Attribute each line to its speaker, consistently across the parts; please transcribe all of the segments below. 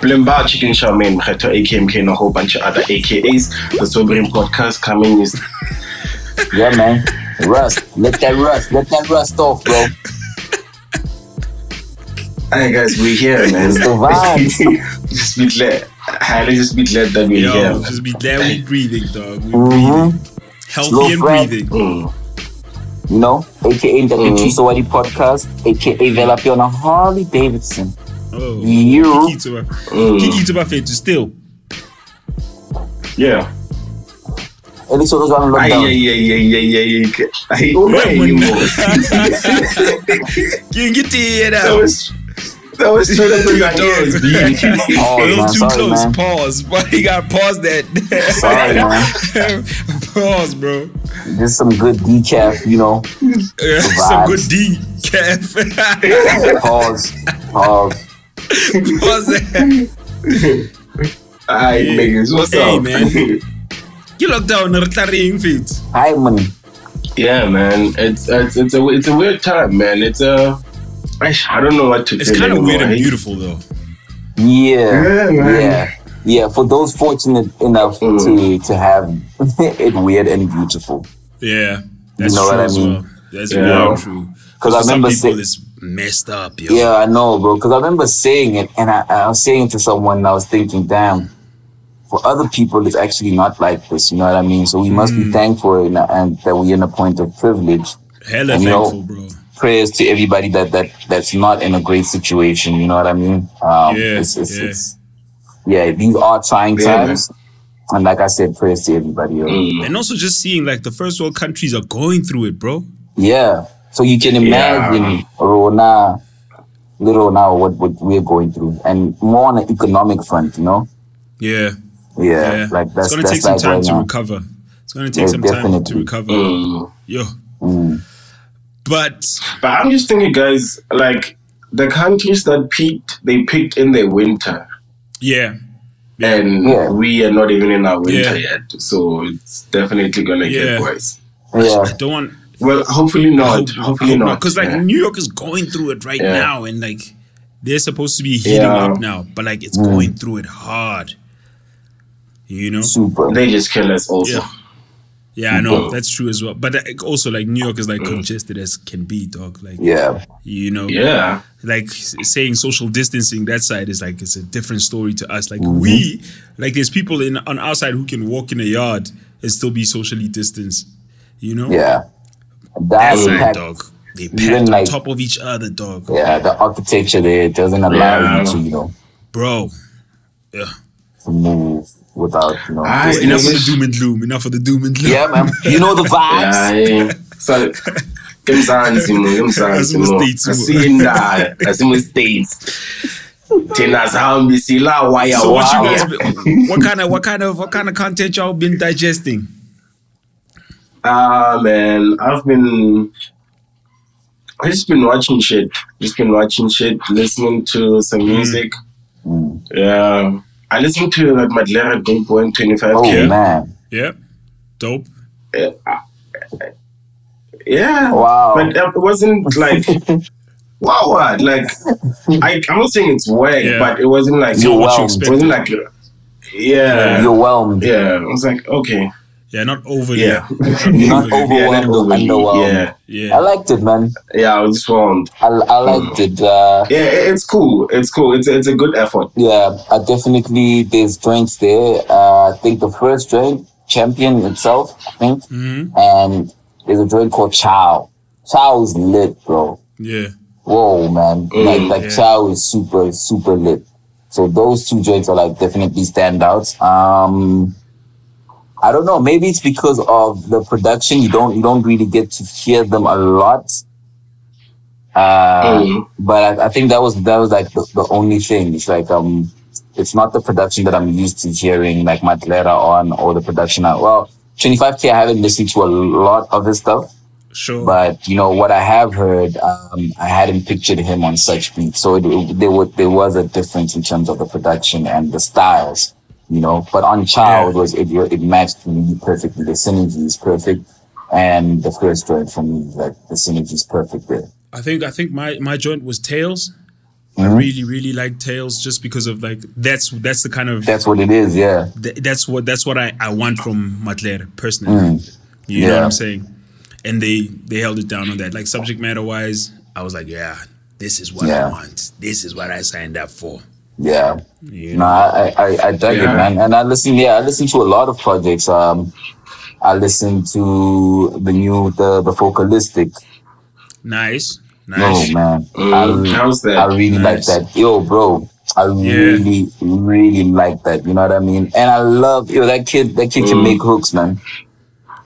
Speaker 1: Blimba Chicken Charmaine, Macheto AKMK, and a whole bunch of other AKAs. The Sobering Podcast coming is
Speaker 2: Yeah, man. Rust. Let that rust. Let that rust off, bro.
Speaker 1: Hey guys, we're here, man.
Speaker 2: It's the vibes.
Speaker 1: just be glad. Highly just be glad that we're
Speaker 3: Yo,
Speaker 1: here. Man.
Speaker 3: just be glad we breathing, dog. We
Speaker 2: Mm-hmm.
Speaker 3: breathing. Healthy
Speaker 2: Slow
Speaker 3: and
Speaker 2: fry.
Speaker 3: breathing.
Speaker 1: Mm.
Speaker 2: You know, aka the mm Podcast, aka Velapiona Harley Davidson.
Speaker 3: Oh,
Speaker 2: You.
Speaker 3: Kiki to my,
Speaker 1: Mm.
Speaker 3: Kiki to my face still.
Speaker 1: Yeah.
Speaker 2: At least those on
Speaker 1: Ay,
Speaker 2: lockdown.
Speaker 1: ay, ay, ay, ay, ay, ay. Ay, ay,
Speaker 3: When-
Speaker 1: you
Speaker 3: You get the head
Speaker 1: That
Speaker 3: out.
Speaker 1: was that was straight up in my ears, B.
Speaker 2: Oh,
Speaker 3: a little
Speaker 2: man,
Speaker 3: too
Speaker 2: sorry,
Speaker 3: close.
Speaker 2: man.
Speaker 3: Pause. Why you got pause that?
Speaker 2: Sorry, man.
Speaker 3: pause, bro.
Speaker 2: Just some good decaf, you know.
Speaker 3: Uh, some good D, Kev.
Speaker 2: Pause. Pause.
Speaker 3: pause that.
Speaker 1: Alright, niggas, what's
Speaker 3: Hey,
Speaker 1: up?
Speaker 3: man. You locked down the carrying feet.
Speaker 2: Hi, money.
Speaker 1: yeah, man. It's it's it's a it's a weird time, man. It's a Aish, I don't know what to
Speaker 3: It's
Speaker 1: feel
Speaker 3: kind of
Speaker 1: anymore,
Speaker 3: weird and
Speaker 1: eh?
Speaker 3: beautiful, though.
Speaker 2: Yeah.
Speaker 1: Yeah, man.
Speaker 2: Yeah. Yeah, for those fortunate enough to, to have it weird and beautiful.
Speaker 3: Yeah, that's
Speaker 2: know
Speaker 3: true
Speaker 2: what I
Speaker 3: as
Speaker 2: mean?
Speaker 3: well. That's
Speaker 1: Yeah.
Speaker 3: real true.
Speaker 2: 'Cause I
Speaker 3: For some
Speaker 2: remember
Speaker 3: people,
Speaker 2: say-
Speaker 3: it's messed up, yo.
Speaker 2: Yeah, I know, bro. Because I remember saying it, and I, I was saying it to someone, and I was thinking, damn, for other people, it's actually not like this. You know what I mean? So we must
Speaker 3: Hmm.
Speaker 2: be thankful and, and that we're in a point of privilege.
Speaker 3: Hella
Speaker 2: And, you know,
Speaker 3: thankful, bro.
Speaker 2: Prayers to everybody that that that's not in a great situation. You know what I mean? Um,
Speaker 3: Yeah,
Speaker 2: it's, it's,
Speaker 3: yeah.
Speaker 2: It's, yeah. These are trying
Speaker 1: Yeah, man. Hmm.
Speaker 2: times, and like I said, prayers to everybody. Else.
Speaker 3: And also just seeing like the first world countries are going through it, bro.
Speaker 2: Yeah. So you can imagine Rona, little now what what we're going through, and more on an economic front. You know.
Speaker 3: Yeah,
Speaker 2: Yeah,
Speaker 3: yeah.
Speaker 2: like that's
Speaker 3: it's gonna
Speaker 2: that's
Speaker 3: take some
Speaker 2: like
Speaker 3: time
Speaker 2: right
Speaker 3: to
Speaker 2: now.
Speaker 3: recover. It's gonna take
Speaker 2: Yeah,
Speaker 3: some time to
Speaker 2: definitely. Mm.
Speaker 3: recover,
Speaker 1: Mm.
Speaker 3: yo. But
Speaker 1: But I'm just thinking, guys, like the countries that picked, they picked in the winter,
Speaker 3: yeah,
Speaker 1: and
Speaker 2: Yeah.
Speaker 1: we are not even in our winter
Speaker 3: Yeah.
Speaker 1: yet, so it's definitely gonna
Speaker 3: Yeah.
Speaker 1: get worse.
Speaker 2: Yeah,
Speaker 3: I don't want.
Speaker 1: Well, hopefully
Speaker 3: I
Speaker 1: not.
Speaker 3: hope- I
Speaker 1: hopefully
Speaker 3: hope
Speaker 1: not.
Speaker 3: Because like
Speaker 1: yeah.
Speaker 3: New York is going through it right
Speaker 1: Yeah.
Speaker 3: now, and like they're supposed to be heating
Speaker 1: Yeah.
Speaker 3: up now, but like
Speaker 2: Mm.
Speaker 3: it's going through it hard. You know.
Speaker 2: super.
Speaker 1: they just kill us also.
Speaker 3: Yeah. Yeah, I know
Speaker 1: Mm.
Speaker 3: that's true as well. But like, also, like New York is
Speaker 2: Mm.
Speaker 3: like congested as can be, dog. Like
Speaker 2: Yeah,
Speaker 3: you know,
Speaker 1: Yeah.
Speaker 3: like s- saying social distancing that side is like it's a different story to us. Like we, like there's people in on our side who can walk in a yard and still be socially distanced. You know,
Speaker 2: yeah.
Speaker 3: that
Speaker 2: That
Speaker 3: side,
Speaker 2: impact,
Speaker 3: dog. They
Speaker 2: Even
Speaker 3: packed on
Speaker 2: like-
Speaker 3: top of each other, dog.
Speaker 2: yeah, the architecture there doesn't allow
Speaker 1: Yeah.
Speaker 2: you to, you know,
Speaker 3: Bro, yeah.
Speaker 2: to move without, you know.
Speaker 1: I-
Speaker 2: just-
Speaker 1: It
Speaker 3: enough of the
Speaker 1: is-
Speaker 3: doom and gloom. Enough of the doom and gloom.
Speaker 2: yeah, man. You know the vibes.
Speaker 1: Yeah. So. Kimzansi mo, kimzansi mo.
Speaker 3: Asimustates mo.
Speaker 1: Asindayo, asimustates. Thina sihambi silawaya
Speaker 3: So what you
Speaker 1: waya.
Speaker 3: guys? been- What kind of what kind of what kind of content y'all been digesting?
Speaker 1: Ah man, I've been I've just been watching shit. Just been watching shit, listening to
Speaker 3: Mm.
Speaker 1: some music.
Speaker 2: Mm.
Speaker 1: Yeah. I listened to that Madlera Group 125
Speaker 2: Oh
Speaker 1: K.
Speaker 2: man,
Speaker 3: Yeah, dope.
Speaker 1: Yeah.
Speaker 2: Wow.
Speaker 1: But it wasn't like wow what? Like I I'm not saying it's whack,
Speaker 3: Yeah.
Speaker 1: but it wasn't like
Speaker 2: You're
Speaker 3: what you
Speaker 2: well.
Speaker 1: it
Speaker 3: expect?
Speaker 1: wasn't like yeah.
Speaker 2: you're
Speaker 1: Yeah.
Speaker 2: whelmed.
Speaker 1: I was like, okay.
Speaker 3: Yeah, not overly.
Speaker 1: Yeah.
Speaker 2: You're not
Speaker 3: overly.
Speaker 2: overwhelmed or underwhelmed.
Speaker 1: yeah.
Speaker 3: Yeah.
Speaker 2: I liked it, man.
Speaker 1: Yeah, I was swarmed.
Speaker 2: I, I liked it. Uh,
Speaker 1: Yeah, it- it's cool. It's cool. It's it's a good effort.
Speaker 2: yeah, I definitely there's joints there. Uh, I think the first joint, Champion itself, I think,
Speaker 3: Mhm.
Speaker 2: and there's a joint called Chow. Chow is lit, bro.
Speaker 3: Yeah.
Speaker 2: whoa man like like
Speaker 3: yeah.
Speaker 2: chow is super super lit so those two joints are like definitely standouts um i don't know maybe it's because of the production you don't you don't really get to hear them a lot Uh,
Speaker 1: Mm.
Speaker 2: But I, I think that was that was like the, the only thing. It's like um, it's not the production that I'm used to hearing like Matlera on or the production. I, well, 25k, I haven't listened to a lot of his stuff,
Speaker 3: Sure.
Speaker 2: but you know what I have heard, um, I hadn't pictured him on such beats. So it, it- there was there was a difference in terms of the production and the styles, you know. But on Child was it it matched really perfectly. The synergy is perfect, and the first joint for me, like the synergy is perfect there.
Speaker 3: I think I think my my joint was Tails.
Speaker 2: Uh-huh.
Speaker 3: I really really like Tails just because of like that's that's the kind of
Speaker 2: That's what it is, yeah.
Speaker 3: th- that's what that's what I, I want from Matler personally. You know
Speaker 2: Mm. Yeah.
Speaker 3: what I'm saying? And they they held it down on that. Like subject matter wise, I was like, yeah, this is what
Speaker 2: Yeah.
Speaker 3: I want. This is what I signed up for.
Speaker 2: Yeah.
Speaker 3: You
Speaker 2: No,
Speaker 3: know?
Speaker 2: I, I, I- I dug
Speaker 3: Yeah.
Speaker 2: it, man. And I listen, yeah, I listen to a lot of projects. Um, I listen to the new, the, the Focalistic.
Speaker 3: Nice,
Speaker 2: Oh,
Speaker 3: nice.
Speaker 2: man.
Speaker 1: Mm,
Speaker 2: I,
Speaker 1: how's that?
Speaker 2: I really like
Speaker 3: Nice.
Speaker 2: that. Yo, bro. I really, really like that. You know what I mean? And I love, yo, that kid, that kid
Speaker 3: Oh.
Speaker 2: can make hooks, man.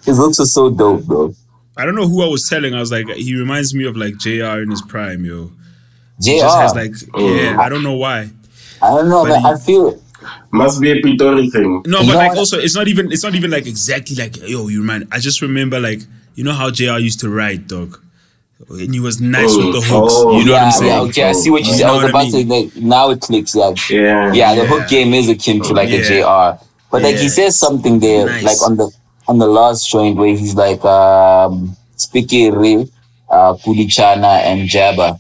Speaker 2: His hooks are so dope, bro.
Speaker 3: I don't know who I was telling. I was like, he reminds me of like Jr. in his prime, yo.
Speaker 2: JR.
Speaker 3: He just has like,
Speaker 2: Oh.
Speaker 3: yeah, I don't know why.
Speaker 2: I don't know, man.
Speaker 3: he-
Speaker 2: I feel it.
Speaker 1: Must be a Pitori thing.
Speaker 3: No,
Speaker 2: You
Speaker 3: but
Speaker 2: know
Speaker 3: like
Speaker 2: what?
Speaker 3: also, it's not even it's not even like exactly like yo. You remind. I just remember like you know how Jr. used to write, dog, and he was nice
Speaker 1: Oh,
Speaker 3: with the hooks.
Speaker 1: oh,
Speaker 3: you know
Speaker 2: yeah,
Speaker 3: what I'm saying?
Speaker 2: yeah, okay. I see what you
Speaker 3: You
Speaker 2: said.
Speaker 3: know
Speaker 2: I was
Speaker 3: what I
Speaker 2: about
Speaker 3: mean?
Speaker 2: to, like, now it clicks. Yeah.
Speaker 1: Yeah.
Speaker 2: yeah, the
Speaker 3: Yeah.
Speaker 2: hook game is akin to like
Speaker 3: Yeah.
Speaker 2: a JR. But like he
Speaker 3: Yeah.
Speaker 2: says something there,
Speaker 3: Nice.
Speaker 2: like on the on the last joint where he's like um Spikere, uh Kulichana and Jabba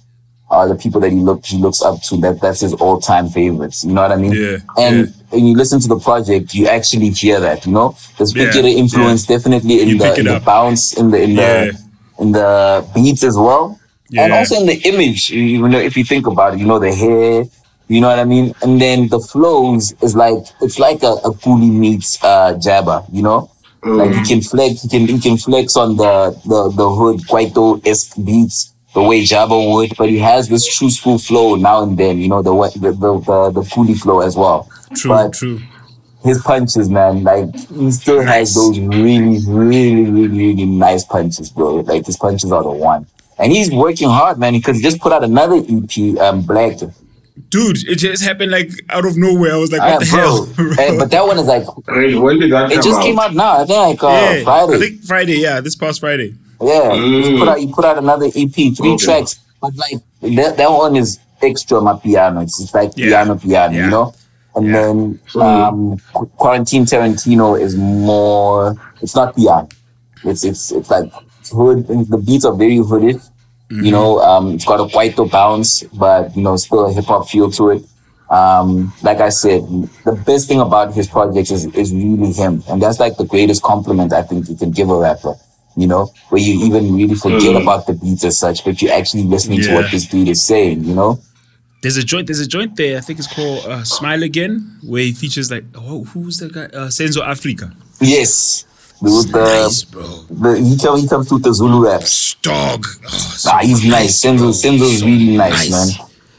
Speaker 2: are the people that he look he looks up to. That that's his all time favorites. You know what I mean?
Speaker 3: Yeah,
Speaker 2: And when you listen to the project, you actually hear that, you know? The Spikere
Speaker 3: Yeah,
Speaker 2: influence definitely in
Speaker 3: You
Speaker 2: the
Speaker 3: pick
Speaker 2: in
Speaker 3: it
Speaker 2: the
Speaker 3: up.
Speaker 2: bounce, in the in the in the beats as well. And
Speaker 3: Yeah.
Speaker 2: also in the image, you- you know, if you think about it, you know, the hair, you know what I mean? And then the flows is like, it's like a, a coolie meets uh, Jabba, you know? Like he can flex, he can, he can flex on the, the, the hood, Kwaito-esque beats the way Jabba would, but he has this true school flow now and then, you know, the, wa- the, the, the, the coolie flow as well.
Speaker 3: True,
Speaker 2: but
Speaker 3: true.
Speaker 2: his punches, man, like he still has
Speaker 3: Nice.
Speaker 2: those really, really, really, really nice punches, bro. Like his punches are the one. And he's working hard, man, because he just put out another EP, um, Black.
Speaker 3: Dude, it just happened like out of nowhere. I was like,
Speaker 2: Uh,
Speaker 3: what the
Speaker 2: bro.
Speaker 3: hell? bro?
Speaker 2: Eh, but that one is like
Speaker 1: Really, when did that
Speaker 2: it
Speaker 1: come
Speaker 2: just
Speaker 1: out?
Speaker 2: came out now. I think like uh,
Speaker 3: yeah,
Speaker 2: Friday.
Speaker 3: I think Friday. Yeah, this past Friday.
Speaker 2: yeah,
Speaker 3: Mm.
Speaker 2: he put out he put out another EP, three
Speaker 1: Okay.
Speaker 2: tracks. But like that, that one is extra my piano. It's, it's like
Speaker 3: Yeah.
Speaker 2: piano, piano,
Speaker 3: Yeah.
Speaker 2: you know. And
Speaker 3: Yeah. Mm.
Speaker 2: then um, Qu- Quarantine Tarantino is more. It's not piano. It's it's it's like it's hood. The beats are very hooded.
Speaker 3: Mm-hmm.
Speaker 2: You know, um, it's got a Kwaito bounce, but you know, still a hip hop feel to it. Um, like I said, the best thing about his projects is is really him, and that's like the greatest compliment I think you can give a rapper. You know, where you even really forget about the beats as such, but you're actually listening to
Speaker 3: Mm. Yeah.
Speaker 2: what this dude is saying. You know,
Speaker 3: There's a joint. There's a joint there. I think it's called uh, Smile Again, where he features like oh, who's the guy? Uh, Senzo Africa.
Speaker 2: yes, with the,
Speaker 3: nice, bro.
Speaker 2: the he comes he comes through the Zulu raps.
Speaker 3: Dog. Oh, so
Speaker 2: Nah, he's nice.
Speaker 3: bro.
Speaker 2: Senzo Senzo's
Speaker 3: So
Speaker 2: really nice, man.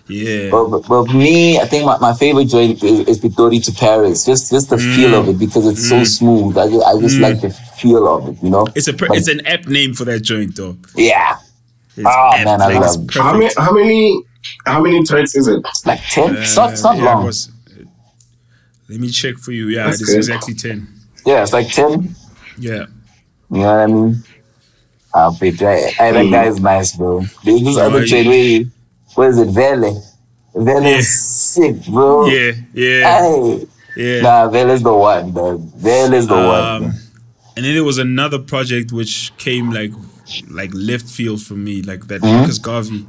Speaker 3: Yeah.
Speaker 2: But, but, but me, I think my, my favorite joint is, is Pitori to Paris. Just just the
Speaker 3: Mm.
Speaker 2: feel of it because it's so smooth. I just, I just like the feel of it, you know?
Speaker 3: It's a per-
Speaker 2: But-
Speaker 3: it's an app name for that joint though.
Speaker 2: Yeah.
Speaker 3: It's
Speaker 2: Oh,
Speaker 3: apt,
Speaker 2: man, I
Speaker 3: like, it's
Speaker 2: love it.
Speaker 3: perfect.
Speaker 1: how, many, how many how many tracks is it?
Speaker 2: Like 10? it's not, it's not
Speaker 3: Yeah, it
Speaker 2: long.
Speaker 3: was- uh, let me check for you. Yeah,
Speaker 1: That's
Speaker 3: it's
Speaker 1: good.
Speaker 3: exactly ten.
Speaker 2: Yeah, it's like 10. You
Speaker 3: Yeah.
Speaker 2: know what I mean? Ah, but I, I, that guy is nice, bro. There's this
Speaker 3: Mm. Oh,
Speaker 2: other
Speaker 3: yeah.
Speaker 2: joint where you, what is it, Vele? Vele
Speaker 3: Yeah.
Speaker 2: is sick, bro.
Speaker 3: Yeah. Yeah.
Speaker 2: Hey.
Speaker 3: Yeah.
Speaker 2: Nah, Vele's the one, man. Vele's the one.
Speaker 3: Um, and then there was another project which came like like left field for me, like that Marcus Garvey.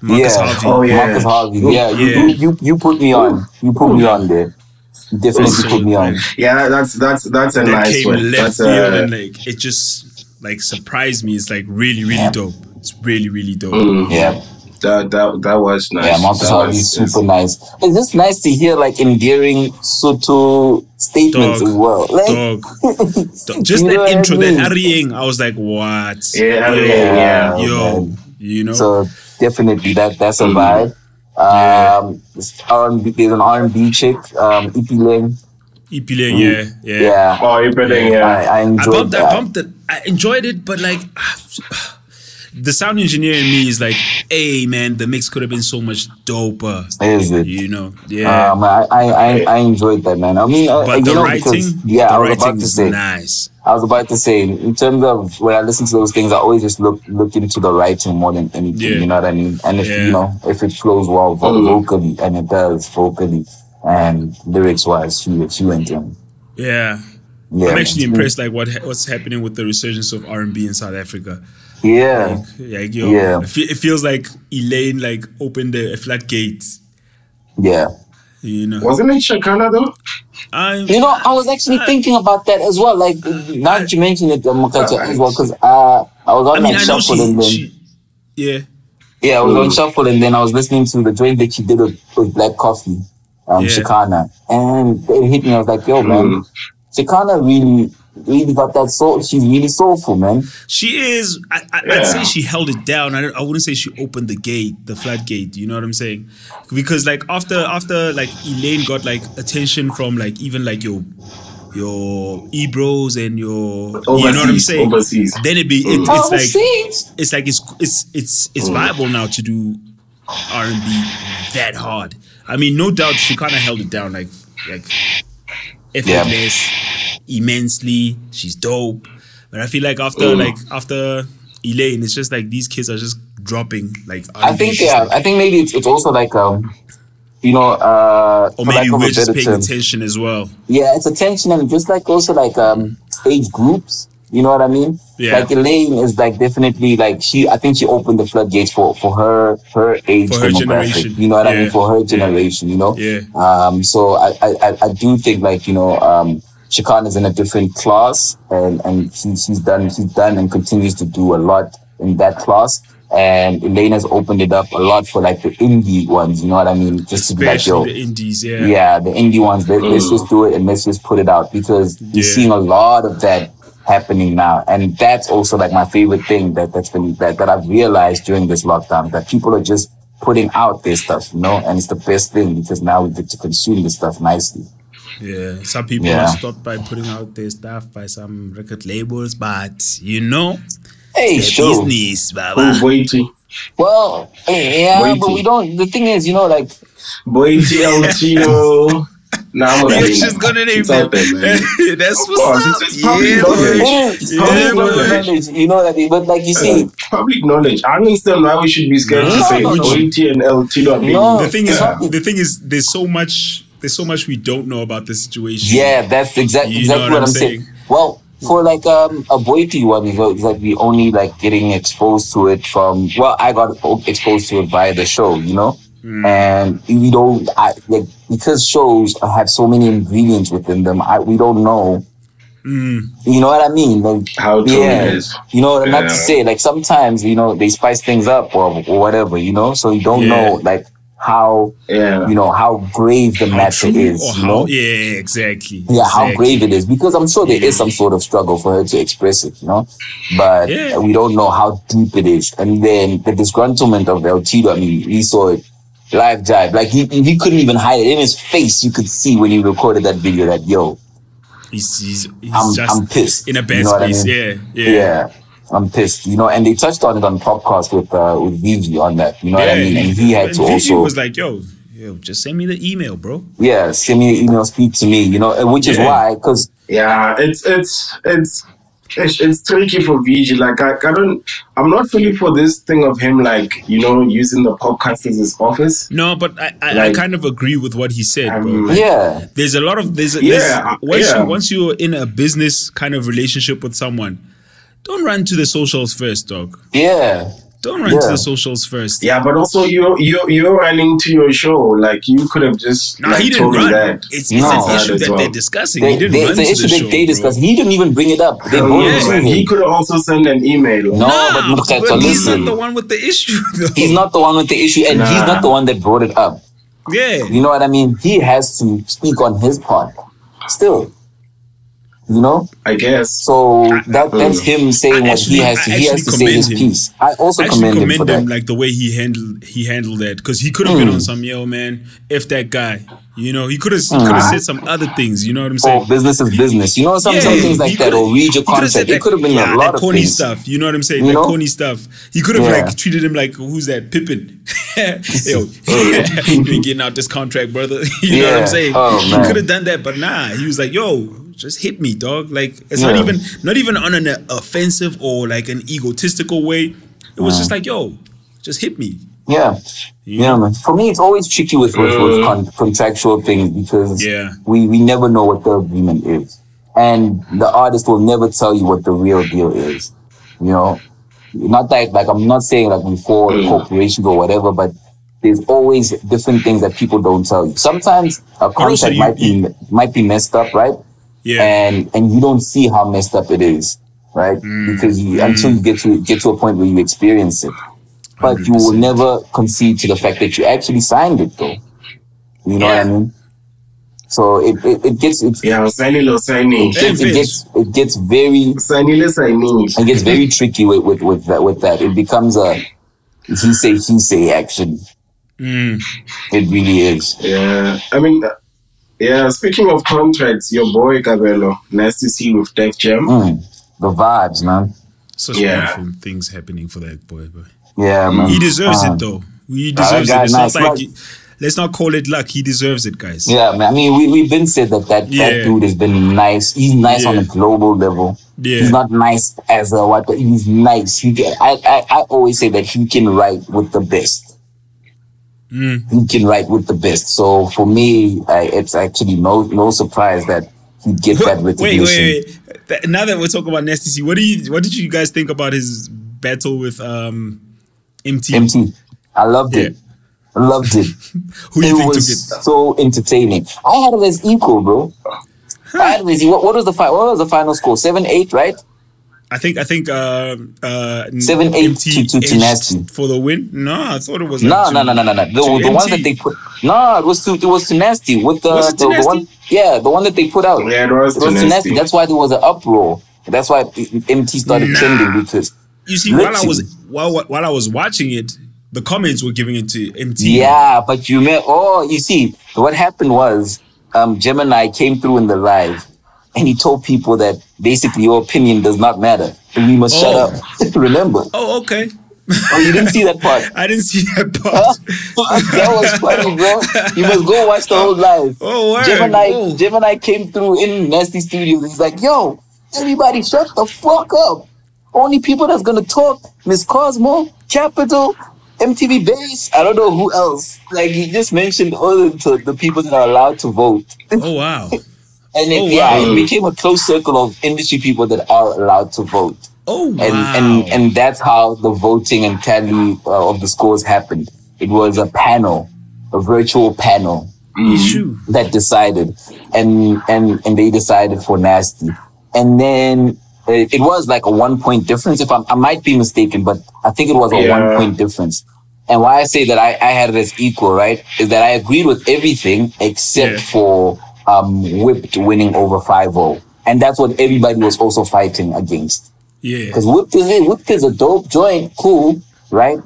Speaker 3: Marcus
Speaker 2: Hmm? Yeah.
Speaker 3: Harvey.
Speaker 1: Oh, yeah.
Speaker 2: Marcus Harvey. Yeah, you,
Speaker 3: Yeah.
Speaker 2: You, you you put me on. You put me on there. You definitely
Speaker 3: So,
Speaker 2: put me on.
Speaker 3: like,
Speaker 1: Yeah, that's that's that's a
Speaker 3: that
Speaker 1: nice
Speaker 3: came
Speaker 1: one.
Speaker 3: left
Speaker 2: uh,
Speaker 1: That's uh,
Speaker 3: field and
Speaker 1: a,
Speaker 3: like it just like surprised me. It's like really, really dope. It's really, really dope.
Speaker 2: Yeah,
Speaker 1: that, that that was nice.
Speaker 2: yeah. Marcus
Speaker 1: That
Speaker 2: Harvey
Speaker 1: was-
Speaker 2: is super nice. It's just nice to hear like endearing Soto statements
Speaker 3: Dog.
Speaker 2: as well. Like,
Speaker 3: Dog. Dog. Just
Speaker 2: You know
Speaker 3: that E
Speaker 2: what I
Speaker 3: intro,
Speaker 2: mean? E
Speaker 3: that Ariang, I was like, what?
Speaker 1: Yeah,
Speaker 3: Yo,
Speaker 1: Ariang, yeah.
Speaker 3: Yo,
Speaker 2: Man.
Speaker 3: you know? Mm.
Speaker 2: so definitely that that's a vibe.
Speaker 3: Yeah.
Speaker 2: Um, it's R&B, there's an R and B chick, um, Ipilen.
Speaker 3: Ipile, yeah, yeah.
Speaker 2: Mm.
Speaker 3: Oh,
Speaker 2: Yeah,
Speaker 1: Oh, everything, yeah.
Speaker 2: I, I
Speaker 3: I
Speaker 2: enjoyed
Speaker 3: bumped, I
Speaker 2: that.
Speaker 3: bumped it. I enjoyed it, but like, the sound engineer in me is like, hey man, the mix could have been so much doper.
Speaker 2: Is it?
Speaker 3: You know, yeah.
Speaker 2: Um, I, I, I, I enjoyed that, man. I mean, uh,
Speaker 3: but
Speaker 2: you
Speaker 3: the
Speaker 2: know,
Speaker 3: writing,
Speaker 2: because, yeah, I
Speaker 3: the
Speaker 2: was about
Speaker 3: writing
Speaker 2: to
Speaker 3: is
Speaker 2: say,
Speaker 3: nice.
Speaker 2: I was about to say, in terms of when I listen to those things, I always just look look into the writing more than anything.
Speaker 3: Yeah.
Speaker 2: You know what I mean? And if
Speaker 3: Yeah.
Speaker 2: you know if it flows well vo- vocally, and it does vocally and lyrics wise, you you and them.
Speaker 3: Yeah.
Speaker 2: Yeah,
Speaker 3: I'm
Speaker 2: man.
Speaker 3: actually impressed, like what ha- what's happening with the resurgence of R and B in South Africa.
Speaker 2: Yeah,
Speaker 3: Like, yo,
Speaker 2: Yeah.
Speaker 3: it, fe- it feels like Elaine like opened a, a floodgate.
Speaker 2: yeah.
Speaker 3: You know,
Speaker 1: Wasn't it Shakana though?
Speaker 3: I'm,
Speaker 2: You know, I was actually thinking about that as well. Like now that you mention it, Mukata, as well, because uh, I was on
Speaker 3: I mean,
Speaker 2: like
Speaker 3: I know
Speaker 2: shuffle and
Speaker 3: she,
Speaker 2: then
Speaker 3: she, yeah,
Speaker 2: Yeah, I was on shuffle and then I was listening to the joint that she did with, with Black Coffee, um,
Speaker 3: Yeah. Mm.
Speaker 2: Chicana, and it hit me. I was like, yo, man, Chicana really, really got that soul. She's really soulful, man.
Speaker 3: she is. I, I, I'd say she held it down. I, don't, I wouldn't say she opened the gate, the floodgate. You know what I'm saying? Because like after after like Elaine got like attention from like even like your your Ebros and your you know what I'm
Speaker 1: Overseas,
Speaker 3: saying.
Speaker 1: overseas. Mm.
Speaker 3: Then it be it,
Speaker 2: Oh,
Speaker 3: it's like
Speaker 2: shit.
Speaker 3: it's like it's it's it's
Speaker 2: Oh.
Speaker 3: it's viable now to do R and B that hard. I mean, no doubt she kind of held it down like like effortless, immensely. She's dope, but I feel like after
Speaker 2: Oh.
Speaker 3: like after Elaine, it's just like these kids are just dropping like.
Speaker 2: I think yeah. I think maybe it's, it's also like um, you know, uh,
Speaker 3: or
Speaker 2: for lack of
Speaker 3: maybe
Speaker 2: a
Speaker 3: we're just
Speaker 2: better
Speaker 3: paying
Speaker 2: term.
Speaker 3: attention as well.
Speaker 2: Yeah, it's attention and just like also like um age groups. You know what I mean?
Speaker 3: Yeah.
Speaker 2: Like Elaine is like definitely like she. I think she opened the floodgates for for her her age
Speaker 3: For her generation.
Speaker 2: demographic. You know what I
Speaker 3: Yeah.
Speaker 2: mean? For her
Speaker 3: Yeah.
Speaker 2: generation. You know.
Speaker 3: Yeah.
Speaker 2: Um. So I I I- I do think like you know um. Chikan is in a different class, and and she, she's done she's done and continues to do a lot in that class. And Elaine has opened it up a lot for like the indie ones. You know what I mean? Just to be like, yo,
Speaker 3: Especially the indies, yeah.
Speaker 2: yeah, the indie ones. Let, Let's just do it and let's just put it out because you're
Speaker 3: Yeah.
Speaker 2: seeing a lot of that happening now, and that's also like my favorite thing that that's been that, that I've realized during this lockdown that people are just putting out their stuff, you know, and it's the best thing because now we get to consume the stuff nicely.
Speaker 3: Yeah, some people
Speaker 2: Yeah.
Speaker 3: are stopped by putting out their stuff by some record labels, but you know,
Speaker 2: Hey,
Speaker 3: their
Speaker 2: sure.
Speaker 3: business,
Speaker 1: Oh,
Speaker 3: Baba.
Speaker 1: Boiti.
Speaker 2: Well, yeah,
Speaker 1: Waiting.
Speaker 2: but we don't. The thing is, you know, like
Speaker 1: Boiti Altino. Nah, I'm
Speaker 3: Yeah,
Speaker 1: okay.
Speaker 3: she's gonna name
Speaker 1: It's out
Speaker 3: them.
Speaker 1: there, man.
Speaker 3: That's
Speaker 1: Of
Speaker 3: what's
Speaker 1: course,
Speaker 3: up.
Speaker 1: it's- it's probably
Speaker 3: yeah,
Speaker 1: not
Speaker 3: boy.
Speaker 1: there.
Speaker 2: it is
Speaker 3: Yeah,
Speaker 2: public
Speaker 3: boy.
Speaker 2: knowledge, you know that. But like you see,
Speaker 1: Public knowledge. I don't understand why we should be scared to
Speaker 2: No,
Speaker 1: say
Speaker 2: no, no.
Speaker 1: Boiti and Altino are being
Speaker 2: No.
Speaker 3: The thing is,
Speaker 2: Yeah.
Speaker 3: the thing is, there's so much, there's so much we don't know about the situation.
Speaker 2: Yeah, that's exactly
Speaker 3: You know
Speaker 2: exactly what I'm saying. Well, for like um a Boiti one, you know, it's like we only like getting exposed to it from. Well, I got o- exposed to it via the show, you know,
Speaker 3: Hmm.
Speaker 2: and we don't I, like because shows have so many ingredients within them. I we don't know.
Speaker 3: Hmm.
Speaker 2: You know what I mean? Like,
Speaker 1: How true it is.
Speaker 2: You know, not to
Speaker 1: Yeah.
Speaker 2: say like sometimes you know they spice things up or, or whatever. You know, so you don't
Speaker 3: Yeah.
Speaker 2: know like how
Speaker 1: Yeah.
Speaker 2: you know how grave the
Speaker 3: How
Speaker 2: matter
Speaker 3: true
Speaker 2: is.
Speaker 3: or
Speaker 2: you
Speaker 3: how?
Speaker 2: know?
Speaker 3: Yeah, exactly.
Speaker 2: yeah, how
Speaker 3: exactly.
Speaker 2: grave it is because I'm sure there is some sort of struggle for her to express it, you know, but
Speaker 3: Yeah.
Speaker 2: we don't know how deep it is. And then the disgruntlement of El Tito, I mean, we saw it live jive. Like he, he couldn't even hide it in his face. You could see when he recorded that video that, yo,
Speaker 3: He's, he's, he's
Speaker 2: I'm-
Speaker 3: just
Speaker 2: I'm pissed.
Speaker 3: in a bad
Speaker 2: You know what I
Speaker 3: space.
Speaker 2: mean?
Speaker 3: Yeah,
Speaker 2: yeah.
Speaker 3: yeah.
Speaker 2: I'm pissed, you know, and they touched on it on podcast with, uh, with Vivi on that, you know what I mean? And he had
Speaker 3: and
Speaker 2: to
Speaker 3: Vivi
Speaker 2: also,
Speaker 3: was like, "Yo, yo, just send me the email, bro."
Speaker 2: yeah, send me an email, speak to me, you know, and which is
Speaker 3: Yeah.
Speaker 2: why, cause
Speaker 1: Yeah, it's it's it's it's, it's tricky for VG. Like I, I don't, I'm not fully for this thing of him like you know using the podcast as his office.
Speaker 3: No, but I, I, I
Speaker 1: Like-
Speaker 3: kind of agree with what he said, bro.
Speaker 1: Um,
Speaker 2: yeah,
Speaker 3: there's a lot of there's, a-
Speaker 1: Yeah,
Speaker 3: there's
Speaker 1: uh,
Speaker 3: once
Speaker 1: yeah.
Speaker 3: you once you're in a business kind of relationship with someone, don't run to the socials first, dog.
Speaker 2: yeah.
Speaker 3: Don't run to
Speaker 2: Yeah.
Speaker 3: the socials first.
Speaker 1: Yeah, but also you you you're running to your show. Like you could have just
Speaker 3: No,
Speaker 1: like,
Speaker 3: he didn't
Speaker 1: told
Speaker 3: run.
Speaker 1: me that.
Speaker 3: It's, it's
Speaker 2: No.
Speaker 3: an issue
Speaker 1: That as
Speaker 3: that
Speaker 1: well.
Speaker 3: they're discussing.
Speaker 2: They,
Speaker 3: he didn't
Speaker 2: they,
Speaker 3: run
Speaker 2: it's an
Speaker 3: to
Speaker 2: issue
Speaker 3: the
Speaker 2: that
Speaker 3: show.
Speaker 2: they
Speaker 3: bro. Oh,
Speaker 2: discussed. He didn't even bring it up. They
Speaker 1: Hell
Speaker 2: brought
Speaker 1: yeah,
Speaker 2: it to
Speaker 1: man.
Speaker 2: him.
Speaker 1: He could also send an email.
Speaker 2: no, but
Speaker 3: Nah,
Speaker 2: Mukata,
Speaker 3: but he's
Speaker 2: listen.
Speaker 3: not the one with the issue. Though.
Speaker 2: He's not the one with the issue, and
Speaker 1: Nah.
Speaker 2: he's not the one that brought it up.
Speaker 3: Yeah.
Speaker 2: You know what I mean? He has to speak on his part. Still, you know.
Speaker 1: I guess.
Speaker 2: So that that's him saying
Speaker 3: Uh, I
Speaker 2: what
Speaker 3: actually-
Speaker 2: he has to.
Speaker 3: I
Speaker 2: He has
Speaker 3: actually
Speaker 2: to say
Speaker 3: commend
Speaker 2: his
Speaker 3: him.
Speaker 2: piece. I also
Speaker 3: I actually
Speaker 2: commend,
Speaker 3: commend
Speaker 2: him for
Speaker 3: him,
Speaker 2: that. Hmm.
Speaker 3: like the way he handled he handled that because he could have been on some yo man if that guy you know he could have could have said some other things you know what I'm
Speaker 2: Hmm.
Speaker 3: saying
Speaker 2: Oh, business is business. You know, some,
Speaker 3: Yeah,
Speaker 2: some things
Speaker 3: he
Speaker 2: like that,
Speaker 3: coulda-
Speaker 2: or read your
Speaker 3: he coulda said
Speaker 2: contract. It
Speaker 3: that-
Speaker 2: could have been
Speaker 3: yeah,
Speaker 2: a lot
Speaker 3: that
Speaker 2: of
Speaker 3: corny
Speaker 2: things.
Speaker 3: stuff. You know what I'm saying?
Speaker 2: You
Speaker 3: that
Speaker 2: know?
Speaker 3: corny stuff. He could have
Speaker 2: Yeah.
Speaker 3: like treated him like who's that Pippin? Yo, you been getting out this contract, brother. you know what
Speaker 2: Yeah.
Speaker 3: I'm saying?
Speaker 2: Oh,
Speaker 3: he
Speaker 2: man.
Speaker 3: could have done that, but nah. He was like, yo. Just hit me, dog. Like it's not
Speaker 2: Yeah.
Speaker 3: even not even on an offensive or like an egotistical way. It was just like, yo, just hit me.
Speaker 2: Yeah. Yeah, man. For me, it's always tricky with, with, with con- contractual things because
Speaker 3: Yeah.
Speaker 2: we, we never know what the agreement is. And the artist will never tell you what the real deal is. You know, not that, like, I'm not saying like before
Speaker 3: Mm.
Speaker 2: corporations or whatever, but there's always different things that people don't tell you. Sometimes a contract
Speaker 3: you-
Speaker 2: might be, might be messed up, right?
Speaker 3: Yeah. Mm,
Speaker 2: and and you don't see how messed up it is, right? Because you, until you get to get to a point where you experience it, but you will never concede to the fact that you actually signed it, though. You know
Speaker 3: Yeah.
Speaker 2: what I mean? So it it, it gets it,
Speaker 1: Yeah, signing or signing.
Speaker 2: it,
Speaker 3: Hey,
Speaker 2: it
Speaker 3: Vince.
Speaker 2: gets it gets very
Speaker 1: Signing less I need.
Speaker 2: it gets very tricky with with with that, with that. It becomes a he say he say action.
Speaker 3: Mm.
Speaker 2: It really is.
Speaker 1: Yeah. I mean, uh, yeah, speaking of contracts, your boy Cabello, nice to see you with Def Jam.
Speaker 2: Mm. The vibes, man.
Speaker 3: Such
Speaker 1: Yeah.
Speaker 3: wonderful things happening for that boy, boy.
Speaker 2: Yeah, man.
Speaker 3: He deserves
Speaker 2: Uh,
Speaker 3: it though. He deserves
Speaker 2: guy,
Speaker 3: it. It's
Speaker 2: nice
Speaker 3: not like
Speaker 2: luck.
Speaker 3: let's not call it luck. He deserves it, guys.
Speaker 2: Yeah, man. I mean, we we've been said that that,
Speaker 3: Yeah.
Speaker 2: that dude has been nice. He's nice on
Speaker 3: Yeah.
Speaker 2: a global level.
Speaker 3: Yeah.
Speaker 2: He's not nice as a what. He's nice. He can, I, I I always say that he can write with the best.
Speaker 3: Mm.
Speaker 2: He can write with the best. So for me, I, it's actually no no surprise that he get that
Speaker 3: wait,
Speaker 2: recognition.
Speaker 3: wait, wait. Th- Now that we're talking about Nasty C, what do you what did you guys think about his battle with um MT?
Speaker 2: MT, I loved it. I loved it.
Speaker 3: Who do
Speaker 2: it
Speaker 3: you think took
Speaker 2: was
Speaker 3: it?
Speaker 2: so entertaining. I had it as equal, bro. I had it as equal. What, what was the fi- What was the final score? Seven eight, right?
Speaker 3: I think I think uh, uh, n-
Speaker 2: Seven, eight to- to
Speaker 3: edged
Speaker 2: Nasty.
Speaker 3: for the win. No, I thought it was like
Speaker 2: No,
Speaker 3: to-
Speaker 2: no, no, no, no, no. The,
Speaker 3: to
Speaker 2: the one
Speaker 3: MT.
Speaker 2: that they put. No, it was too. It was too nasty with the,
Speaker 3: Was it
Speaker 2: the,
Speaker 3: too
Speaker 2: the one. Yeah, the one that they put out.
Speaker 1: Yeah, it was
Speaker 2: it was
Speaker 1: too nasty.
Speaker 2: too nasty. That's why there was an uproar. That's why MT started trending because.
Speaker 3: You see, while I was
Speaker 2: Literally.
Speaker 3: while while I was watching it, the comments were giving it to MT.
Speaker 2: Yeah, but you may. Oh, you see, what happened was um, Gemini came through in the live, and he told people that basically your opinion does not matter. And we must shut up. Remember?
Speaker 3: Oh, okay.
Speaker 2: Oh, you didn't see that part.
Speaker 3: I didn't see that part.
Speaker 2: that was funny, bro. You must go watch the whole live.
Speaker 3: Oh, word.
Speaker 2: Gemini,
Speaker 3: Whoa.
Speaker 2: Gemini came through in Nasty Studios. He's like, yo, everybody shut the fuck up. Only people that's gonna talk, Miss Cosmo, Capital, MTV Base, I don't know who else. Like he just mentioned all the, the people that are allowed to vote.
Speaker 3: oh wow.
Speaker 2: And it,
Speaker 3: Oh,
Speaker 2: yeah,
Speaker 3: wow.
Speaker 2: it became a close circle of industry people that are allowed to vote
Speaker 3: Oh wow.
Speaker 2: and and and that's how the voting and tally uh, of the scores happened. It was a panel, a virtual panel mm,
Speaker 3: Shoo.
Speaker 2: that decided, and and and they decided for nasty, and then it, it was like a one point difference. If I'm, I might be mistaken, but I think it was a
Speaker 1: Yeah.
Speaker 2: one point difference. And why I say that I, I had it as equal, right, is that I agreed with everything except
Speaker 3: Yeah.
Speaker 2: for um, whipped winning over 5-0. And that's what everybody was also fighting against.
Speaker 3: Yeah.
Speaker 2: Because Whipped is it. Whipped is a dope joint, cool, right?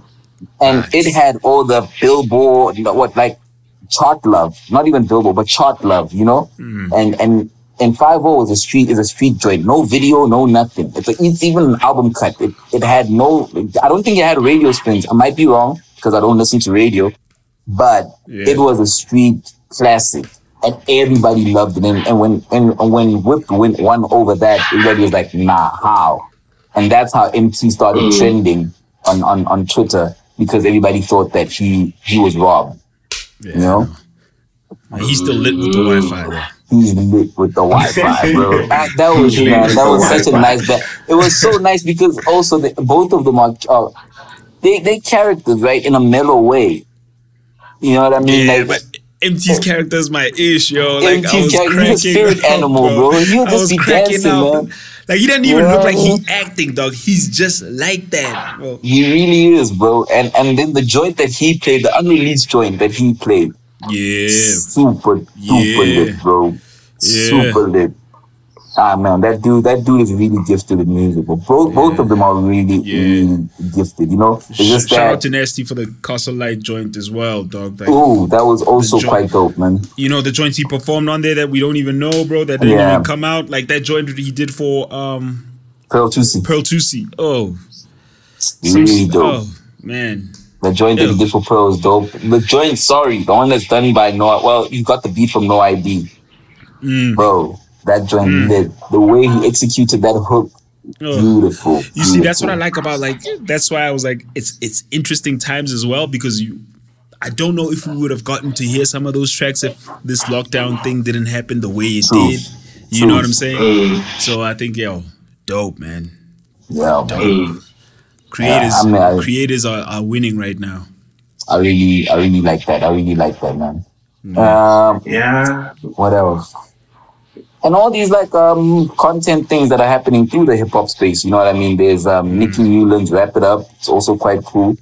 Speaker 2: And it had all the Billboard, you know, what like chart love, not even Billboard, but chart love, you know.
Speaker 3: Mm.
Speaker 2: And and and Five O is a street is a street joint, no video, no nothing. It's a, it's even an album cut. It it had no. I don't think it had radio spins. I might be wrong because I don't listen to radio, but
Speaker 3: Yeah.
Speaker 2: it was a street classic. And everybody loved it, and, and when and, and when Whipped went one over that, everybody was like, "Nah, how?" and that's how MT started
Speaker 1: Mm.
Speaker 2: trending on, on, on Twitter because everybody thought that he he was robbed.
Speaker 3: Yeah.
Speaker 2: You know,
Speaker 3: He's still lit with the
Speaker 2: mm,
Speaker 3: Wi-Fi. Though.
Speaker 2: he's lit with the Wi-Fi, bro. that, that was
Speaker 1: He's lit
Speaker 2: man,
Speaker 1: with
Speaker 2: that
Speaker 1: the
Speaker 2: was such a
Speaker 1: Wi-Fi.
Speaker 2: nice. But it was so nice because also the, both of them are uh, they they characters right in a mellow way. You know what I mean?
Speaker 3: Yeah,
Speaker 2: like,
Speaker 3: but MT's character is my ish, yo. Like I
Speaker 2: MT's
Speaker 3: was
Speaker 2: character-
Speaker 3: cracking
Speaker 2: he's a spirit
Speaker 3: up,
Speaker 2: animal, bro. He'll
Speaker 3: I
Speaker 2: just
Speaker 3: was
Speaker 2: be
Speaker 3: cracking
Speaker 2: dancing,
Speaker 3: up.
Speaker 2: man.
Speaker 3: Like he doesn't even
Speaker 2: Yeah,
Speaker 3: look like he
Speaker 2: man.
Speaker 3: acting, dog. He's just like that, bro.
Speaker 2: he really is, bro. And and then the joint that he played, the unreleased joint that he played,
Speaker 3: Yeah,
Speaker 2: super super
Speaker 3: Yeah.
Speaker 2: lit, bro.
Speaker 3: Yeah.
Speaker 2: Super lit. ah man, that dude, that dude is really gifted in music. But both both of them are really,
Speaker 3: Yeah.
Speaker 2: really gifted. You know, it's
Speaker 3: Sh-
Speaker 2: just
Speaker 3: shout out
Speaker 2: that.
Speaker 3: to Nasty for the Castle Light joint as well, dog. Like,
Speaker 2: Ooh, that was also
Speaker 3: joint.
Speaker 2: quite dope, man.
Speaker 3: you know the joints he performed on there that we don't even know, bro. That didn't
Speaker 2: Yeah.
Speaker 3: even come out. Like that joint he did for um
Speaker 2: Pearl Tusi,
Speaker 3: Pearl Tusi. Oh,
Speaker 2: really dope.
Speaker 3: oh man,
Speaker 2: The joint that he did for Pearl is dope. The joint, sorry, the one that's done by No. Well, you got the beat from No ID,
Speaker 3: Mm.
Speaker 2: bro. That joint, lit. the way he executed that hook,
Speaker 3: oh.
Speaker 2: beautiful.
Speaker 3: You see, that's what I like about like. That's why I was like, it's it's interesting times as well because you. I don't know if we would have gotten to hear some of those tracks if this lockdown thing didn't happen the way it
Speaker 2: True.
Speaker 3: did. You
Speaker 2: True.
Speaker 3: know what I'm saying? So I think yo, dope man.
Speaker 2: Yeah, man.
Speaker 3: Creators,
Speaker 2: I mean, I-
Speaker 3: creators are, are winning right now.
Speaker 2: I really, I really like that. I really like that, man.
Speaker 1: Mm.
Speaker 2: Um,
Speaker 1: Yeah.
Speaker 2: what else? And all these like um content things that are happening through the hip hop space. You know what I mean? There's
Speaker 1: Mm.
Speaker 2: um Nicki Newland's Wrap It Up. It's also quite cool.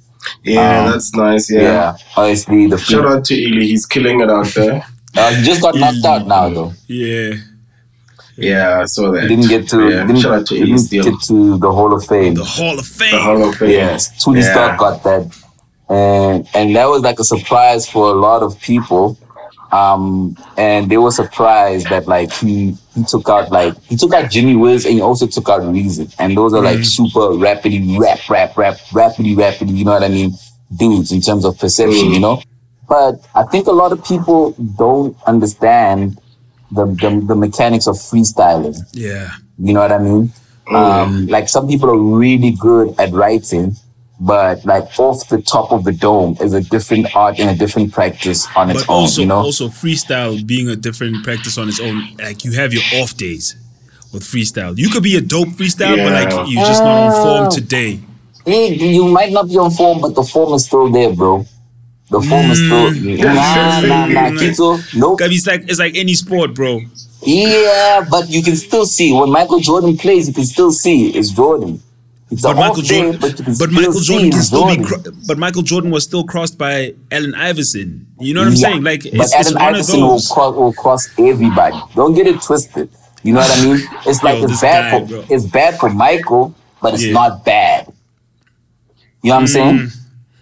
Speaker 1: Yeah,
Speaker 2: Um,
Speaker 1: that's nice. Yeah.
Speaker 2: Yeah. Honestly, the
Speaker 1: Shout
Speaker 2: free,
Speaker 1: out to Ely. He's killing it out there.
Speaker 2: uh, he just got knocked out now though.
Speaker 3: Yeah.
Speaker 1: Yeah, I saw that.
Speaker 2: He didn't get to
Speaker 1: Yeah.
Speaker 2: didn't,
Speaker 1: Shout out to Ely
Speaker 2: didn't
Speaker 1: still.
Speaker 2: get to the Hall of Fame.
Speaker 3: The Hall of Fame.
Speaker 1: The Hall of Fame.
Speaker 2: Yes, Tootie
Speaker 1: Yeah.
Speaker 2: Stark got that, and and that was like a surprise for a lot of people. Um, and they were surprised that like he he took out like he took out Jimmy Wiz and he also took out Reason, and those are like super rapidly rap rap rap rapidly rapidly. You know what I mean, dudes in terms of perception, you know. But I think a lot of people don't understand the, the, the mechanics of freestyling.
Speaker 3: Yeah.
Speaker 2: You know what I mean?
Speaker 3: Oh,
Speaker 2: Um, like some people are really good at writing, but like off the top of the dome is a different art and a different practice on its
Speaker 3: but
Speaker 2: own.
Speaker 3: also
Speaker 2: you know,
Speaker 3: also freestyle being a different practice on its own. Like you have your off days with freestyle. You could be a dope freestyle, but
Speaker 1: Yeah.
Speaker 3: like you're just not on form today.
Speaker 2: Eh, you might not be on form, but the form is still there, bro. The form is still
Speaker 3: Mm.
Speaker 2: nah, nah, nah, Kito. Nope.
Speaker 3: 'Cause it's like it's like any sport, bro.
Speaker 2: Yeah, but you can still see when Michael Jordan plays. You can still see it's Jordan. It's
Speaker 3: But
Speaker 2: a
Speaker 3: Michael
Speaker 2: off day,
Speaker 3: Jordan,
Speaker 2: but, you can
Speaker 3: but
Speaker 2: still
Speaker 3: Michael
Speaker 2: see
Speaker 3: Jordan can
Speaker 2: it's
Speaker 3: still be.
Speaker 2: Jordan.
Speaker 3: Cro- but Michael Jordan was still crossed by Allen Iverson. You know what I'm
Speaker 2: Yeah,
Speaker 3: saying? Like
Speaker 2: but
Speaker 3: it's,
Speaker 2: Adam
Speaker 3: it's one of
Speaker 2: Iverson
Speaker 3: those.
Speaker 2: Will, cross, will cross everybody. Don't get it twisted. You know what I mean? It's like it's
Speaker 3: this
Speaker 2: bad
Speaker 3: guy,
Speaker 2: for
Speaker 3: bro.
Speaker 2: it's bad for Michael, but it's
Speaker 3: Yeah. Mm.
Speaker 2: not bad. You know what I'm saying?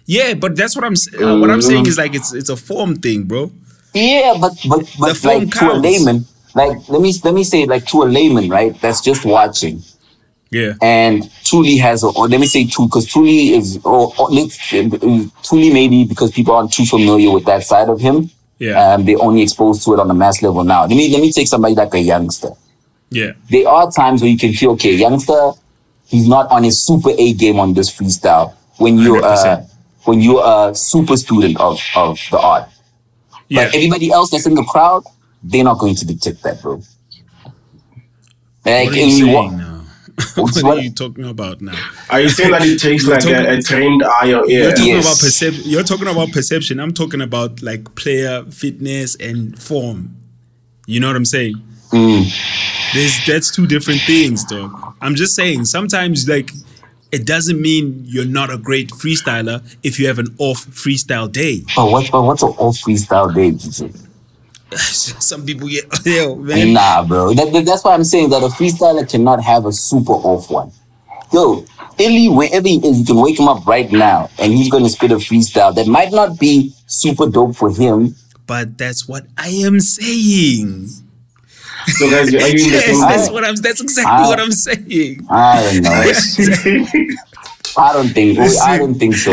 Speaker 3: yeah, but that's what I'm. s- Uh, what I'm saying is like it's it's a form thing, bro.
Speaker 2: Yeah, but but but
Speaker 3: form
Speaker 2: like to a
Speaker 3: counts.
Speaker 2: layman, like let me let me say it like to a layman, right? That's just watching.
Speaker 3: Yeah,
Speaker 2: and Tuli has, a, or let me say two, because Tuli is, or, or let's- Tuli maybe because people aren't too familiar with that side of him.
Speaker 3: Yeah.
Speaker 2: Um, they're only exposed to it on a mass level now. Let me let me take somebody like a youngster.
Speaker 3: yeah,
Speaker 2: There are times where you can feel, okay, youngster, he's not on his super A game on this freestyle. When you're uh,
Speaker 3: 100%.
Speaker 2: when you're a super student of of the art,
Speaker 3: yeah.
Speaker 2: but everybody else that's in the crowd, they're not going to detect that, bro. Like,
Speaker 3: what are
Speaker 2: and
Speaker 3: you
Speaker 2: you
Speaker 3: saying
Speaker 2: wa-
Speaker 3: now? what
Speaker 2: what-
Speaker 3: are you talking about now?
Speaker 1: Are you saying that it takes like a, a trained eye or ear?
Speaker 3: You're talking
Speaker 2: Yes.
Speaker 3: about perception. You're talking about perception. I'm talking about like player fitness and form. You know what I'm saying?
Speaker 1: Mm.
Speaker 3: There's that's two different things, dog. I'm just saying sometimes like it doesn't mean you're not a great freestyler if you have an off freestyle day.
Speaker 2: But what, but what's an old freestyle day, DJ?
Speaker 3: Some people get yo, man.
Speaker 2: Nah, bro. That, that- that's why I'm saying that a freestyler cannot have a super off one. Yo, Illy, wherever he is, you can wake him up right now and he's going to spit a freestyle that might not be super dope for him.
Speaker 3: But that's what I am saying.
Speaker 1: So guys, you're arguing the
Speaker 3: Yes,
Speaker 1: same
Speaker 3: that's
Speaker 1: thing.
Speaker 3: what I'm that's exactly
Speaker 2: Ah.
Speaker 3: what I'm saying.
Speaker 2: I don't know. I don't think. I don't think so.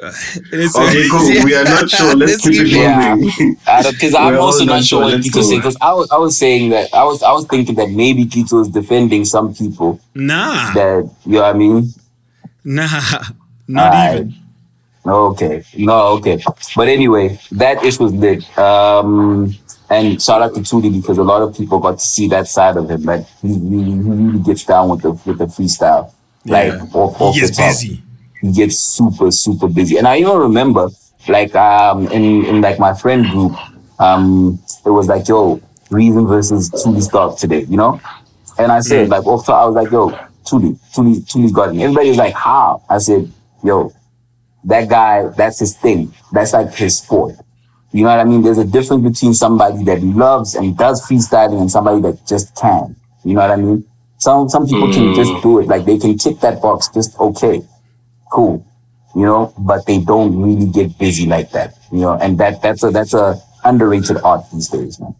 Speaker 3: And it's-
Speaker 1: Okay, cool. We are not sure. Let's
Speaker 3: Let's
Speaker 1: keep it
Speaker 3: keep-
Speaker 2: Yeah,
Speaker 1: moving.
Speaker 2: I don't because I'm
Speaker 1: We're all
Speaker 2: also
Speaker 1: not
Speaker 2: not
Speaker 1: sure.
Speaker 2: sure what
Speaker 1: Let's
Speaker 2: Kito
Speaker 1: go.
Speaker 2: said because I was I was saying that I was I was thinking that maybe Kito is defending some people
Speaker 1: Ah.
Speaker 3: Nah.
Speaker 2: that you know what I mean.
Speaker 3: Nah, not
Speaker 2: Alright.
Speaker 3: even.
Speaker 2: Okay. No, okay. But anyway, that ish was lit. Um, and shout out to Tootie because a lot of people got to see that side of him. Like he really, he really gets down with the with the freestyle. Like
Speaker 3: Yeah.
Speaker 2: off, off
Speaker 3: He
Speaker 2: the
Speaker 3: gets
Speaker 2: top.
Speaker 3: busy.
Speaker 2: He gets super super busy. And I even remember like um in in like my friend group, um it was like yo Reason versus Tootie Stark today, you know. And I
Speaker 3: Mm.
Speaker 2: said like off top, I was like yo Tootie Tootie Tootie's got him. Everybody was like how? I said yo that guy, that's his thing. That's like his sport. You know what I mean? There's a difference between somebody that loves and does freestyling and somebody that just can. You know what I mean? Some some people can just do it. Like they can tick that box just okay. Cool. You know, but they don't really get busy like that. You know, and that that's a that's a underrated art these days, man.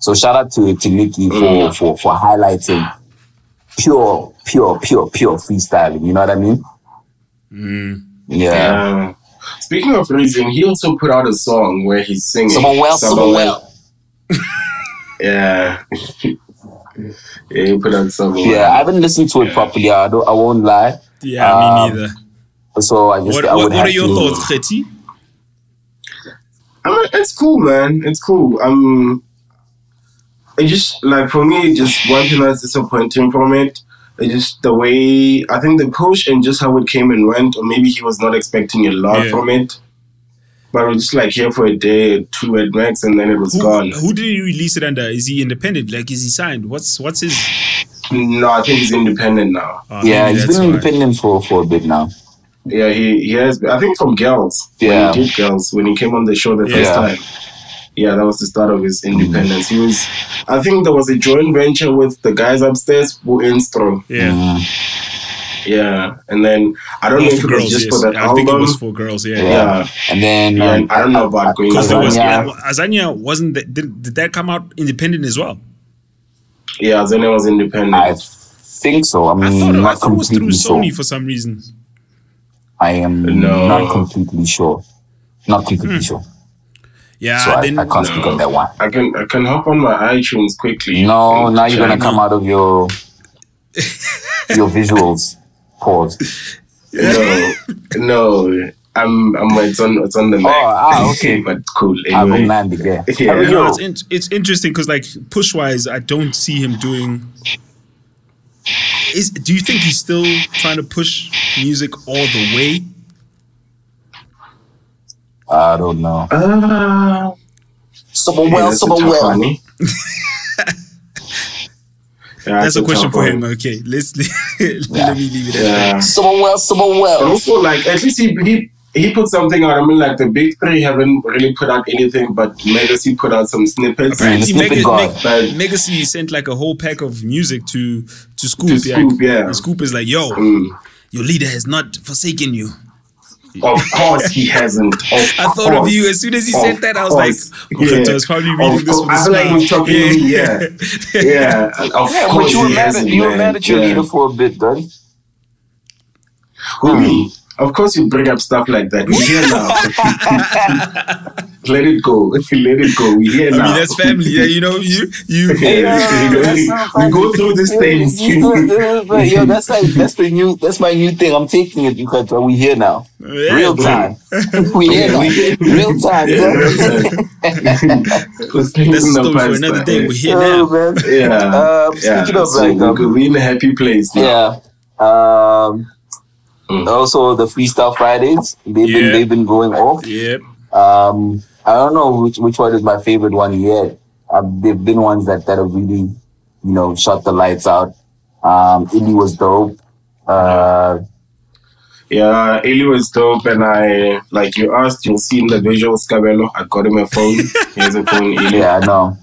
Speaker 2: So shout out to to Nikki for for for highlighting pure, pure, pure, pure freestyling. You know what I mean? Yeah.
Speaker 1: Uh, speaking of reason, he also put out a song where he's singing.
Speaker 2: Someone well, someone well.
Speaker 1: Yeah. yeah, he put out someone
Speaker 2: Yeah, I haven't listened to it properly. I, don't, I won't lie.
Speaker 3: Yeah,
Speaker 2: Um,
Speaker 3: me neither.
Speaker 2: So I just
Speaker 3: What,
Speaker 2: I
Speaker 3: what,
Speaker 2: would
Speaker 3: what
Speaker 2: have
Speaker 3: are your
Speaker 2: to,
Speaker 3: thoughts, Khetty?
Speaker 1: I mean, it's cool, man. It's cool. Um, it just like for me, just one thing that's disappointing from it. It's just the way I think the push and just how it came and went, or maybe he was not expecting a lot
Speaker 3: Yeah.
Speaker 1: from it. But we're just like here for a day, two at max, and then it was
Speaker 3: Who,
Speaker 1: gone.
Speaker 3: who did he release it under? Is he independent? Like, is he signed? What's what's his?
Speaker 1: No, I think he's independent now.
Speaker 3: Oh,
Speaker 2: Yeah,
Speaker 3: maybe
Speaker 2: he's
Speaker 3: that's
Speaker 2: been
Speaker 3: why.
Speaker 2: independent for, for a bit now.
Speaker 1: Yeah, he, he has. I think from Girls.
Speaker 2: Yeah.
Speaker 1: When he did Girls, when he came on the show the first
Speaker 2: Yeah.
Speaker 1: time. Yeah, that was the start of
Speaker 2: Mm.
Speaker 1: his independence. He was, I think there was a joint venture with the guys upstairs who Instro.
Speaker 3: Yeah,
Speaker 2: Mm.
Speaker 1: Yeah, and then I don't
Speaker 3: Oh,
Speaker 1: know if
Speaker 3: for
Speaker 1: it
Speaker 3: girls.
Speaker 1: was just
Speaker 3: yes.
Speaker 1: for that
Speaker 3: I
Speaker 1: album.
Speaker 3: think it was for girls. Yeah,
Speaker 1: yeah,
Speaker 2: And then
Speaker 1: Uh, yeah.
Speaker 2: um,
Speaker 1: and I don't know about going
Speaker 3: Because there was yeah.
Speaker 2: Yeah.
Speaker 3: Azania wasn't that, did, did that come out independent as well?
Speaker 1: Yeah, then it was independent.
Speaker 2: I think so. I mean,
Speaker 3: I thought I
Speaker 2: Mm, not
Speaker 3: thought it was through
Speaker 2: completely sure.
Speaker 3: Sony for some reason.
Speaker 2: I am
Speaker 1: No.
Speaker 2: not completely sure. Not completely sure.
Speaker 3: Yeah,
Speaker 2: So I,
Speaker 3: Hmm. Ah, then
Speaker 2: I can't speak on that one.
Speaker 1: I can I can hop on my iTunes quickly.
Speaker 2: No,
Speaker 1: and
Speaker 2: now you're gonna
Speaker 1: check.
Speaker 2: come out of your your visuals. Pause.
Speaker 1: No, no. I'm I'm it's on it's on the Mac.
Speaker 2: ah, okay.
Speaker 1: but cool.
Speaker 2: I will
Speaker 1: Anyway.
Speaker 2: land again.
Speaker 1: Yeah.
Speaker 2: Hey,
Speaker 3: You know,
Speaker 2: yo.
Speaker 3: it's in, it's interesting because like push wise, I don't see him doing. Is do you think he's still trying to push music all the way?
Speaker 2: I don't know.
Speaker 1: Ah.
Speaker 2: Someone
Speaker 1: Yeah,
Speaker 2: well,
Speaker 1: that's a
Speaker 2: someone
Speaker 1: tough
Speaker 2: well.
Speaker 1: one, eh? Yeah,
Speaker 3: That's, a question
Speaker 1: tough
Speaker 3: for
Speaker 1: one.
Speaker 3: him. Okay, let's let me leave it at that.
Speaker 1: Yeah.
Speaker 2: Someone well, someone
Speaker 1: But
Speaker 2: well.
Speaker 1: also, like, at least he, he, he put something out. I mean, like, the big three haven't really put out anything, but Legacy put out some snippets.
Speaker 2: Apparently.
Speaker 3: Apparently,
Speaker 2: the snippet
Speaker 3: Meg-
Speaker 2: god.
Speaker 3: Meg-
Speaker 1: But-
Speaker 3: Megacy sent like a whole pack of music to to Scoop.
Speaker 1: To Scoop, yeah.
Speaker 3: And Scoop is like, yo,
Speaker 1: Mm.
Speaker 3: your leader has not forsaken you.
Speaker 1: Of course, he hasn't. Of
Speaker 3: I thought
Speaker 1: course.
Speaker 3: of you as soon as he
Speaker 1: Of
Speaker 3: said that. I was
Speaker 1: course.
Speaker 3: like, "Oh okay,
Speaker 1: Yeah.
Speaker 3: I was probably
Speaker 1: Of
Speaker 3: reading this
Speaker 1: course.
Speaker 3: with a
Speaker 1: I feel like
Speaker 3: smile.
Speaker 1: we're talking- yeah. Yeah, of
Speaker 2: Yeah,
Speaker 1: course
Speaker 2: but you were
Speaker 1: he
Speaker 2: mad at
Speaker 1: hasn't,
Speaker 2: you were
Speaker 1: man.
Speaker 2: mad at your
Speaker 1: Yeah.
Speaker 2: leader for a bit, buddy.
Speaker 1: Who me?
Speaker 3: Hmm.
Speaker 1: Of course, you bring up stuff like that. We here now. Let it go. Let it go. We here
Speaker 3: I
Speaker 1: now.
Speaker 3: mean, that's family. Yeah, you know, you you.
Speaker 1: Yeah, you know,
Speaker 2: that's
Speaker 1: we-
Speaker 2: not
Speaker 1: we
Speaker 2: funny.
Speaker 1: go through these things.
Speaker 2: uh, Yo, that's like that's the new that's my new thing. I'm taking it because we here now. Real time. we here now. Real time. Yeah.
Speaker 1: That's
Speaker 3: That's a story for another day. We're here
Speaker 2: Oh,
Speaker 3: now.
Speaker 2: man.
Speaker 1: Yeah.
Speaker 2: Um,
Speaker 1: yeah.
Speaker 2: Speaking of
Speaker 1: so
Speaker 2: like, um,
Speaker 1: we're we're in a happy place. Now.
Speaker 2: Yeah. Um,
Speaker 1: Mm.
Speaker 2: Also, the Freestyle Fridays, they've
Speaker 3: Yeah.
Speaker 2: been they've been going off.
Speaker 3: Yep.
Speaker 2: Um, I don't know which which one is my favorite one yet. Um, there've been ones that that have really, you know, shot the lights out. Um, Illy was dope. Uh,
Speaker 1: Yeah, Eli was dope, and I like you asked. You'll see in the visuals, Cabello. I got him a phone. He has a phone. Eli.
Speaker 2: yeah, I know.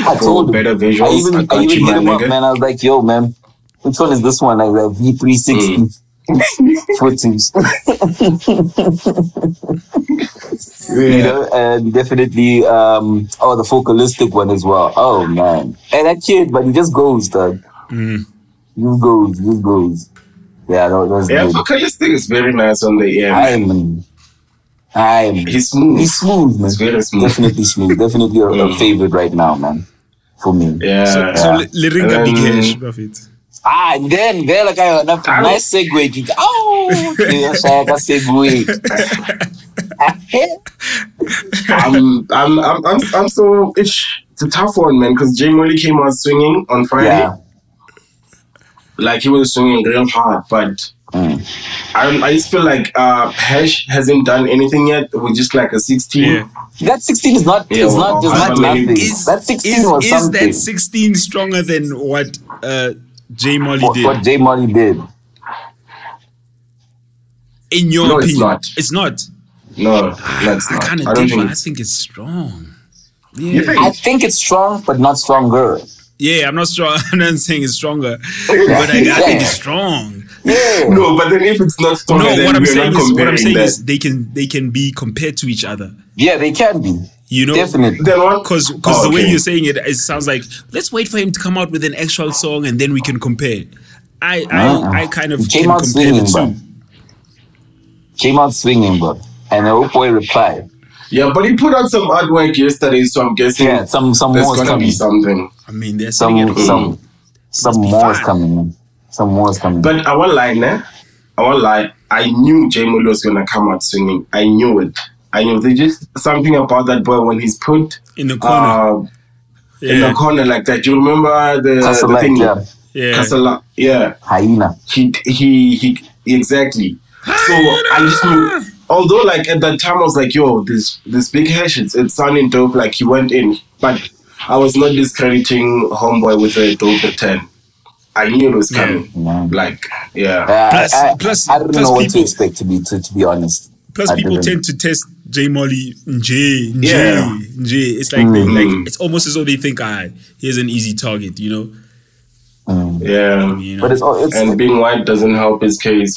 Speaker 2: I
Speaker 1: For
Speaker 2: told him.
Speaker 1: better
Speaker 2: I
Speaker 1: visuals, I,
Speaker 2: even I,
Speaker 1: got
Speaker 2: even
Speaker 1: you, my
Speaker 2: hit him up,
Speaker 1: nigga.
Speaker 2: man. I was like, yo, man, which one is this one? Like the V three sixty.
Speaker 1: Mm.
Speaker 2: Footsies. you
Speaker 1: Yeah.
Speaker 2: know, and definitely, um, oh, the focalistic one as well. Oh man, and that kid, but he just goes, dog.
Speaker 1: Mm.
Speaker 2: He just goes, he just goes. Yeah, that was
Speaker 1: Yeah,
Speaker 2: good.
Speaker 1: vocalistic is very nice on the air. man.
Speaker 2: I'm, I'm,
Speaker 1: He's smooth.
Speaker 2: he's smooth, man.
Speaker 1: He's very smooth. Mm.
Speaker 2: Definitely smooth. Definitely a, a favorite right now, man. For me.
Speaker 1: Yeah.
Speaker 3: So, so
Speaker 2: Yeah.
Speaker 3: li- Liringa
Speaker 1: Um,
Speaker 3: Big Hash, Buffett.
Speaker 2: Ah, and then there like I enough
Speaker 1: I don't-
Speaker 2: nice segue. Kid. Oh, yeah, so I got segue. Eh?
Speaker 1: I'm, I'm, I'm, I'm, I'm so it's, it's a tough one, man. Because Jay Molly came out swinging on Friday,
Speaker 2: yeah,
Speaker 1: like he was swinging real hard. But
Speaker 2: Mm.
Speaker 1: I, I just feel like uh, Hesh hasn't done anything yet. We're just like a sixteen.
Speaker 3: Yeah.
Speaker 2: that sixteen is not
Speaker 1: Yeah,
Speaker 2: is
Speaker 1: well,
Speaker 2: not is
Speaker 1: I
Speaker 2: not
Speaker 1: believe-
Speaker 2: nothing.
Speaker 3: Is,
Speaker 2: that sixteen
Speaker 3: is,
Speaker 2: was
Speaker 3: is
Speaker 2: something.
Speaker 3: that 16 stronger than what uh, J Molly
Speaker 2: what,
Speaker 3: did?
Speaker 2: what J Money did.
Speaker 3: in your
Speaker 1: No, it's
Speaker 3: opinion?
Speaker 1: not.
Speaker 3: It's not.
Speaker 1: No, that's
Speaker 3: I
Speaker 1: not.
Speaker 3: kind
Speaker 1: I
Speaker 3: of
Speaker 1: don't
Speaker 3: differ. I
Speaker 1: think.
Speaker 3: think it's strong.
Speaker 1: You
Speaker 3: Yeah,
Speaker 1: think?
Speaker 2: I think it's strong, but not stronger.
Speaker 3: yeah. I'm not strong. I'm not saying it's stronger, but I, I think
Speaker 2: Yeah.
Speaker 3: it's strong.
Speaker 2: Yeah.
Speaker 1: No, but then if it's not strong,
Speaker 3: No,
Speaker 1: then
Speaker 3: what I'm
Speaker 1: we're
Speaker 3: saying
Speaker 1: not
Speaker 3: is what
Speaker 1: comparing
Speaker 3: I'm saying
Speaker 1: that.
Speaker 3: is they can they can be compared to each other.
Speaker 2: Yeah, they can be.
Speaker 3: You know,
Speaker 2: Definitely.
Speaker 1: Then what?
Speaker 3: Because
Speaker 1: Oh,
Speaker 3: the way
Speaker 1: okay.
Speaker 3: you're saying it, it sounds like let's wait for him to come out with an actual song and then we can compare. I
Speaker 2: Uh-uh.
Speaker 3: I, I kind of
Speaker 2: He
Speaker 3: can
Speaker 2: came out
Speaker 3: compare the
Speaker 2: swinging,
Speaker 3: two.
Speaker 2: bro. Came out swinging, bro. And the old boy replied,
Speaker 1: Yeah, but he put out some artwork yesterday, so I'm guessing
Speaker 2: "Yeah, some some
Speaker 1: there's
Speaker 2: more is
Speaker 1: gonna
Speaker 2: coming.
Speaker 1: be something.
Speaker 3: I mean, they're
Speaker 2: Some
Speaker 3: saying it. all.
Speaker 2: some some
Speaker 3: be
Speaker 2: more is
Speaker 3: fine.
Speaker 2: coming. man. Some more is coming."
Speaker 1: But I won't lie, nah. I won't lie. I knew J Molo was gonna come out swinging. I knew it. I knew there's just something about that boy when he's put
Speaker 3: in the corner.
Speaker 1: uh, in
Speaker 3: Yeah,
Speaker 1: the corner like that. You remember the, the
Speaker 2: Castle
Speaker 1: thing?
Speaker 2: yeah,
Speaker 3: yeah.
Speaker 1: Castle, yeah.
Speaker 2: hyena.
Speaker 1: he he he exactly. So I just knew. Although like at that time I was like, yo, this this big hash, it's, it's sounding dope. Like he went in, but I was not discrediting homeboy with a dope return. I knew it was
Speaker 3: Yeah.
Speaker 1: coming.
Speaker 2: Yeah.
Speaker 1: Like yeah,
Speaker 2: Yeah,
Speaker 3: Plus-
Speaker 2: I, I,
Speaker 3: plus-
Speaker 2: Uh, I don't
Speaker 3: plus
Speaker 2: know what
Speaker 3: people-
Speaker 2: to expect to be to, to be honest.
Speaker 3: Plus,
Speaker 2: I
Speaker 3: people
Speaker 2: didn't.
Speaker 3: tend to test J Molly, J, J,
Speaker 1: Yeah. Mm-hmm.
Speaker 3: J. It's like, they, like it's almost as though they think, ah, here's an easy target, you know?
Speaker 1: yeah.
Speaker 3: You know?
Speaker 2: But it's all it's
Speaker 1: And being white doesn't help his case.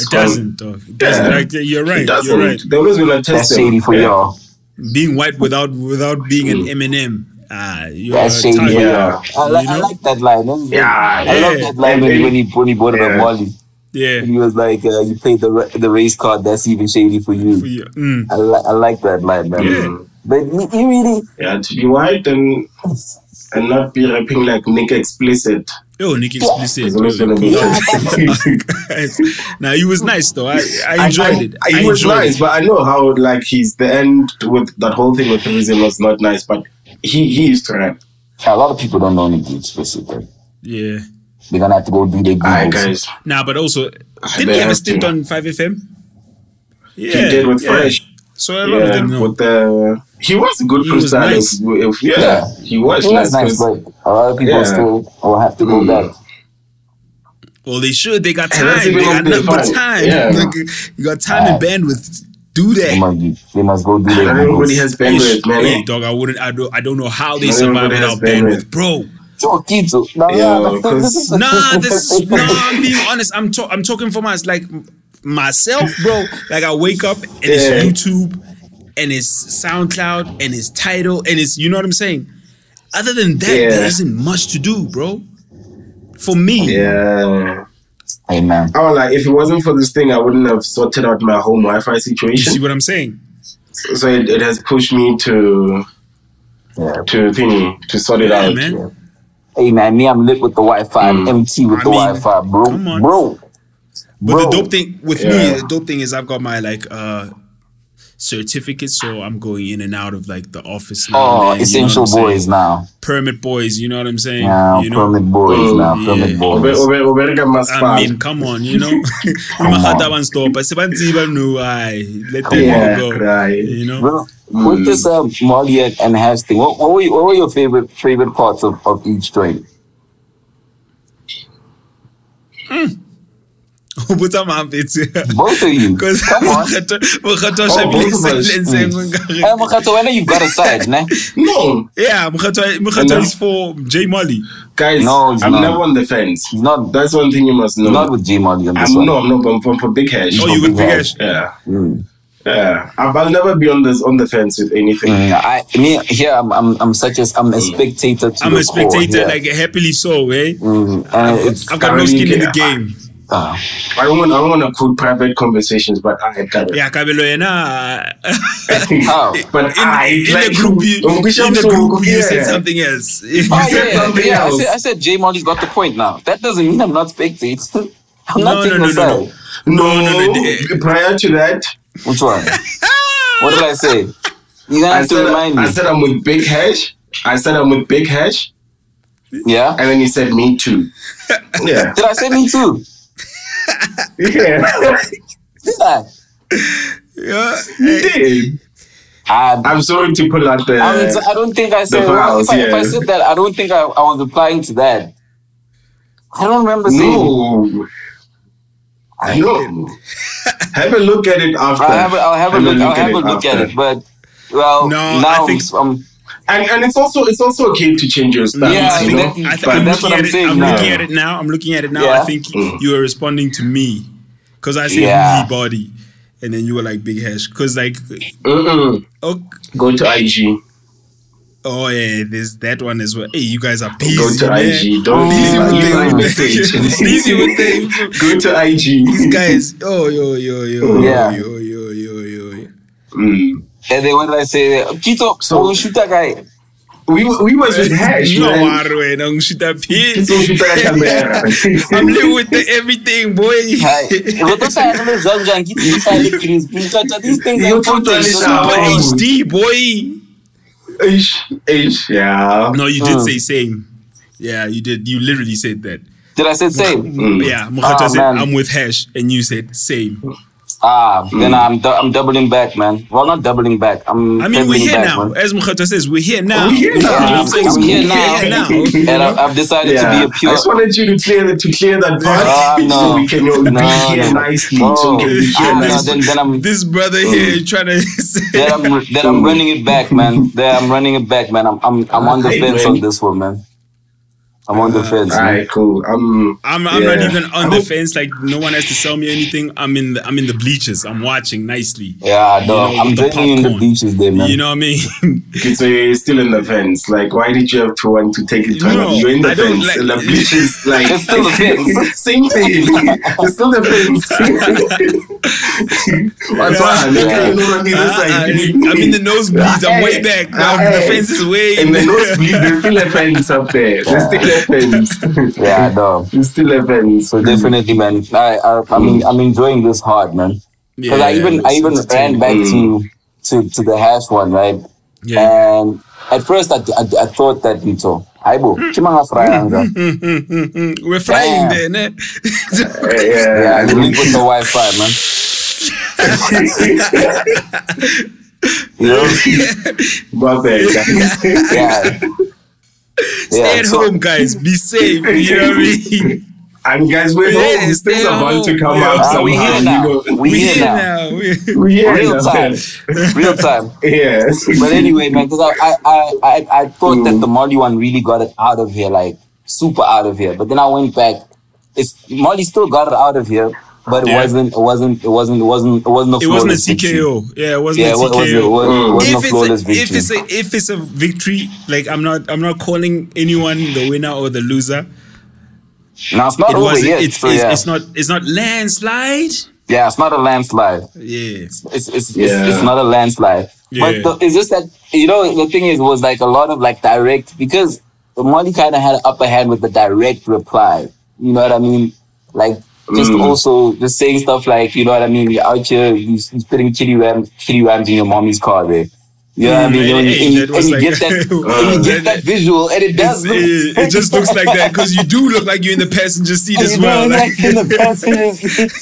Speaker 3: it doesn't, dog. It doesn't.
Speaker 1: Yeah.
Speaker 3: Like, you're right.
Speaker 1: It doesn't.
Speaker 3: You're right.
Speaker 1: They're always gonna test
Speaker 2: that's
Speaker 1: them.
Speaker 2: shady for
Speaker 1: yeah.
Speaker 2: y'all.
Speaker 3: Being white without without being an Eminem, ah, you're
Speaker 2: That's
Speaker 3: a
Speaker 2: shady for
Speaker 3: target.
Speaker 1: Mm. Yeah.
Speaker 2: y'all. I, li-
Speaker 3: You
Speaker 2: I
Speaker 3: know?
Speaker 2: like that line. That's-
Speaker 1: Yeah,
Speaker 2: I love
Speaker 3: yeah.
Speaker 2: that line when,
Speaker 1: And-
Speaker 2: he- when he when he bought it
Speaker 1: Yeah.
Speaker 2: on Molly.
Speaker 3: Yeah.
Speaker 2: He was like, uh, "You played the ra- the race card. That's even shady for you."
Speaker 3: For you. Mm.
Speaker 2: I, li- I like that line, man.
Speaker 3: Yeah.
Speaker 2: But he, he really,
Speaker 1: Mm. Yeah, to be white and and not be rapping like Nick explicit.
Speaker 3: Yo, Oh, Nick explicit.
Speaker 1: It's always gonna be.
Speaker 3: now he was nice though. I, I
Speaker 1: I-
Speaker 3: enjoyed
Speaker 1: I-
Speaker 3: it.
Speaker 1: I-
Speaker 3: I
Speaker 1: It was
Speaker 3: enjoyed
Speaker 1: nice,
Speaker 3: it.
Speaker 1: but I know how like he's the end with that whole thing with reason was not nice, but he he used to rap.
Speaker 2: a lot of people don't know Nicky explicit. Bro.
Speaker 3: Yeah.
Speaker 2: They're gonna have to go do their
Speaker 1: Alright
Speaker 2: Googles.
Speaker 1: guys.
Speaker 3: Nah, but also, didn't
Speaker 1: they
Speaker 3: he have a
Speaker 1: have
Speaker 3: stint
Speaker 1: to.
Speaker 3: on Five FM?
Speaker 1: He
Speaker 3: Yeah,
Speaker 1: did with
Speaker 3: yeah.
Speaker 1: Fresh.
Speaker 3: So a lot of
Speaker 1: Yeah,
Speaker 3: them know.
Speaker 1: with the he was a good
Speaker 3: He was
Speaker 1: freestyler.
Speaker 3: nice.
Speaker 1: If, if- yeah,
Speaker 2: Yeah.
Speaker 1: he was
Speaker 2: It
Speaker 1: nice.
Speaker 2: was nice,
Speaker 1: 'cause-
Speaker 2: but a lot of people
Speaker 1: Yeah.
Speaker 2: still will have to go
Speaker 1: Mm.
Speaker 2: back.
Speaker 3: Well, they should. They got
Speaker 1: And that's
Speaker 3: time. They
Speaker 1: even
Speaker 3: got
Speaker 1: on
Speaker 3: nothing but
Speaker 1: the
Speaker 3: time.
Speaker 1: phone. Yeah.
Speaker 3: Nigga, You got time and bandwidth. Do
Speaker 2: They
Speaker 3: that.
Speaker 2: must, be- they must go do their
Speaker 1: Not everybody
Speaker 2: Googles.
Speaker 1: has bandwidth, man.
Speaker 3: Hey, dog, I wouldn't. I don't. I don't know how they
Speaker 1: Not
Speaker 3: survive
Speaker 1: everybody
Speaker 3: without
Speaker 1: has bandwidth.
Speaker 3: bandwidth, bro.
Speaker 2: Yo, Kito. Nah,
Speaker 1: Yeah,
Speaker 2: nah, nah,
Speaker 1: because-
Speaker 2: this is-
Speaker 3: Nah, this is nah. I'm being honest. I'm to, I'm talking for my like myself, bro. Like I wake up and
Speaker 1: Yeah.
Speaker 3: it's YouTube and it's SoundCloud and it's title and it's you know what I'm saying. Other than that,
Speaker 1: Yeah.
Speaker 3: there isn't much to do, bro. For me,
Speaker 1: Yeah.
Speaker 2: Hey man,
Speaker 1: I was like, if it wasn't for this thing, I wouldn't have sorted out my home Wi-Fi
Speaker 3: you see
Speaker 1: situation.
Speaker 3: what I'm saying?
Speaker 1: So it, it has pushed me to
Speaker 2: yeah.
Speaker 1: to thingy to sort it
Speaker 3: Yeah,
Speaker 1: out.
Speaker 3: man.
Speaker 2: Hey man, me, I'm lit with the Wi-Fi. I'm MT with
Speaker 3: I
Speaker 2: the
Speaker 3: mean,
Speaker 2: Wi-Fi, bro.
Speaker 3: come on.
Speaker 2: Bro,
Speaker 3: But
Speaker 2: Bro.
Speaker 3: the dope thing with
Speaker 1: Yeah.
Speaker 3: me, the dope thing is I've got my like uh certificate, so I'm going in and out of like the office. now and
Speaker 2: oh,
Speaker 3: then, you know what
Speaker 2: essential
Speaker 3: I'm saying?
Speaker 2: boys now.
Speaker 3: permit boys. You know what I'm saying?
Speaker 2: Now,
Speaker 3: you know?
Speaker 2: permit boys now. Permit
Speaker 3: yeah.
Speaker 1: Ube-
Speaker 2: boys.
Speaker 1: ube- ubereka
Speaker 3: I
Speaker 1: masipala.
Speaker 3: mean, come on, you know.
Speaker 2: Come
Speaker 3: Mahada
Speaker 2: on.
Speaker 3: one store, but Sebanzi no I let them
Speaker 1: Yeah,
Speaker 3: go.
Speaker 1: right.
Speaker 3: You know?
Speaker 2: Bro, with this uh, Molly and, and Hash thing, what, what, were you, what were your favorite favorite parts of, of each joint?
Speaker 3: Put a mouth it's
Speaker 2: Both of you.
Speaker 3: because
Speaker 2: Come on.
Speaker 1: Oh, both of us. Oh,
Speaker 2: Hey, Makato, I know you've got a side, man.
Speaker 1: No,
Speaker 3: yeah, Mukhato Mukhato is for J Molly.
Speaker 1: guys,
Speaker 2: No, it's
Speaker 1: I'm
Speaker 2: not.
Speaker 1: never on the fence.
Speaker 2: He's not,
Speaker 1: That's one thing you must know.
Speaker 2: not with G Molly on this
Speaker 1: I'm
Speaker 2: one.
Speaker 1: no, I'm not going for, for big hash.
Speaker 3: Oh, you with
Speaker 2: Yeah.
Speaker 3: Big Ash.
Speaker 1: yeah, yeah. I'll, I'll never be on this on the fence with anything.
Speaker 2: Mm, I me here I'm I'm, I'm such as I'm a spectator to
Speaker 3: Mm. I'm
Speaker 2: the
Speaker 3: a spectator,
Speaker 2: core, yeah.
Speaker 3: like happily so, eh?
Speaker 2: Mm, and it's
Speaker 3: I've got no
Speaker 1: I mean,
Speaker 3: skin in the
Speaker 1: yeah.
Speaker 3: game.
Speaker 2: uh,
Speaker 1: I don't want I don't want to quote private conversations, but I got it.
Speaker 3: Yeah, Kabelo Yena.
Speaker 2: how?
Speaker 1: But
Speaker 3: In,
Speaker 1: I
Speaker 3: in
Speaker 1: Ah, like
Speaker 3: the group, you,
Speaker 1: um, which
Speaker 3: in the
Speaker 1: I'm so-
Speaker 3: group, you
Speaker 1: yeah.
Speaker 3: said something else.
Speaker 2: Oh,
Speaker 1: said
Speaker 2: yeah,
Speaker 1: something
Speaker 2: yeah,
Speaker 1: else.
Speaker 2: I said, I said J Molly's got the point now. That doesn't mean I'm not spectating. I'm
Speaker 3: No,
Speaker 2: not taking a
Speaker 3: no, no, no, no.
Speaker 2: side.
Speaker 1: No,
Speaker 3: no, no, no.
Speaker 1: prior to that,
Speaker 2: Which one? what did I say? You're gonna
Speaker 1: I
Speaker 2: have to
Speaker 1: said,
Speaker 2: remind
Speaker 1: I
Speaker 2: me.
Speaker 1: said I'm with big hash. I said I'm with big hash,
Speaker 2: yeah?
Speaker 1: and then he said me too. yeah,
Speaker 2: Did I say me too?
Speaker 1: yeah.
Speaker 2: Did I?
Speaker 3: Yeah.
Speaker 1: Hey,
Speaker 2: I,
Speaker 1: I'm sorry to pull out the.
Speaker 2: I'm, I i do not think I said
Speaker 1: vows,
Speaker 2: if, I, if I
Speaker 1: yeah.
Speaker 2: said that, I don't think I, I was replying to that. I don't remember saying
Speaker 1: no, no. have a look at it after.
Speaker 2: I'll have a, I'll have a look. I'll have a look at it.
Speaker 1: after.
Speaker 2: But well,
Speaker 3: No, I
Speaker 2: now
Speaker 3: think-
Speaker 2: I'm, I'm-
Speaker 1: And and it's also it's also okay to change your stance.
Speaker 2: Yeah,
Speaker 1: you know?
Speaker 2: exactly.
Speaker 3: I th-
Speaker 2: But
Speaker 3: I'm,
Speaker 2: that's
Speaker 3: looking
Speaker 2: what
Speaker 3: at
Speaker 2: I'm
Speaker 3: it,
Speaker 2: saying
Speaker 3: I'm
Speaker 2: now.
Speaker 3: looking at it now. I'm looking at it now. I
Speaker 2: Yeah.
Speaker 3: think you were responding to me because I said
Speaker 2: Yeah.
Speaker 3: Lee body, and then you were like big hash because like
Speaker 1: Mm-mm.
Speaker 3: oh,
Speaker 1: Go to IG.
Speaker 3: oh yeah, there's that one as well. Hey, you guys are busy.
Speaker 1: Go to
Speaker 3: man.
Speaker 1: IG. Don't
Speaker 3: Busy
Speaker 1: leave
Speaker 3: with
Speaker 1: IG
Speaker 3: the-
Speaker 1: my
Speaker 3: with the- busy with the-
Speaker 1: message. Go to IG.
Speaker 3: These guys, oh yo yo yo
Speaker 2: Yeah.
Speaker 3: yo yo yo yo.
Speaker 1: Mm.
Speaker 2: and then what did I eh, say? Tito,
Speaker 1: So-
Speaker 2: so shoot that guy.
Speaker 1: We we was with hash.
Speaker 3: You
Speaker 1: man.
Speaker 3: are wena ngishita
Speaker 1: It's all with that camera.
Speaker 3: I'm living with the everything
Speaker 2: Hi.
Speaker 3: boy.
Speaker 2: But those are the Zhang Zhang, get these are the Chris, because these things
Speaker 1: You
Speaker 2: are
Speaker 1: put
Speaker 2: important,
Speaker 1: on this
Speaker 2: so-
Speaker 1: hour.
Speaker 2: Oh.
Speaker 3: HD boy.
Speaker 1: Ish, ish, yeah.
Speaker 3: No, you did
Speaker 2: Mm.
Speaker 3: say same. Yeah, you did. You literally said that.
Speaker 2: Did I say same?
Speaker 1: Mm.
Speaker 3: Yeah, Mukata
Speaker 2: Ah,
Speaker 3: said,
Speaker 2: man.
Speaker 3: I'm with Hash, and you said, same.
Speaker 2: Ah,
Speaker 1: Mm.
Speaker 2: then I'm dou- I'm doubling back, man. Well, not doubling back. I'm.
Speaker 3: I mean,
Speaker 2: doubling
Speaker 3: we're here
Speaker 2: back,
Speaker 3: now.
Speaker 2: man.
Speaker 3: As Mukata says, we're here now.
Speaker 1: We're here
Speaker 3: You know
Speaker 1: now.
Speaker 3: what I'm saying?
Speaker 2: I'm here now.
Speaker 3: now.
Speaker 2: And I, I've decided
Speaker 1: Yeah.
Speaker 2: to be a pure.
Speaker 1: I just wanted you to clear that to clear that part
Speaker 2: Ah,
Speaker 1: so
Speaker 2: no.
Speaker 1: we can all
Speaker 2: No,
Speaker 1: be here
Speaker 2: no.
Speaker 1: nicely. So
Speaker 2: Oh,
Speaker 1: we can be here
Speaker 2: ah, no,
Speaker 1: nicely.
Speaker 2: then, then I'm
Speaker 3: This brother here trying to say,
Speaker 2: that I'm that I'm running it back, man. That I'm running it back, man. I'm I'm I'm on the
Speaker 1: Hey,
Speaker 2: fence
Speaker 1: man. Uh,
Speaker 2: on this one, man. I'm on the fence. man.
Speaker 1: Alright, cool. Um,
Speaker 3: I'm, I'm not
Speaker 1: Yeah.
Speaker 3: even on
Speaker 1: I
Speaker 3: the
Speaker 1: hope-
Speaker 3: fence. Like, no one has to sell me anything. I'm in the, I'm in the bleachers. I'm watching nicely.
Speaker 2: Yeah, dog.
Speaker 3: know,
Speaker 2: I'm
Speaker 3: with the
Speaker 2: drinking in the
Speaker 3: popcorn.
Speaker 2: beaches there, man.
Speaker 3: You know what I mean?
Speaker 1: okay, so you're still in the fence. Like, why did you have to want to take it? to
Speaker 3: No,
Speaker 1: another- you're in the
Speaker 3: I don't
Speaker 1: fence.
Speaker 3: like-
Speaker 1: and the bleachers, like
Speaker 2: It's still the fence.
Speaker 1: Same thing. it's still the fence. What's
Speaker 3: Yeah.
Speaker 1: wrong? Look, you know, on the other
Speaker 3: Uh-uh.
Speaker 1: side.
Speaker 3: I'm in the nosebleeds. I'm way back.
Speaker 1: Ah,
Speaker 3: I'm- The
Speaker 1: eh.
Speaker 3: fence is way
Speaker 1: In the
Speaker 3: back.
Speaker 1: nosebleed, there's still a fence up there. There's still a fence.
Speaker 2: yeah, dog.
Speaker 1: There's still a fence.
Speaker 3: Mm.
Speaker 2: So definitely, man. I, I I mean I'm enjoying this hard, man. Because I
Speaker 3: Yeah,
Speaker 2: even I
Speaker 3: it's
Speaker 2: even ran
Speaker 3: entertaining.
Speaker 2: back to to to the hash one, right?
Speaker 3: Yeah.
Speaker 2: And at first, I, I, I thought that Nito, Aibo, Chimanga Frayanga.
Speaker 3: We're flying
Speaker 2: Yeah.
Speaker 3: then, eh?
Speaker 1: Yeah,
Speaker 2: Yeah, the link with the Wi Fi, man. You know?
Speaker 1: my bad.
Speaker 2: Yeah.
Speaker 3: Stay at
Speaker 2: so-
Speaker 3: home, guys. Be safe. You know what I mean?
Speaker 1: and guys, we're
Speaker 3: Yeah,
Speaker 1: home. These
Speaker 3: stay
Speaker 1: things are about to
Speaker 3: home.
Speaker 1: come
Speaker 3: Yeah.
Speaker 1: up
Speaker 2: Ah,
Speaker 1: somehow.
Speaker 2: we here now.
Speaker 1: You know,
Speaker 2: We here now.
Speaker 3: now.
Speaker 1: we here
Speaker 2: Real
Speaker 1: now.
Speaker 2: time. Real time.
Speaker 1: Yeah.
Speaker 2: But anyway, man, because I, I, I, I, I thought that the Molly one really got it out of here, like super out of here. But then I went back. It's Molly still got it out of here, but it
Speaker 3: Yeah.
Speaker 2: wasn't. It wasn't. It wasn't. It wasn't. It wasn't a
Speaker 3: It wasn't a
Speaker 2: flawless victory.
Speaker 3: TKO. Yeah, it wasn't
Speaker 2: Yeah,
Speaker 3: a
Speaker 2: it
Speaker 3: TKO.
Speaker 2: wasn't, it wasn't, it wasn't a
Speaker 3: if
Speaker 2: flawless
Speaker 3: it's a, if
Speaker 2: victory.
Speaker 3: it's a if it's a victory, like I'm not I'm not calling anyone the winner or the loser.
Speaker 2: now it's not
Speaker 3: It
Speaker 2: over
Speaker 3: was
Speaker 2: yet.
Speaker 3: it's
Speaker 2: so
Speaker 3: it's,
Speaker 2: Oh, yeah.
Speaker 3: it's not it's not landslide.
Speaker 2: yeah, it's not a landslide.
Speaker 3: Yeah,
Speaker 2: it's it's,
Speaker 1: Yeah.
Speaker 2: it's, it's not a landslide.
Speaker 3: Yeah.
Speaker 2: But the, it's just that you know the thing is was like a lot of like direct because Molly kind of had an upper hand with the direct reply. You know what I mean? Like just also just saying stuff like you know what I mean. You're out here, you you're putting chili ram chili rams in your mommy's car there. You know what I mean?
Speaker 3: Mm,
Speaker 2: And,
Speaker 3: hey,
Speaker 2: and-
Speaker 3: that
Speaker 2: and
Speaker 3: was
Speaker 2: you
Speaker 3: like-
Speaker 2: get that, and you get that visual, and it does. Look,
Speaker 3: it, it just looks like that because you do look like you're in the passenger seat as
Speaker 2: You know,
Speaker 3: well. Like,
Speaker 2: like in the passenger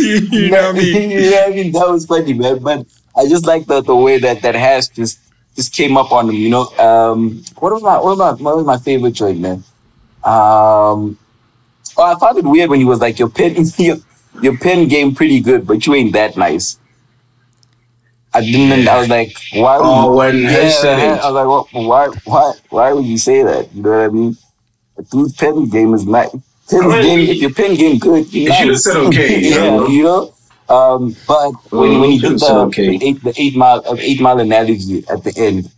Speaker 3: you, you know what I mean?
Speaker 2: you know what I mean? That was funny, man. But I just like the, the way that that hash just just came up on him. You know, um, what was my what was my what was my favorite joint, man? Um, oh, I found it weird when he was like, "Your pen, your, your pen game pretty good, but you ain't that nice." I didn't. I was like, "Why?" would
Speaker 1: Oh,
Speaker 2: you-
Speaker 1: when he
Speaker 2: yeah,
Speaker 1: said
Speaker 2: yeah,
Speaker 1: it.
Speaker 2: I was like, well, "Why? Why? Why would you say that?" You know what I mean? A dude's pen game is not. Pen
Speaker 1: I mean,
Speaker 2: game, if your pen game good, you
Speaker 1: you should have said okay, you
Speaker 2: yeah,
Speaker 1: know?
Speaker 2: you know. Um, but when, when he
Speaker 1: Mm,
Speaker 2: did
Speaker 1: it's
Speaker 2: the,
Speaker 1: okay.
Speaker 2: the eight the eight mile of eight mile analogy at the end,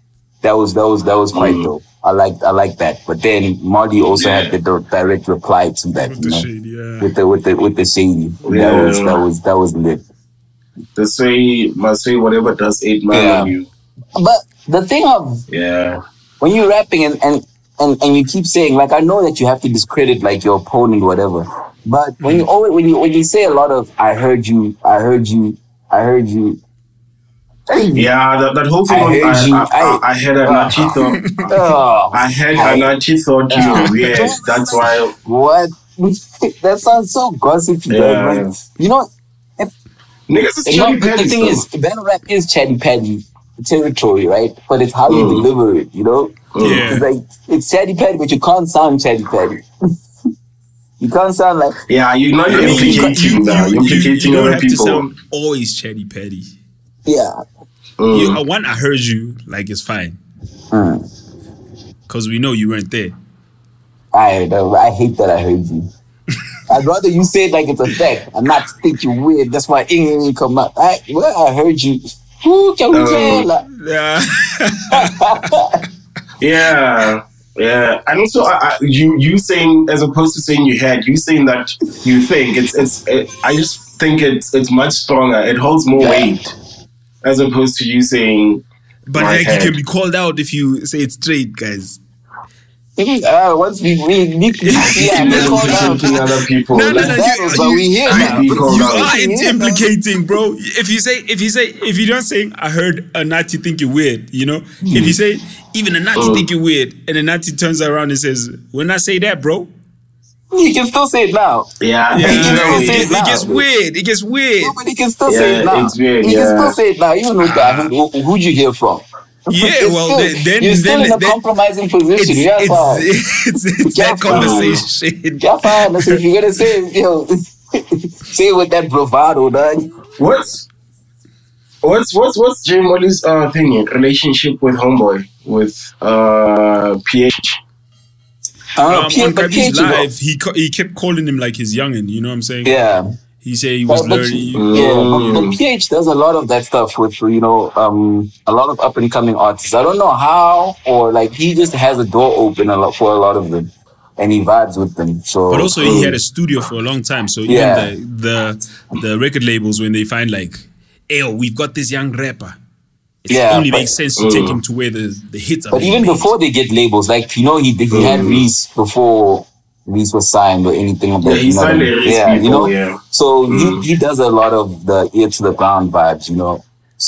Speaker 2: that was that was that was quite
Speaker 1: Mm.
Speaker 2: dope. I liked I like that. But then Marty also had the di- direct reply to that, you
Speaker 3: The
Speaker 2: know,
Speaker 3: shade, yeah.
Speaker 2: with the with the with the shady. That was
Speaker 1: Yeah.
Speaker 2: that was that was lit.
Speaker 1: the sway must say whatever does eight man
Speaker 2: Yeah.
Speaker 1: on you.
Speaker 2: But the thing of
Speaker 1: Yeah.
Speaker 2: when you're rapping and, and, and, and you keep saying like I know that you have to discredit like your opponent whatever, but when you always when you when you say a lot of I heard you I heard you I heard you,
Speaker 1: Yeah, that, that whole thing
Speaker 2: I Ah.
Speaker 1: was,
Speaker 2: heard
Speaker 1: I,
Speaker 2: you.
Speaker 1: I, I, I had an
Speaker 2: Wow.
Speaker 1: Archie thought.
Speaker 2: oh
Speaker 1: I had an Archie thought you were weird. That's why.
Speaker 2: what that sounds so gossipy. dog.
Speaker 1: Yeah.
Speaker 2: Like, you know
Speaker 1: Niggas is
Speaker 2: you know,
Speaker 1: chatty
Speaker 2: the
Speaker 1: patty
Speaker 2: thing
Speaker 1: stuff.
Speaker 2: is battle rap is chatty patty territory right, but it's how
Speaker 1: Mm.
Speaker 2: you deliver it. You know
Speaker 3: Yeah.
Speaker 2: it's like it's chatty patty but you can't sound chatty patty. You can't sound like
Speaker 1: Yeah, you know you're
Speaker 3: I mean, you-
Speaker 1: implicating
Speaker 3: you-
Speaker 1: now. You're
Speaker 3: you- you- you
Speaker 1: implicating
Speaker 3: don't
Speaker 1: other
Speaker 3: have to
Speaker 1: people.
Speaker 3: sound always chatty patty.
Speaker 2: yeah.
Speaker 3: You, uh, one, I heard you. Like it's fine. Cause we know you weren't there.
Speaker 2: I know. I hate that I heard you. I'd rather you say it like it's a fact and not think you're weird. That's why you come out. I well, I heard you. Who can we tell? Like,
Speaker 3: Yeah.
Speaker 1: Yeah, yeah, and also I, I, you you saying as opposed to saying you had you saying that you think it's it's it, I just think it's it's much stronger. It holds more weight as opposed to you saying
Speaker 3: But
Speaker 1: My
Speaker 3: like
Speaker 1: head.
Speaker 3: you can be called out if you say it straight, guys.
Speaker 2: uh, once we we, we yeah, we called out.
Speaker 1: implicating other people.
Speaker 3: No, no,
Speaker 1: like,
Speaker 3: no,
Speaker 2: That
Speaker 3: you-
Speaker 2: is what we hear
Speaker 1: I-
Speaker 2: now.
Speaker 1: you called
Speaker 3: You
Speaker 1: out.
Speaker 3: are
Speaker 2: Yeah,
Speaker 3: int-
Speaker 2: bro.
Speaker 3: implicating, bro. If you say, if you say, if you don't say, I heard a Nazi think you're weird, you know? If you say, even a Nazi think you're weird, and a Nazi turns around and says, when I say that, bro,
Speaker 2: You can still say it now.
Speaker 1: Yeah,
Speaker 3: it,
Speaker 1: you
Speaker 3: gets,
Speaker 1: know,
Speaker 3: it gets- it
Speaker 2: loud.
Speaker 3: gets weird. It gets weird.
Speaker 2: Nobody can still say
Speaker 1: Yeah,
Speaker 2: it now.
Speaker 1: it's weird,
Speaker 2: you
Speaker 1: yeah.
Speaker 2: can still say it now, even with that. Who, who'd you hear from?
Speaker 3: Yeah,
Speaker 2: It's
Speaker 3: well,
Speaker 2: still-
Speaker 3: then, then,
Speaker 2: you're still
Speaker 3: then,
Speaker 2: in a
Speaker 3: then
Speaker 2: compromising
Speaker 3: it's,
Speaker 2: position. That's why.
Speaker 3: it's, it's, it's
Speaker 2: Yeah,
Speaker 3: that
Speaker 2: fine.
Speaker 3: conversation.
Speaker 2: You're fine. That's what you're gonna say. You know, say it with that bravado, dog.
Speaker 1: What's what's what's what's Jay Molly's uh thing? Relationship with homeboy with uh PH.
Speaker 3: Um,
Speaker 2: Uh, P-
Speaker 3: on
Speaker 2: but
Speaker 3: Kabi's
Speaker 2: PH is-
Speaker 3: live, he ca- he kept calling him like his youngin. You know what I'm saying?
Speaker 2: Yeah.
Speaker 3: He said he was
Speaker 2: But- but-
Speaker 3: learning.
Speaker 2: Yeah, but, but PH does a lot of that stuff with you know um, a lot of up and coming artists. I don't know how or like he just has a door open a lot for a lot of them, and he vibes with them. So,
Speaker 3: But also, he had a studio for a long time. So
Speaker 2: Yeah.
Speaker 3: even the, the the record labels, when they find like, "Ew, we've got this young rapper," it
Speaker 2: Yeah,
Speaker 3: only
Speaker 2: but- mm.
Speaker 3: makes sense to take him to where the, the hits are.
Speaker 2: But
Speaker 3: being
Speaker 2: even
Speaker 3: made.
Speaker 2: before they get labels, like you know, he he had Reese before Reese was signed or anything of that.
Speaker 1: Yeah, he
Speaker 2: you know what I
Speaker 1: signed
Speaker 2: mean?
Speaker 1: Reese
Speaker 2: Yeah, you
Speaker 1: before,
Speaker 2: know.
Speaker 1: yeah.
Speaker 2: So he, he does a lot of the ear to the ground vibes, you know.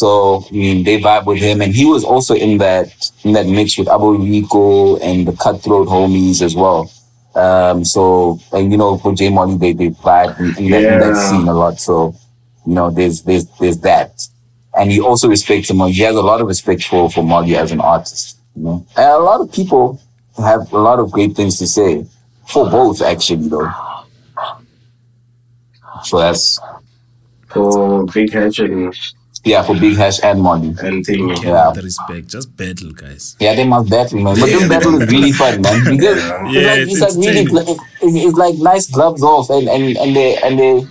Speaker 2: So I mean, they vibe with him, and he was also in that in that mix with Abu Rico and the Cutthroat homies as well. Um, so and you know, for J Money, they they vibe in, in that, in that
Speaker 1: Yeah.
Speaker 2: scene a lot. So you know, there's there's there's that and he also respects him. He has a lot of respect for for Molly as an artist. You know, and a lot of people have a lot of great things to say for both, actually, though. So that's
Speaker 1: For Big Hatch and,
Speaker 2: yeah for Big Hash and Molly.
Speaker 1: and thing.
Speaker 3: Can't
Speaker 2: Yeah.
Speaker 3: the respect, just battle, guys.
Speaker 2: Yeah, they must battle, man. But this battle is really fun, man. Because
Speaker 3: Yeah,
Speaker 2: it's, like, it's,
Speaker 3: it's
Speaker 2: like really, gl-
Speaker 3: entertaining.
Speaker 2: it's, it's like nice gloves off, and and and they and they.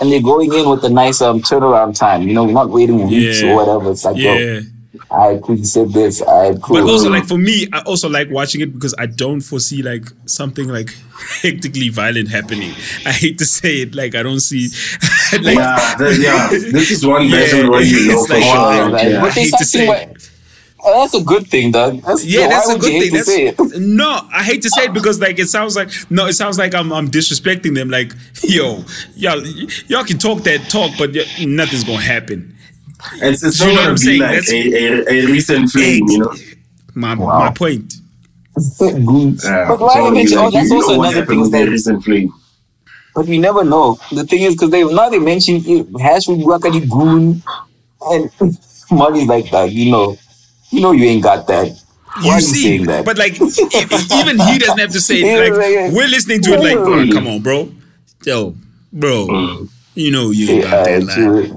Speaker 2: And they're going in with a nice um, turnaround time. You know, we're not waiting weeks
Speaker 3: Yeah.
Speaker 2: or whatever. It's like,
Speaker 3: Yeah,
Speaker 2: bro, I could you said this. I cool.
Speaker 3: but
Speaker 1: Oh.
Speaker 3: also like for me, I also like watching it because I don't foresee like something like hectically violent happening. I hate to say it, like I don't see. like,
Speaker 1: yeah, that, yeah, this is one
Speaker 3: Yeah,
Speaker 1: battle where you know
Speaker 3: it's
Speaker 1: for
Speaker 3: like,
Speaker 1: sure.
Speaker 3: wow,
Speaker 1: like,
Speaker 2: like,
Speaker 1: yeah.
Speaker 2: what there's
Speaker 3: I hate
Speaker 2: something
Speaker 3: to say.
Speaker 2: where- Oh, that's a good thing, dog. That's,
Speaker 3: Yeah,
Speaker 2: why
Speaker 3: that's a
Speaker 2: would you
Speaker 3: good
Speaker 2: hate
Speaker 3: thing.
Speaker 2: to say it?
Speaker 3: That's, no, I hate to say it because like it sounds like no, it sounds like I'm I'm disrespecting them. Like yo, y'all y'all can talk that talk, but y- nothing's gonna happen.
Speaker 1: It's, it's
Speaker 3: You
Speaker 1: not
Speaker 3: know what
Speaker 1: gonna
Speaker 3: I'm
Speaker 1: be
Speaker 3: saying?
Speaker 1: like
Speaker 3: That's-
Speaker 1: a, a, a recent flame, you know.
Speaker 3: My
Speaker 2: Wow.
Speaker 3: my point.
Speaker 1: Yeah, it's
Speaker 2: but why
Speaker 1: not gonna
Speaker 2: haven't
Speaker 1: be
Speaker 2: you? Oh,
Speaker 1: like, you
Speaker 2: that's
Speaker 1: know what
Speaker 2: also another
Speaker 1: happened
Speaker 2: thing.
Speaker 1: with
Speaker 2: is
Speaker 1: a
Speaker 2: That,
Speaker 1: recent flame.
Speaker 2: but we never know. The thing is, because they now they mentioned you- Hash with Wakadi Goon, and Molly's like that. You know, you know, you ain't got that.
Speaker 3: You
Speaker 2: Why are you
Speaker 3: see,
Speaker 2: saying that?
Speaker 3: but like e- e- even he doesn't have to say
Speaker 2: Yeah,
Speaker 3: it. Like
Speaker 2: yeah, Mm. yeah.
Speaker 3: we're listening to it. Like oh, come on, bro, yo, bro, you know you ain't
Speaker 2: Mm. Yeah,
Speaker 3: got that
Speaker 2: it's,
Speaker 3: line.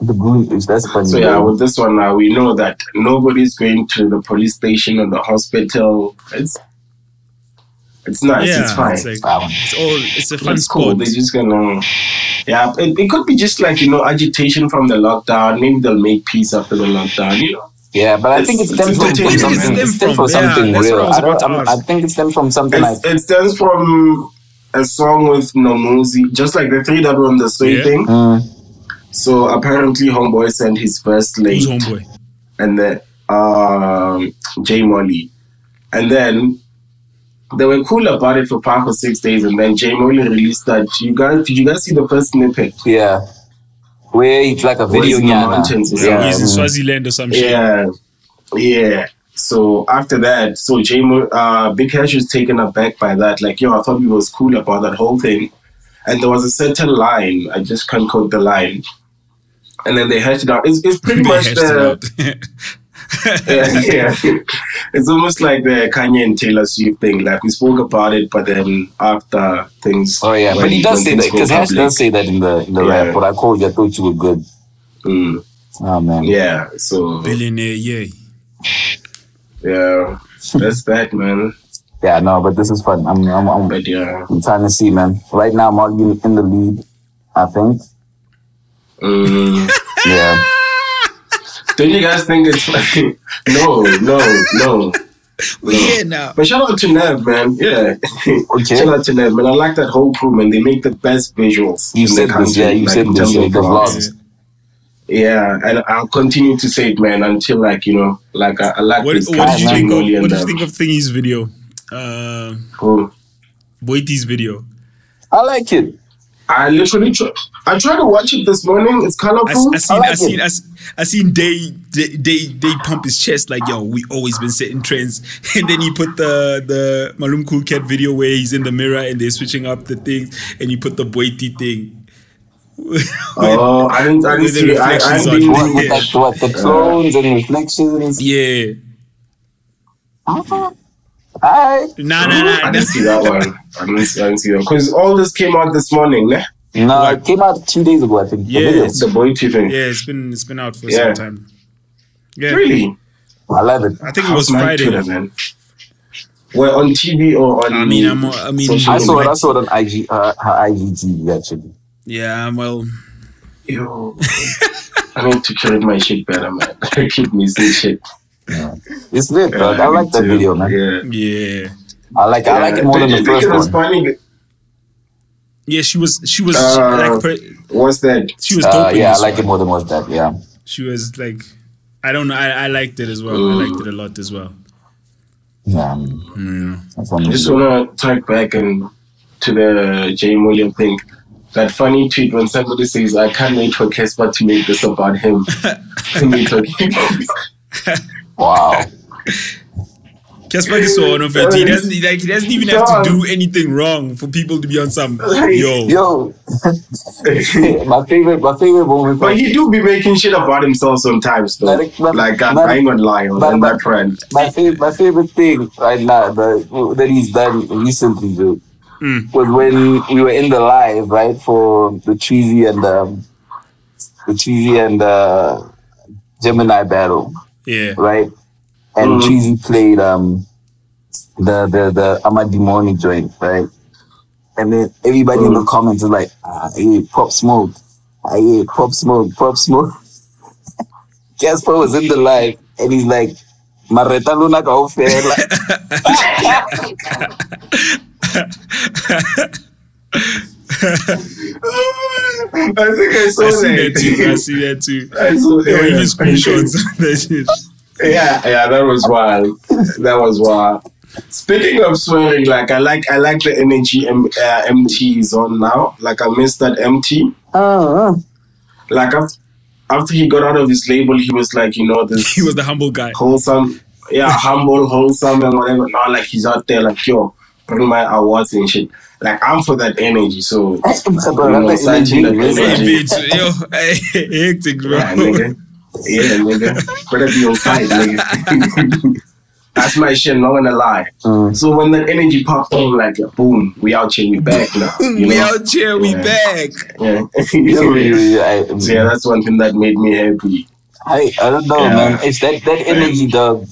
Speaker 2: uh, the Goon is that's funny.
Speaker 1: So yeah,
Speaker 3: Mm-hmm.
Speaker 2: bro.
Speaker 1: with this one, uh, we know that nobody's going to the police station or the hospital. It's it's nice.
Speaker 3: Yeah,
Speaker 1: it's fine.
Speaker 3: it's like
Speaker 2: Wow.
Speaker 3: it's all it's a fun
Speaker 1: it's cool.
Speaker 3: sport.
Speaker 1: They're just gonna. Yeah, it, it could be just like you know agitation from the lockdown. Maybe they'll make peace after the lockdown. You know,
Speaker 2: Yeah, but I
Speaker 1: It's-
Speaker 2: think it
Speaker 1: it's
Speaker 2: stems from
Speaker 1: entertaining,
Speaker 2: something.
Speaker 1: man.
Speaker 2: It
Speaker 3: It's
Speaker 2: stems
Speaker 3: from-
Speaker 2: from something
Speaker 3: yeah, that's
Speaker 2: real.
Speaker 3: what I was
Speaker 2: I don't.
Speaker 3: about to
Speaker 2: I'm- I
Speaker 3: ask.
Speaker 2: think it stems from something like
Speaker 1: it's, it stems from a song with Nomuzi, just like the three that were on the same
Speaker 3: Yeah.
Speaker 1: thing.
Speaker 2: mm,
Speaker 1: So apparently, homeboy sent his first late.
Speaker 3: Who's homeboy?
Speaker 1: and then um, Jay Molly. And then they were cool about it for five or six days, and then Jay Molly released that. You guys, did you guys see the first snippet?
Speaker 2: Yeah. Where it's like a video
Speaker 1: in the
Speaker 2: nyana.
Speaker 1: mountains or
Speaker 2: Yeah.
Speaker 1: something.
Speaker 3: He's in Swaziland or some shit.
Speaker 1: Yeah, yeah. So after that, so Jay, Mo- uh, Big Cash was taken aback by that. Like, yo, I thought we was cool about that whole thing, and there was a certain line. I just can't quote the line. And then they hashed it out. It's, it's pretty
Speaker 3: They
Speaker 1: much
Speaker 3: hashed
Speaker 1: the
Speaker 3: it out.
Speaker 1: yeah, yeah. It's almost like the Kanye and Taylor Swift thing. Like we spoke about it, but then after things.
Speaker 2: Oh yeah, but
Speaker 1: when-
Speaker 2: he does
Speaker 1: when
Speaker 2: say
Speaker 1: things
Speaker 2: that
Speaker 1: go
Speaker 2: because Hash
Speaker 1: public.
Speaker 2: does say that in the in the
Speaker 1: Yeah.
Speaker 2: rap. But I called you. I thought you were good.
Speaker 1: Mm,
Speaker 2: Oh man.
Speaker 1: yeah, so
Speaker 3: Billionaire, yeah.
Speaker 1: yeah, that's that, man.
Speaker 2: Yeah. No, but this is fun. I'm I'm I'm,
Speaker 1: But yeah,
Speaker 2: I'm trying to see, man. Right now, I'm already in the lead. I think.
Speaker 1: mm,
Speaker 2: Yeah.
Speaker 1: don't you guys think it's like no, no, no?
Speaker 3: Yeah, now.
Speaker 1: But shout out to Nev, man. Yeah,
Speaker 2: Okay.
Speaker 1: shout out to Nev, man. I like that whole crew, man. They make the best visuals.
Speaker 2: You
Speaker 1: in the
Speaker 2: said this.
Speaker 1: country,
Speaker 2: Yeah, you
Speaker 1: like,
Speaker 2: said
Speaker 1: in
Speaker 2: this.
Speaker 1: terms
Speaker 2: Yeah,
Speaker 1: of
Speaker 2: the
Speaker 1: vlogs.
Speaker 2: vlogs.
Speaker 1: Yeah, and I'll continue to say it, man, until like you know, like I, I like
Speaker 3: What,
Speaker 1: this
Speaker 3: what
Speaker 1: guy,
Speaker 3: did you
Speaker 1: man,
Speaker 3: think of?
Speaker 1: Molly,
Speaker 3: What
Speaker 1: and,
Speaker 3: did you
Speaker 1: um,
Speaker 3: think of Thingy's video? Uh,
Speaker 1: cool.
Speaker 3: Boiti's video.
Speaker 2: I like it.
Speaker 1: I literally, tr- I tried to watch it this morning. It's
Speaker 3: I,
Speaker 1: colorful.
Speaker 3: I seen, I,
Speaker 2: like it.
Speaker 3: seen, I, s- I seen. They, they, they, they pump his chest like, yo, we always been setting trends. And then he put the the Malum Cool Cat video where he's in the mirror and they're switching up the things, and you put the Boiti thing.
Speaker 1: oh, I didn't, I didn't
Speaker 3: With the
Speaker 1: see. I, I
Speaker 3: reflections on
Speaker 1: didn't.
Speaker 2: What with like what the clones and reflections.
Speaker 3: yeah.
Speaker 2: Uh-huh. All right.
Speaker 3: Nah, Ah, nah, nah.
Speaker 1: I
Speaker 3: nah.
Speaker 1: didn't see that one. I didn't, see- I didn't see that because all this came out this morning. Ne?
Speaker 2: No, it came out two days ago. I think. the
Speaker 3: Yeah,
Speaker 2: video.
Speaker 3: it's-
Speaker 1: The boy two thing.
Speaker 3: Yeah, it's been it's been out for
Speaker 1: Yeah.
Speaker 3: some time. Yeah,
Speaker 1: Really?
Speaker 2: I love it.
Speaker 3: I think it
Speaker 1: How's
Speaker 3: was
Speaker 1: my
Speaker 3: Friday.
Speaker 1: Twitter, man. Well, on TV or on?
Speaker 3: I mean, I'm, I mean,
Speaker 1: Social
Speaker 2: I saw it. I saw it on IG. Uh, her IGTV actually.
Speaker 3: yeah. I'm Well,
Speaker 1: Yo, I need to curate my shit better, man. I keep missing shit.
Speaker 2: It's lit,
Speaker 1: Yeah,
Speaker 2: dog. I
Speaker 1: me
Speaker 2: like that
Speaker 1: too.
Speaker 2: video, man.
Speaker 1: Yeah.
Speaker 3: yeah,
Speaker 2: I like I like it more
Speaker 1: Don't
Speaker 2: than
Speaker 1: you
Speaker 2: the
Speaker 1: think
Speaker 2: first
Speaker 1: it was
Speaker 2: one.
Speaker 1: funny?
Speaker 3: yeah. She was, she was
Speaker 1: Uh,
Speaker 3: like, pre-
Speaker 1: What's that?
Speaker 3: she was dope.
Speaker 2: Uh,
Speaker 3: in
Speaker 2: yeah, I
Speaker 3: this
Speaker 2: like
Speaker 3: one.
Speaker 2: it more than was that. Yeah,
Speaker 3: She was like, I don't know. I, I liked it as well. I liked it a lot as well.
Speaker 2: yeah. um, That's one.
Speaker 1: I just wanna talk back and to the Jay William thing. That funny tweet when somebody says, "I can't wait for Casper to make this about him." To me talking.
Speaker 2: Wow.
Speaker 3: Casper is so unoffended. He doesn't he, like he doesn't even have to
Speaker 1: Dog.
Speaker 3: do anything wrong for people to be on some yo.
Speaker 2: Yo, my favorite, my favorite moment.
Speaker 1: but he do be making shit about himself sometimes, though.
Speaker 2: But it- but-
Speaker 1: like I'm
Speaker 2: but-
Speaker 1: lying on lying
Speaker 2: but-
Speaker 1: on
Speaker 2: but-
Speaker 1: that friend.
Speaker 2: my favorite, my favorite thing right now that, that he's done recently, dude, was when we were in the live, right, for the Cheesy and um, the Cheesy and uh, Gemini battle,
Speaker 3: Yeah.
Speaker 2: right?
Speaker 1: Mm-hmm.
Speaker 2: And Cheesy played um, the the the Amadimoni joint, right? And then everybody in the
Speaker 1: Mm-hmm.
Speaker 2: comments is like, ah, hey, pop smoke, ah, yeah, pop smoke, pop smoke. Jasper was in the live and he's like, Marreta Luna ka ofela."
Speaker 1: I think I saw
Speaker 3: I see that too. I see that too.
Speaker 1: I saw
Speaker 3: There were
Speaker 1: yeah.
Speaker 3: even screenshots. of that shit.
Speaker 1: Yeah, yeah, that was wild. That was wild. Speaking of swearing, like I like I like the energy M- uh, MT is on now. Like I miss that MT.
Speaker 2: Uh, uh.
Speaker 1: Like after, after he got out of his label, he was like, you know, this
Speaker 3: He was the humble guy.
Speaker 1: wholesome, yeah, humble, wholesome, and whatever. Now, like he's out there, like yo, bring my awards and shit. Like I'm for that energy. So
Speaker 2: Bro,
Speaker 1: you know,
Speaker 2: that's like
Speaker 1: searching that energy.
Speaker 2: energy, man.
Speaker 3: Hey, bitch, yo, hectic, bro.
Speaker 1: Yeah, nigga. Yeah, nigga. Better be on side, nigga. That's my shit, not gonna lie. So when that energy pops on, like boom, we out here, we back now. You
Speaker 3: we
Speaker 1: know?
Speaker 3: out here, we
Speaker 1: Yeah.
Speaker 3: back.
Speaker 1: Yeah.
Speaker 2: Yo, yo, yo,
Speaker 1: So
Speaker 2: I,
Speaker 1: yeah, that's one thing that made me happy.
Speaker 2: I, I don't know,
Speaker 1: Yeah.
Speaker 2: man. It's that, that energy, dog.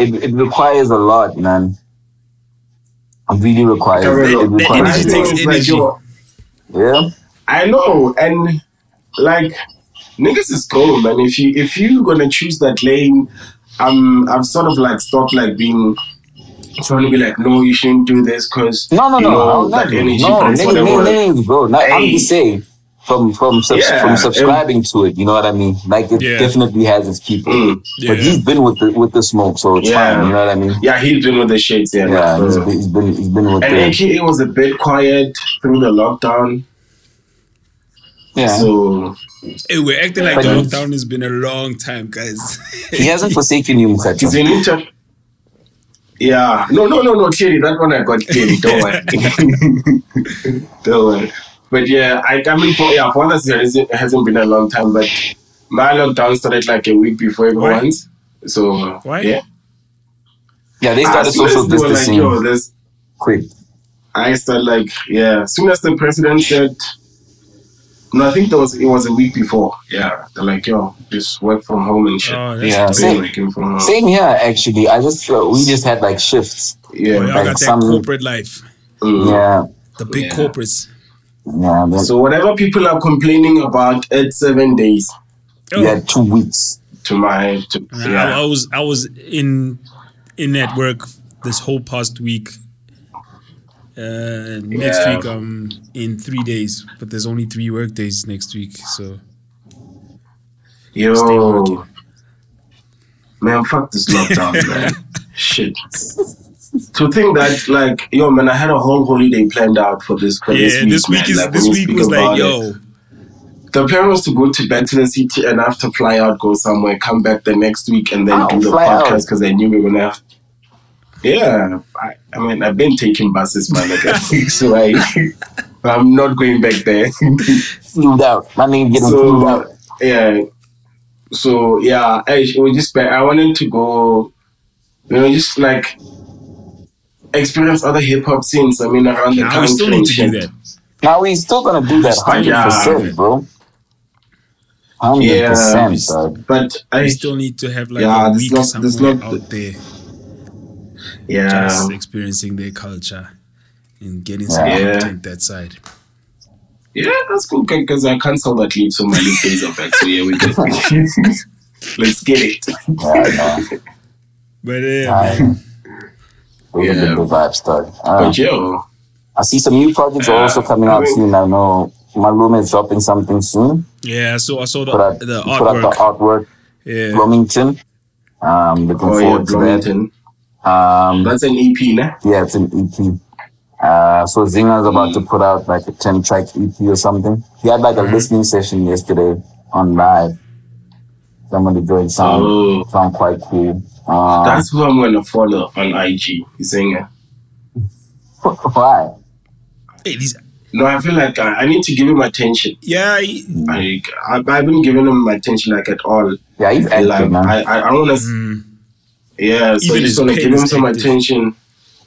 Speaker 2: It, it requires a lot, man. It really requires. It
Speaker 1: That-
Speaker 3: that
Speaker 2: requires a lot.
Speaker 3: energy takes
Speaker 1: It's like,
Speaker 3: energy.
Speaker 1: yo,
Speaker 2: Yeah.
Speaker 1: I know, and like niggas is cool, man. If you if you gonna choose that lane, um, I've sort of like stopped like being trying to be like, no, you shouldn't do this because
Speaker 2: No, no,
Speaker 1: you
Speaker 2: no.
Speaker 1: know,
Speaker 2: I'm not,
Speaker 1: that
Speaker 2: no,
Speaker 1: energy
Speaker 2: nigga,
Speaker 1: brings whatever.
Speaker 2: nigga, nigga, bro. Now, I'm
Speaker 1: Hey.
Speaker 2: just saying, from from subs-
Speaker 1: Yeah,
Speaker 2: from
Speaker 1: and-
Speaker 2: subscribing to it, you know what I mean. Like it
Speaker 3: Yeah.
Speaker 2: definitely has its people.
Speaker 3: Yeah.
Speaker 2: But he's been with the with the smoke, so it's
Speaker 1: Yeah.
Speaker 2: fine. You know what I mean?
Speaker 1: Yeah, he's been with the shades, yeah.
Speaker 2: Yeah,
Speaker 1: like,
Speaker 2: he's
Speaker 1: uh,
Speaker 2: been he's been, he's been with
Speaker 1: and
Speaker 2: the
Speaker 1: actually, it was a bit quiet through the lockdown.
Speaker 2: yeah.
Speaker 1: So
Speaker 3: Hey, we're acting like
Speaker 2: But
Speaker 3: the
Speaker 2: it's-
Speaker 3: lockdown has been a long time, guys.
Speaker 2: he hasn't forsaken you, Mukhacha.
Speaker 1: he's in inter. Yeah, no, no, no, no, clearly that one I got clearly. Don't worry, don't worry. But yeah, I, I mean, for yeah, for others, it hasn't- it hasn't been a long time, but My lockdown started like a week before everyone's. So
Speaker 3: Why?
Speaker 1: yeah,
Speaker 2: Yeah, they started
Speaker 1: As soon as
Speaker 2: social
Speaker 1: they were
Speaker 2: distancing
Speaker 1: Like, Yo, there's
Speaker 2: quick.
Speaker 1: I started like, yeah, as soon as the president said, no, I think that was it was a week before. Yeah, they're like, yo, just work from home and shit.
Speaker 3: Oh, that's
Speaker 2: Yeah,
Speaker 1: They
Speaker 2: same,
Speaker 1: working from home.
Speaker 2: same here actually. I just uh, we just had like shifts.
Speaker 1: Yeah.
Speaker 3: Oh, y'all
Speaker 2: Like
Speaker 3: got that
Speaker 2: some-
Speaker 3: corporate life.
Speaker 1: Mm.
Speaker 2: Yeah,
Speaker 3: The big
Speaker 1: Yeah.
Speaker 3: corporates.
Speaker 2: yeah. Then
Speaker 1: So whatever people are complaining about, it's seven days
Speaker 3: Oh,
Speaker 2: we had two weeks.
Speaker 1: to my to,
Speaker 3: I- I,
Speaker 1: yeah.
Speaker 3: was I was in in at work this whole past week. Uh, next
Speaker 1: Yeah.
Speaker 3: week I'm in three days, but there's only three work days next week, so stay
Speaker 1: Yo,
Speaker 3: working.
Speaker 1: man, fuck this lockdown, man. Shit. To think that, like, yo, man, I had a whole holiday planned out for this. For this
Speaker 3: yeah,
Speaker 1: week,
Speaker 3: this week
Speaker 1: man.
Speaker 3: is
Speaker 1: Like, when
Speaker 3: this
Speaker 1: you
Speaker 3: week
Speaker 1: speak
Speaker 3: was like
Speaker 1: about it-
Speaker 3: yo,
Speaker 1: The plan was to go to back to the city and after fly out, go somewhere, come back the next week, and then
Speaker 2: Oh,
Speaker 1: do the
Speaker 2: fly out.
Speaker 1: podcast because I knew we were gonna have. Yeah, I, I mean, I've been taking buses, man, like every week, so I, I'm not going back there.
Speaker 2: Flew out. My name getting flew out.
Speaker 1: so yeah, so yeah, I it was just bad. I wanted to go, you know, just like experience other hip hop scenes. I mean, around the
Speaker 3: nah, we
Speaker 1: country.
Speaker 3: still
Speaker 1: and
Speaker 3: need to do
Speaker 1: shit.
Speaker 3: that.
Speaker 2: Now we still gonna do that hundred
Speaker 1: Yeah.
Speaker 2: percent, bro. Hundred
Speaker 1: Yeah,
Speaker 2: percent,
Speaker 1: it's-
Speaker 2: dog.
Speaker 1: but I
Speaker 3: We still need to have like
Speaker 1: Yeah,
Speaker 3: a
Speaker 1: this
Speaker 3: week
Speaker 1: not- this
Speaker 3: somewhere
Speaker 1: not-
Speaker 3: out there
Speaker 1: yeah.
Speaker 3: just experiencing their culture and getting some
Speaker 1: Yeah.
Speaker 3: content that side.
Speaker 1: Yeah, that's cool because I cancelled that leave, so my leave days are back. So yeah, we good. Let's get it.
Speaker 2: Yeah,
Speaker 3: But yeah,
Speaker 2: nah,
Speaker 3: man,
Speaker 2: nah. We're gonna
Speaker 1: Yeah.
Speaker 2: get the vibes, dog. Uh,
Speaker 1: But oh, yo,
Speaker 2: I see some new projects are also coming out
Speaker 1: Yeah.
Speaker 2: soon. I know my roommate's dropping something soon.
Speaker 3: yeah. So I saw the
Speaker 2: Put out,
Speaker 3: the
Speaker 2: put out the
Speaker 3: artwork.
Speaker 2: artwork,
Speaker 3: Yeah,
Speaker 2: Bloomington. Um, looking
Speaker 1: oh yeah,
Speaker 2: forward to
Speaker 1: Bloomington.
Speaker 2: that. Um,
Speaker 1: That's an E EP, nah?
Speaker 2: yeah, it's an EP. Uh, so Zinga's about
Speaker 1: Mm.
Speaker 2: to put out like a 10 track EP or something. He had like a
Speaker 1: Mm-hmm.
Speaker 2: listening session yesterday on live. Somebody joined sound,
Speaker 1: Oh.
Speaker 2: sound quite cool. Um,
Speaker 1: That's who I'm gonna follow on IG. Zinger.
Speaker 2: why?
Speaker 3: Hey, these-
Speaker 1: No, I feel like I, I need to give him attention.
Speaker 3: yeah. he-
Speaker 1: I, I I haven't given him attention like at all.
Speaker 2: Yeah, he's active,
Speaker 1: Like
Speaker 2: man.
Speaker 1: I I, I wanna. s
Speaker 3: Mm.
Speaker 1: Yeah, so
Speaker 3: Even
Speaker 1: just
Speaker 3: his
Speaker 1: wanna
Speaker 3: pen
Speaker 1: give him
Speaker 3: is
Speaker 1: some
Speaker 3: active.
Speaker 1: attention.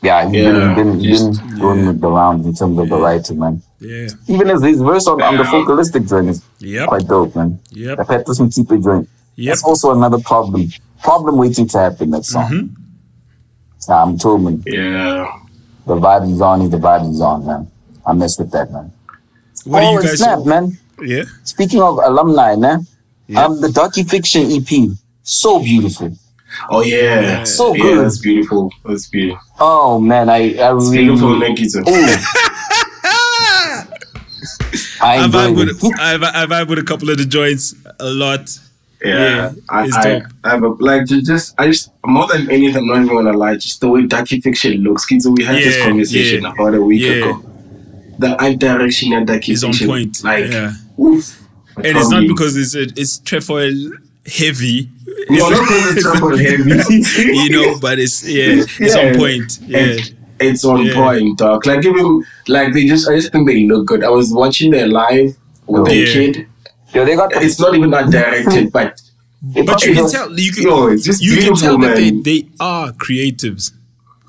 Speaker 2: yeah, he's
Speaker 1: Yeah,
Speaker 2: been, been,
Speaker 1: just-
Speaker 2: been doing the rounds in terms of the writing, man.
Speaker 3: Yeah.
Speaker 2: Even his, his verse on, on the
Speaker 1: Yeah.
Speaker 2: vocalistic joint is
Speaker 3: Yep.
Speaker 2: quite dope, man.
Speaker 3: Yep.
Speaker 2: The Petrus Mutipe joint.
Speaker 3: Yep.
Speaker 2: That's also another problem. Problem waiting to happen, that song.
Speaker 3: Mhm.
Speaker 1: Mm-hmm.
Speaker 2: I'm told, man.
Speaker 1: Yeah.
Speaker 2: The vibe is on, is the vibe is on, man. I mess with that, man. oh,
Speaker 3: What do you
Speaker 2: and
Speaker 3: guys?
Speaker 2: snap, man.
Speaker 3: Yeah.
Speaker 2: Speaking of alumni, man, um, the docufiction EP, so beautiful.
Speaker 1: Oh yeah.
Speaker 2: So
Speaker 1: yeah,
Speaker 2: good.
Speaker 1: That's beautiful. That's beautiful.
Speaker 2: Oh, man, I, I oh,
Speaker 1: It's
Speaker 2: really.
Speaker 1: beautiful, Nikita.
Speaker 2: Ooh, I
Speaker 3: I vibe
Speaker 2: enjoyed
Speaker 3: with
Speaker 2: it.
Speaker 3: I vibe, I vibe with a couple of the joints a lot. Yeah,
Speaker 1: Yeah, I,
Speaker 3: it's
Speaker 1: I,
Speaker 3: dope.
Speaker 1: I have a, like ju- just I just more than anything, I'm not even gonna lie, just the way Ducky Fiction looks. Kids, we had this
Speaker 3: Yeah,
Speaker 1: conversation
Speaker 3: yeah,
Speaker 1: about a week
Speaker 3: yeah.
Speaker 1: ago. The art direction at Ducky
Speaker 3: It's on
Speaker 1: Fiction,
Speaker 3: point.
Speaker 1: like,
Speaker 3: yeah.
Speaker 1: oof.
Speaker 3: And it's not because it's a, it's trefoil heavy.
Speaker 1: no, not because it's trouble heavy.
Speaker 3: you know, but it's yeah, it's on
Speaker 1: Yeah.
Speaker 3: point. Yeah.
Speaker 1: It- it's on
Speaker 3: Yeah.
Speaker 1: point, dog. Like even like they just I just think they look good. I was watching their live with their
Speaker 3: Yeah.
Speaker 1: kid.
Speaker 2: Yo, they got.
Speaker 1: It's not even art directed, but
Speaker 2: they
Speaker 3: But you
Speaker 2: fucking-
Speaker 3: can tell you can
Speaker 1: yo, it's just
Speaker 3: you can
Speaker 1: beautiful,
Speaker 3: tell that they,
Speaker 1: man.
Speaker 3: they are creatives.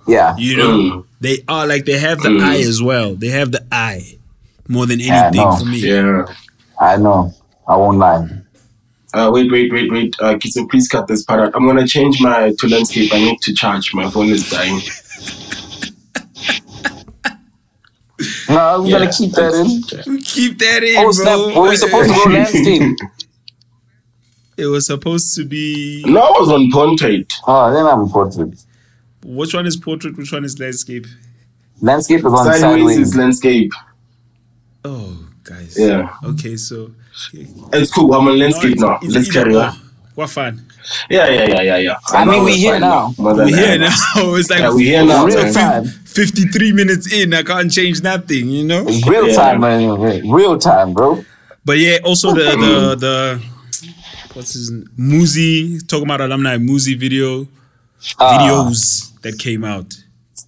Speaker 2: Yeah.
Speaker 3: You know,
Speaker 1: Mm.
Speaker 3: they are like they have the
Speaker 1: Mm.
Speaker 3: eye as well. They have the eye more than
Speaker 2: Yeah, I
Speaker 3: anything
Speaker 2: know.
Speaker 3: for me.
Speaker 1: yeah.
Speaker 2: I know. I won't lie.
Speaker 1: Uh, wait, wait, wait, wait. Uh, Kitso, please cut this part out. I'm gonna change my to landscape. I need to charge. My phone is dying.
Speaker 2: No, I'm
Speaker 1: Yeah,
Speaker 2: gonna keep that in.
Speaker 1: that's-
Speaker 3: Keep that in,
Speaker 2: Oh
Speaker 3: bro.
Speaker 2: snap! Were we supposed to go landscape?
Speaker 3: It was supposed to be.
Speaker 1: No, I was on portrait.
Speaker 2: Oh, then I'm portrait.
Speaker 3: Which one is portrait? Which one is landscape?
Speaker 2: Landscape is on
Speaker 1: Sideways,
Speaker 2: sideways.
Speaker 1: is landscape.
Speaker 3: Oh, guys.
Speaker 1: Yeah,
Speaker 3: Okay, so
Speaker 1: it's cool. I'm on landscape
Speaker 3: No,
Speaker 1: now.
Speaker 3: it's- it's
Speaker 1: Let's
Speaker 3: either
Speaker 1: carry
Speaker 3: or.
Speaker 1: on.
Speaker 3: What fun?
Speaker 1: Yeah, yeah, yeah, yeah, yeah.
Speaker 2: I mean,
Speaker 1: know
Speaker 2: we
Speaker 1: we're
Speaker 2: here
Speaker 1: fine
Speaker 2: now.
Speaker 1: More than
Speaker 3: We're here
Speaker 1: ever.
Speaker 3: now. It's like
Speaker 1: Yeah, we here now.
Speaker 2: Real
Speaker 1: man.
Speaker 2: time.
Speaker 3: fifty-three minutes in. I can't change nothing, you know.
Speaker 2: Real
Speaker 1: Yeah.
Speaker 2: time, man. Real time, bro.
Speaker 3: But yeah, also the the the what's his name? Muzi talking about alumni Muzi video
Speaker 2: Ah,
Speaker 3: videos that came out.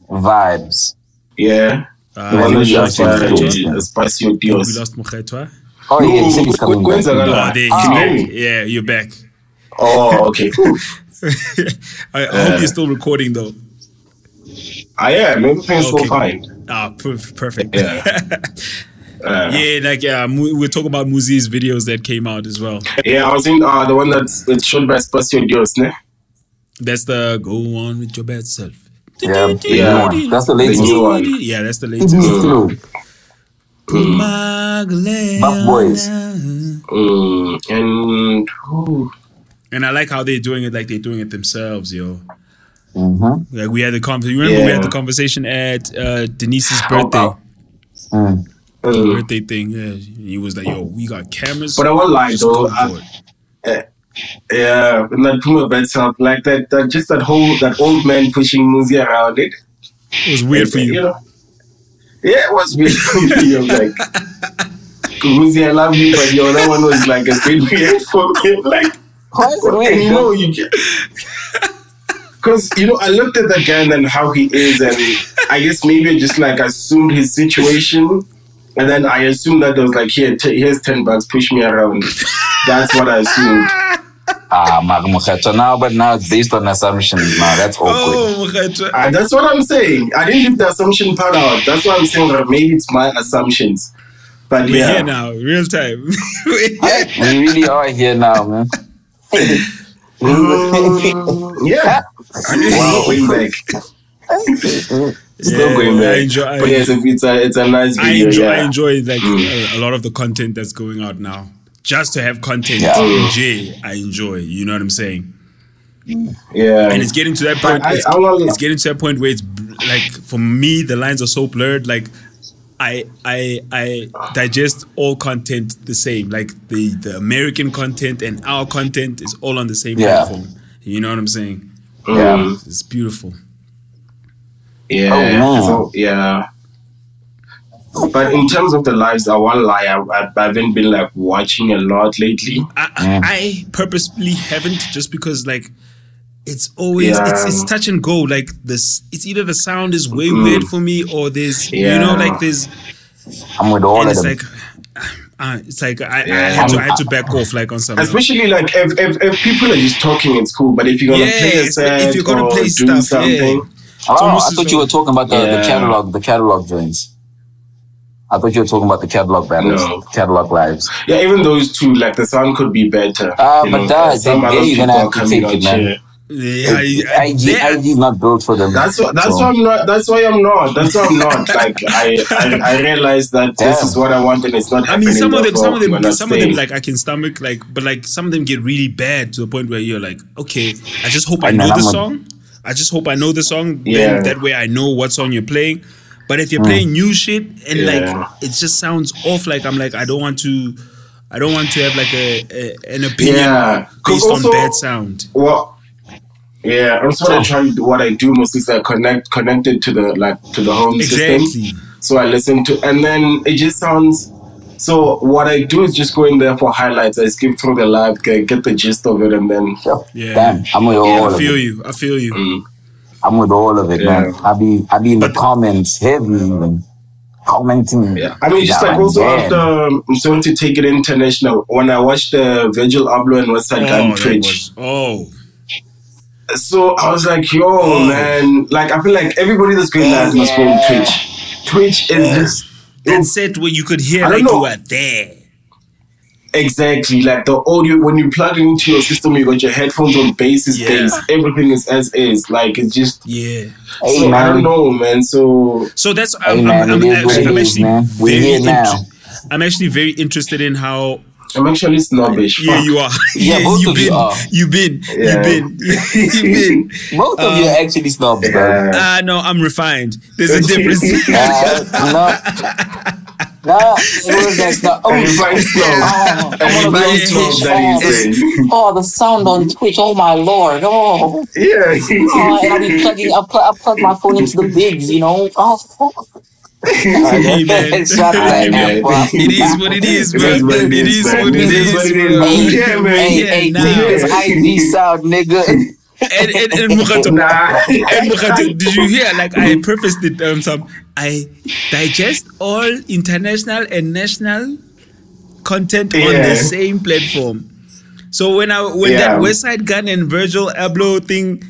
Speaker 2: vibes.
Speaker 1: Yeah.
Speaker 3: Uh,
Speaker 1: The one
Speaker 2: we
Speaker 1: that
Speaker 3: Ah,
Speaker 2: lost
Speaker 1: you
Speaker 2: Mokhetwa.
Speaker 1: spicy
Speaker 3: we
Speaker 1: Dios.
Speaker 3: lost Mokhetwa.
Speaker 2: Oh, yeah,
Speaker 1: No,
Speaker 2: he said he's coming back.
Speaker 1: Kwenza Gala.
Speaker 3: Oh, there,
Speaker 1: Ah.
Speaker 3: you're back. Yeah, you're back.
Speaker 1: Oh, okay.
Speaker 3: I, I hope you're still recording though.
Speaker 1: I am. Everything's still
Speaker 3: Okay.
Speaker 1: fine.
Speaker 3: Ah, perf- perfect.
Speaker 1: Yeah. Uh, yeah.
Speaker 3: Yeah, like yeah, Mu- we're talking about Muzi's videos that came out as well.
Speaker 1: I was in uh, the one that's it's shot by Spacio Dios, ne?
Speaker 3: That's the go on with your bad self.
Speaker 2: Yeah,
Speaker 1: Yeah.
Speaker 2: yeah. That's the
Speaker 1: The
Speaker 2: latest.
Speaker 1: new one. Mm-hmm.
Speaker 3: Yeah, that's the
Speaker 2: It is
Speaker 3: latest.
Speaker 2: true.
Speaker 3: Buff
Speaker 2: Boys.
Speaker 1: Mm, and who?
Speaker 3: And I like how they're doing it like they're doing it themselves, yo.
Speaker 2: Mhm.
Speaker 3: Like we had the conversation. Remember we
Speaker 1: Mm-hmm. Yeah.
Speaker 3: had the conversation at uh, Denise's birthday
Speaker 1: oh.
Speaker 2: Mm.
Speaker 1: Mm.
Speaker 3: birthday thing. Yeah, he was like, "Yo, we got cameras."
Speaker 1: But I won't lie
Speaker 3: Just
Speaker 1: though.
Speaker 3: go
Speaker 1: I-
Speaker 3: for it.
Speaker 1: Yeah, and that Puma bed sound like that, that just that whole that old man pushing Muzi around it.
Speaker 3: It was weird for you.
Speaker 1: know? Yeah, it was weird for me. I'm like Muzi, I love you, but yo, that one was like a bit weird for me. I'm Like
Speaker 2: Why is it
Speaker 1: and you
Speaker 2: weird?
Speaker 1: know you because you know I looked at that guy and then how he is and I guess maybe I just like assumed his situation and then I assumed that it was like here t- here's ten bucks push me around that's what I assumed
Speaker 2: Ah, Magmuchacho. Now, but now it's based on assumptions. Now, that's awkward.
Speaker 3: Oh, Mokgatjo.
Speaker 1: I, that's what I'm saying I didn't leave the assumption part out that's what I'm saying that maybe it's my assumptions but
Speaker 3: we're
Speaker 1: yeah
Speaker 3: here now, real time.
Speaker 2: We really are here now, man.
Speaker 1: yeah wow going back still
Speaker 3: Yeah,
Speaker 1: going
Speaker 3: I
Speaker 1: back
Speaker 3: enjoy- I
Speaker 1: but yeah, it's a, it's a it's a nice
Speaker 3: I
Speaker 1: video
Speaker 3: enjoy,
Speaker 1: yeah. Mm.
Speaker 3: I enjoy like a, a lot of the content that's going out now. Just to have content,
Speaker 2: Yeah.
Speaker 3: Jay, I enjoy. You know what I'm saying?
Speaker 1: yeah
Speaker 3: And it's getting to that
Speaker 1: But
Speaker 3: point.
Speaker 1: I-
Speaker 3: it's,
Speaker 1: I will-
Speaker 3: it's getting to that point where it's bl- like for me, the lines are so blurred. Like I, I, I digest all content the same. Like the the American content and our content is all on the same
Speaker 2: Yeah.
Speaker 3: platform. You know what I'm saying?
Speaker 1: Mm.
Speaker 2: Yeah.
Speaker 3: It's beautiful.
Speaker 1: Yeah.
Speaker 2: Oh, no.
Speaker 1: So yeah. But in terms of the lives, I won't lie. I, I, I haven't been like watching a lot lately.
Speaker 3: I, I, I purposefully haven't just because like it's always
Speaker 1: Yeah. Mm-hmm.
Speaker 3: it's, it's touch and go like this it's either the sound is way weird for me or there's you know
Speaker 1: Yeah.
Speaker 3: like there's
Speaker 2: I'm with all
Speaker 3: and
Speaker 2: of
Speaker 3: it's
Speaker 2: them.
Speaker 3: like uh, it's like I, I,
Speaker 1: Yeah.
Speaker 3: had to, I had to back off like on something
Speaker 1: Especially like if, if, if people are just talking, it's cool. But if you're gonna
Speaker 3: Yeah,
Speaker 1: play a
Speaker 3: it's- if
Speaker 1: set
Speaker 3: you're gonna
Speaker 1: or
Speaker 3: play
Speaker 1: do
Speaker 3: stuff,
Speaker 1: something,
Speaker 3: yeah.
Speaker 2: Oh,
Speaker 3: almost
Speaker 2: I
Speaker 3: as
Speaker 2: thought
Speaker 3: though-
Speaker 2: you were talking about the, the
Speaker 1: Yeah.
Speaker 2: catalog, the catalog joints. I thought you were talking about the catalog battles,
Speaker 1: No.
Speaker 2: catalog lives.
Speaker 1: yeah. Even those two, like the sound could be better.
Speaker 2: Ah,
Speaker 1: you
Speaker 2: but
Speaker 1: know,
Speaker 2: that-
Speaker 1: some
Speaker 2: they-
Speaker 1: other
Speaker 2: they're gonna
Speaker 1: people
Speaker 2: have
Speaker 1: are
Speaker 2: to
Speaker 1: coming
Speaker 2: take it,
Speaker 1: out
Speaker 2: man.
Speaker 1: here.
Speaker 3: yeah, I, I,
Speaker 2: IG,
Speaker 3: there-
Speaker 2: IG is not built for them.
Speaker 1: That's what. That's
Speaker 2: So,
Speaker 1: why I'm not. That's why I'm not. That's why I'm not. Like I, I, I realize that this
Speaker 2: Damn.
Speaker 1: is what I want, and it's not
Speaker 3: I
Speaker 1: happening.
Speaker 3: mean some of them
Speaker 1: therefore
Speaker 3: some of
Speaker 1: we're
Speaker 3: them
Speaker 1: not
Speaker 3: some of them
Speaker 1: staying.
Speaker 3: like I can stomach like but like some of them get really bad to the point where you're like okay I just hope I
Speaker 2: And
Speaker 3: know
Speaker 2: then
Speaker 3: the
Speaker 2: I'm a-
Speaker 3: song I just hope I know the song
Speaker 1: Yeah. Hmm.
Speaker 3: then that way I know what song you're playing but if you're playing new shit and
Speaker 1: Yeah.
Speaker 3: like it just sounds off like I'm like I don't want to I don't want to have like a, a an opinion
Speaker 1: Yeah. 'Cause
Speaker 3: based on
Speaker 1: also-
Speaker 3: bad sound
Speaker 1: Well, yeah, I'm sort of trying. to- What I do mostly is I connect connected to the like to the home system.
Speaker 3: exactly
Speaker 1: So I listen to, and then it just sounds. So what I do is just go in there for highlights. I skip through the live, get, get the gist of it, and then
Speaker 3: Yeah.
Speaker 2: Damn, I'm with all
Speaker 1: Oh.
Speaker 3: I
Speaker 2: of
Speaker 3: feel
Speaker 2: it.
Speaker 3: you I feel you
Speaker 1: Mm,
Speaker 2: I'm with all of it, man.
Speaker 1: Yeah.
Speaker 2: I be I be in the
Speaker 3: But-
Speaker 2: comments heavy, even commenting.
Speaker 1: I mean, just like
Speaker 2: Yeah,
Speaker 1: also
Speaker 2: man.
Speaker 1: after um, I'm sorry to take it international. When I watched the Virgil Abloh and Westside Gun
Speaker 3: Oh, that
Speaker 1: Twitch,
Speaker 3: was- oh
Speaker 1: so I was like, yo, man, like I feel like everybody that's going live must go on Twitch. Twitch is just
Speaker 3: that set where you could hear
Speaker 1: I don't
Speaker 3: like you
Speaker 1: know.
Speaker 3: were there
Speaker 1: Exactly, like the audio when you plug it into your system, you got your headphones on bass is
Speaker 3: Yeah.
Speaker 1: bass. Everything is as is. Like it's just
Speaker 3: yeah
Speaker 2: Hey,
Speaker 1: so I
Speaker 2: man.
Speaker 1: don't know, man. So
Speaker 3: So that's I'm,
Speaker 2: Hey, man,
Speaker 3: I'm,
Speaker 2: it
Speaker 3: I'm
Speaker 2: is what
Speaker 3: actually,
Speaker 2: it
Speaker 3: I'm
Speaker 2: is,
Speaker 3: actually
Speaker 2: man. We're
Speaker 3: very
Speaker 2: here
Speaker 3: int-
Speaker 2: now.
Speaker 3: I'm actually very interested in how
Speaker 1: I'm actually snobbish.
Speaker 3: yeah
Speaker 1: fuck.
Speaker 3: you are
Speaker 2: Yeah, both
Speaker 3: you've
Speaker 2: of you
Speaker 3: been
Speaker 2: are.
Speaker 3: you've been
Speaker 1: Yeah.
Speaker 3: you've been you've been
Speaker 2: Both of you are actually snobs, bro.
Speaker 1: Yeah.
Speaker 3: ah no I'm refined there's a difference
Speaker 2: Uh, no, no, it was like, no, oh,
Speaker 1: And if I
Speaker 2: oh,
Speaker 1: snob,
Speaker 2: I
Speaker 1: and if I
Speaker 2: wanna be on
Speaker 1: snob,
Speaker 2: Twitch.
Speaker 1: that is it.
Speaker 2: Oh, the sound on Twitch. Oh my lord. Oh,
Speaker 1: Yeah.
Speaker 2: oh and I'll be plugging. I'll, pl- I'll plug my phone into the bigs. You know. Oh.
Speaker 3: Hey, man.
Speaker 2: Shut the
Speaker 1: Hey, man.
Speaker 2: F up.
Speaker 3: it is what it is
Speaker 1: It
Speaker 3: bro
Speaker 1: is what it
Speaker 3: it
Speaker 1: is,
Speaker 3: is
Speaker 1: man.
Speaker 3: what it
Speaker 1: It is what it is,
Speaker 3: bro.
Speaker 1: man.
Speaker 2: Hey,
Speaker 1: Yeah, man.
Speaker 2: hey,
Speaker 3: Yeah,
Speaker 2: hey,
Speaker 3: nah.
Speaker 2: take this ID sound, nigga.
Speaker 3: and and and Mukhato-
Speaker 1: Nah.
Speaker 3: and Mukhato, did you hear like I prefaced it um some I digest all international and national content on
Speaker 1: Yeah.
Speaker 3: the same platform. So when I when
Speaker 1: Yeah.
Speaker 3: that West Side Gun and Virgil Abloh thing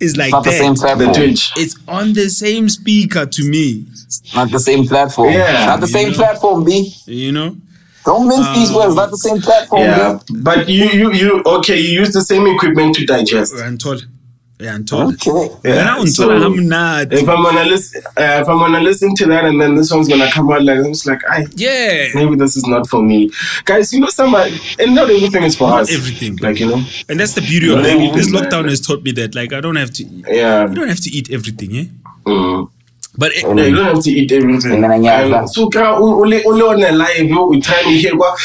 Speaker 3: is like
Speaker 2: not the
Speaker 3: that,
Speaker 2: same
Speaker 1: The
Speaker 2: platform.
Speaker 1: Twitch.
Speaker 3: it's on the same speaker to me.
Speaker 2: Not the same platform.
Speaker 1: Yeah,
Speaker 2: not the same
Speaker 3: yeah.
Speaker 2: platform, B.
Speaker 3: You know,
Speaker 2: Don't mince these words. Not the same platform,
Speaker 1: Oh, Yeah,
Speaker 2: B.
Speaker 1: but you, you, you, okay, you use the same equipment to digest.
Speaker 3: Rantol, Rantol.
Speaker 2: Okay.
Speaker 1: Yeah,
Speaker 3: When I untold
Speaker 1: so-
Speaker 3: I'm not.
Speaker 1: If I'm gonna listen, uh, if I'm gonna listen to that, and then this one's gonna come out like I'm just like, I
Speaker 3: Yeah.
Speaker 1: maybe this is not for me, guys. You know, somebody, and not everything is for
Speaker 3: Not
Speaker 1: us.
Speaker 3: everything.
Speaker 1: like you know,
Speaker 3: And that's the beauty of
Speaker 1: Not
Speaker 3: it.
Speaker 1: everything,
Speaker 3: This
Speaker 1: man.
Speaker 3: lockdown has taught me that. Like, I don't have to. You
Speaker 1: yeah,
Speaker 3: don't have to eat everything, eh?
Speaker 1: Mm.
Speaker 3: But it,
Speaker 1: Yeah, you don't have to eat everything.
Speaker 2: Ngana nyaka.
Speaker 1: Um, So, girl, o- only only on a live, you we try me here, but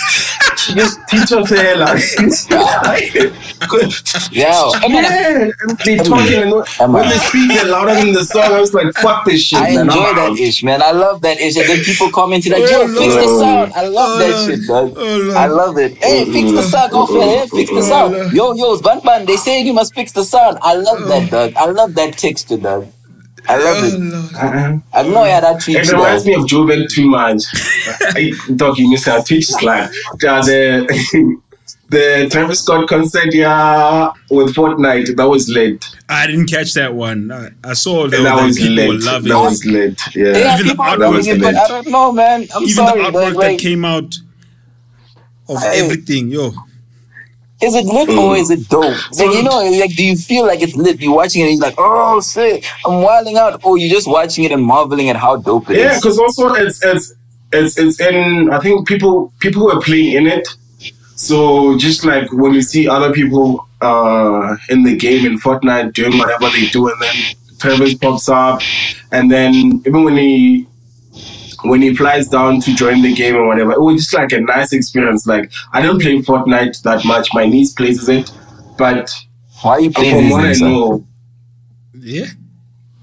Speaker 1: just teach us eh, here, like,
Speaker 2: Yeah.
Speaker 1: yeah, and they talking and
Speaker 2: Emma.
Speaker 1: when they speak, they're louder than the song. I was like, fuck this shit.
Speaker 2: I
Speaker 1: man, I'm
Speaker 2: enjoy that
Speaker 1: out.
Speaker 2: ish, man. I love that ish. And then people commented like, yo,
Speaker 3: Oh,
Speaker 2: fix the
Speaker 1: Lord.
Speaker 2: sound. I love
Speaker 3: Oh,
Speaker 2: that
Speaker 3: Lord.
Speaker 2: shit, dog.
Speaker 3: Oh, Lord.
Speaker 2: I love it. Hey, fix the sound. Go for it. Hey, fix the sound. Yo, yo, it's Ban Ban. They say you must fix the sound. I love that, dog. I love that texture, dog. I love it.
Speaker 1: Uh-uh.
Speaker 2: I know how that treats
Speaker 1: It
Speaker 2: you.
Speaker 1: reminds
Speaker 2: dog.
Speaker 1: me of Joburg too much. I, dog, you miss our Twitch is like yeah, the the Travis Scott concert, yeah, with Fortnite. That was late.
Speaker 3: I didn't catch that one. I, I saw the,
Speaker 1: that
Speaker 3: the
Speaker 1: was
Speaker 3: people were
Speaker 1: late.
Speaker 3: loving
Speaker 1: That
Speaker 3: it.
Speaker 1: was late. Yeah.
Speaker 2: Yeah,
Speaker 3: Even the
Speaker 2: people are
Speaker 3: artwork
Speaker 2: loving it, but
Speaker 1: in it.
Speaker 2: I don't know, man. I'm
Speaker 3: Even
Speaker 2: sorry,
Speaker 3: the
Speaker 2: dog.
Speaker 3: artwork that
Speaker 2: Like,
Speaker 3: came out of
Speaker 2: Hey.
Speaker 3: everything, yo.
Speaker 2: is it lit or is it dope?
Speaker 3: Mm.
Speaker 2: Like, you know, like, do you feel like it's lit? You're watching it and you're like, oh, shit, I'm wilding out. Or you're just watching it and marveling at how dope it is.
Speaker 1: Yeah, because also it's it's it's it's in. I think people people were playing in it. So just like when you see other people uh, in the game in Fortnite doing whatever they do, and then Travis pops up, and then even when he when he flies down to join the game or whatever, it was just like a nice experience. Like I don't play Fortnite that much. My niece plays it, but
Speaker 2: Why are you playing
Speaker 1: from
Speaker 2: these
Speaker 1: what I
Speaker 2: things, dog?
Speaker 1: know,
Speaker 3: Yeah.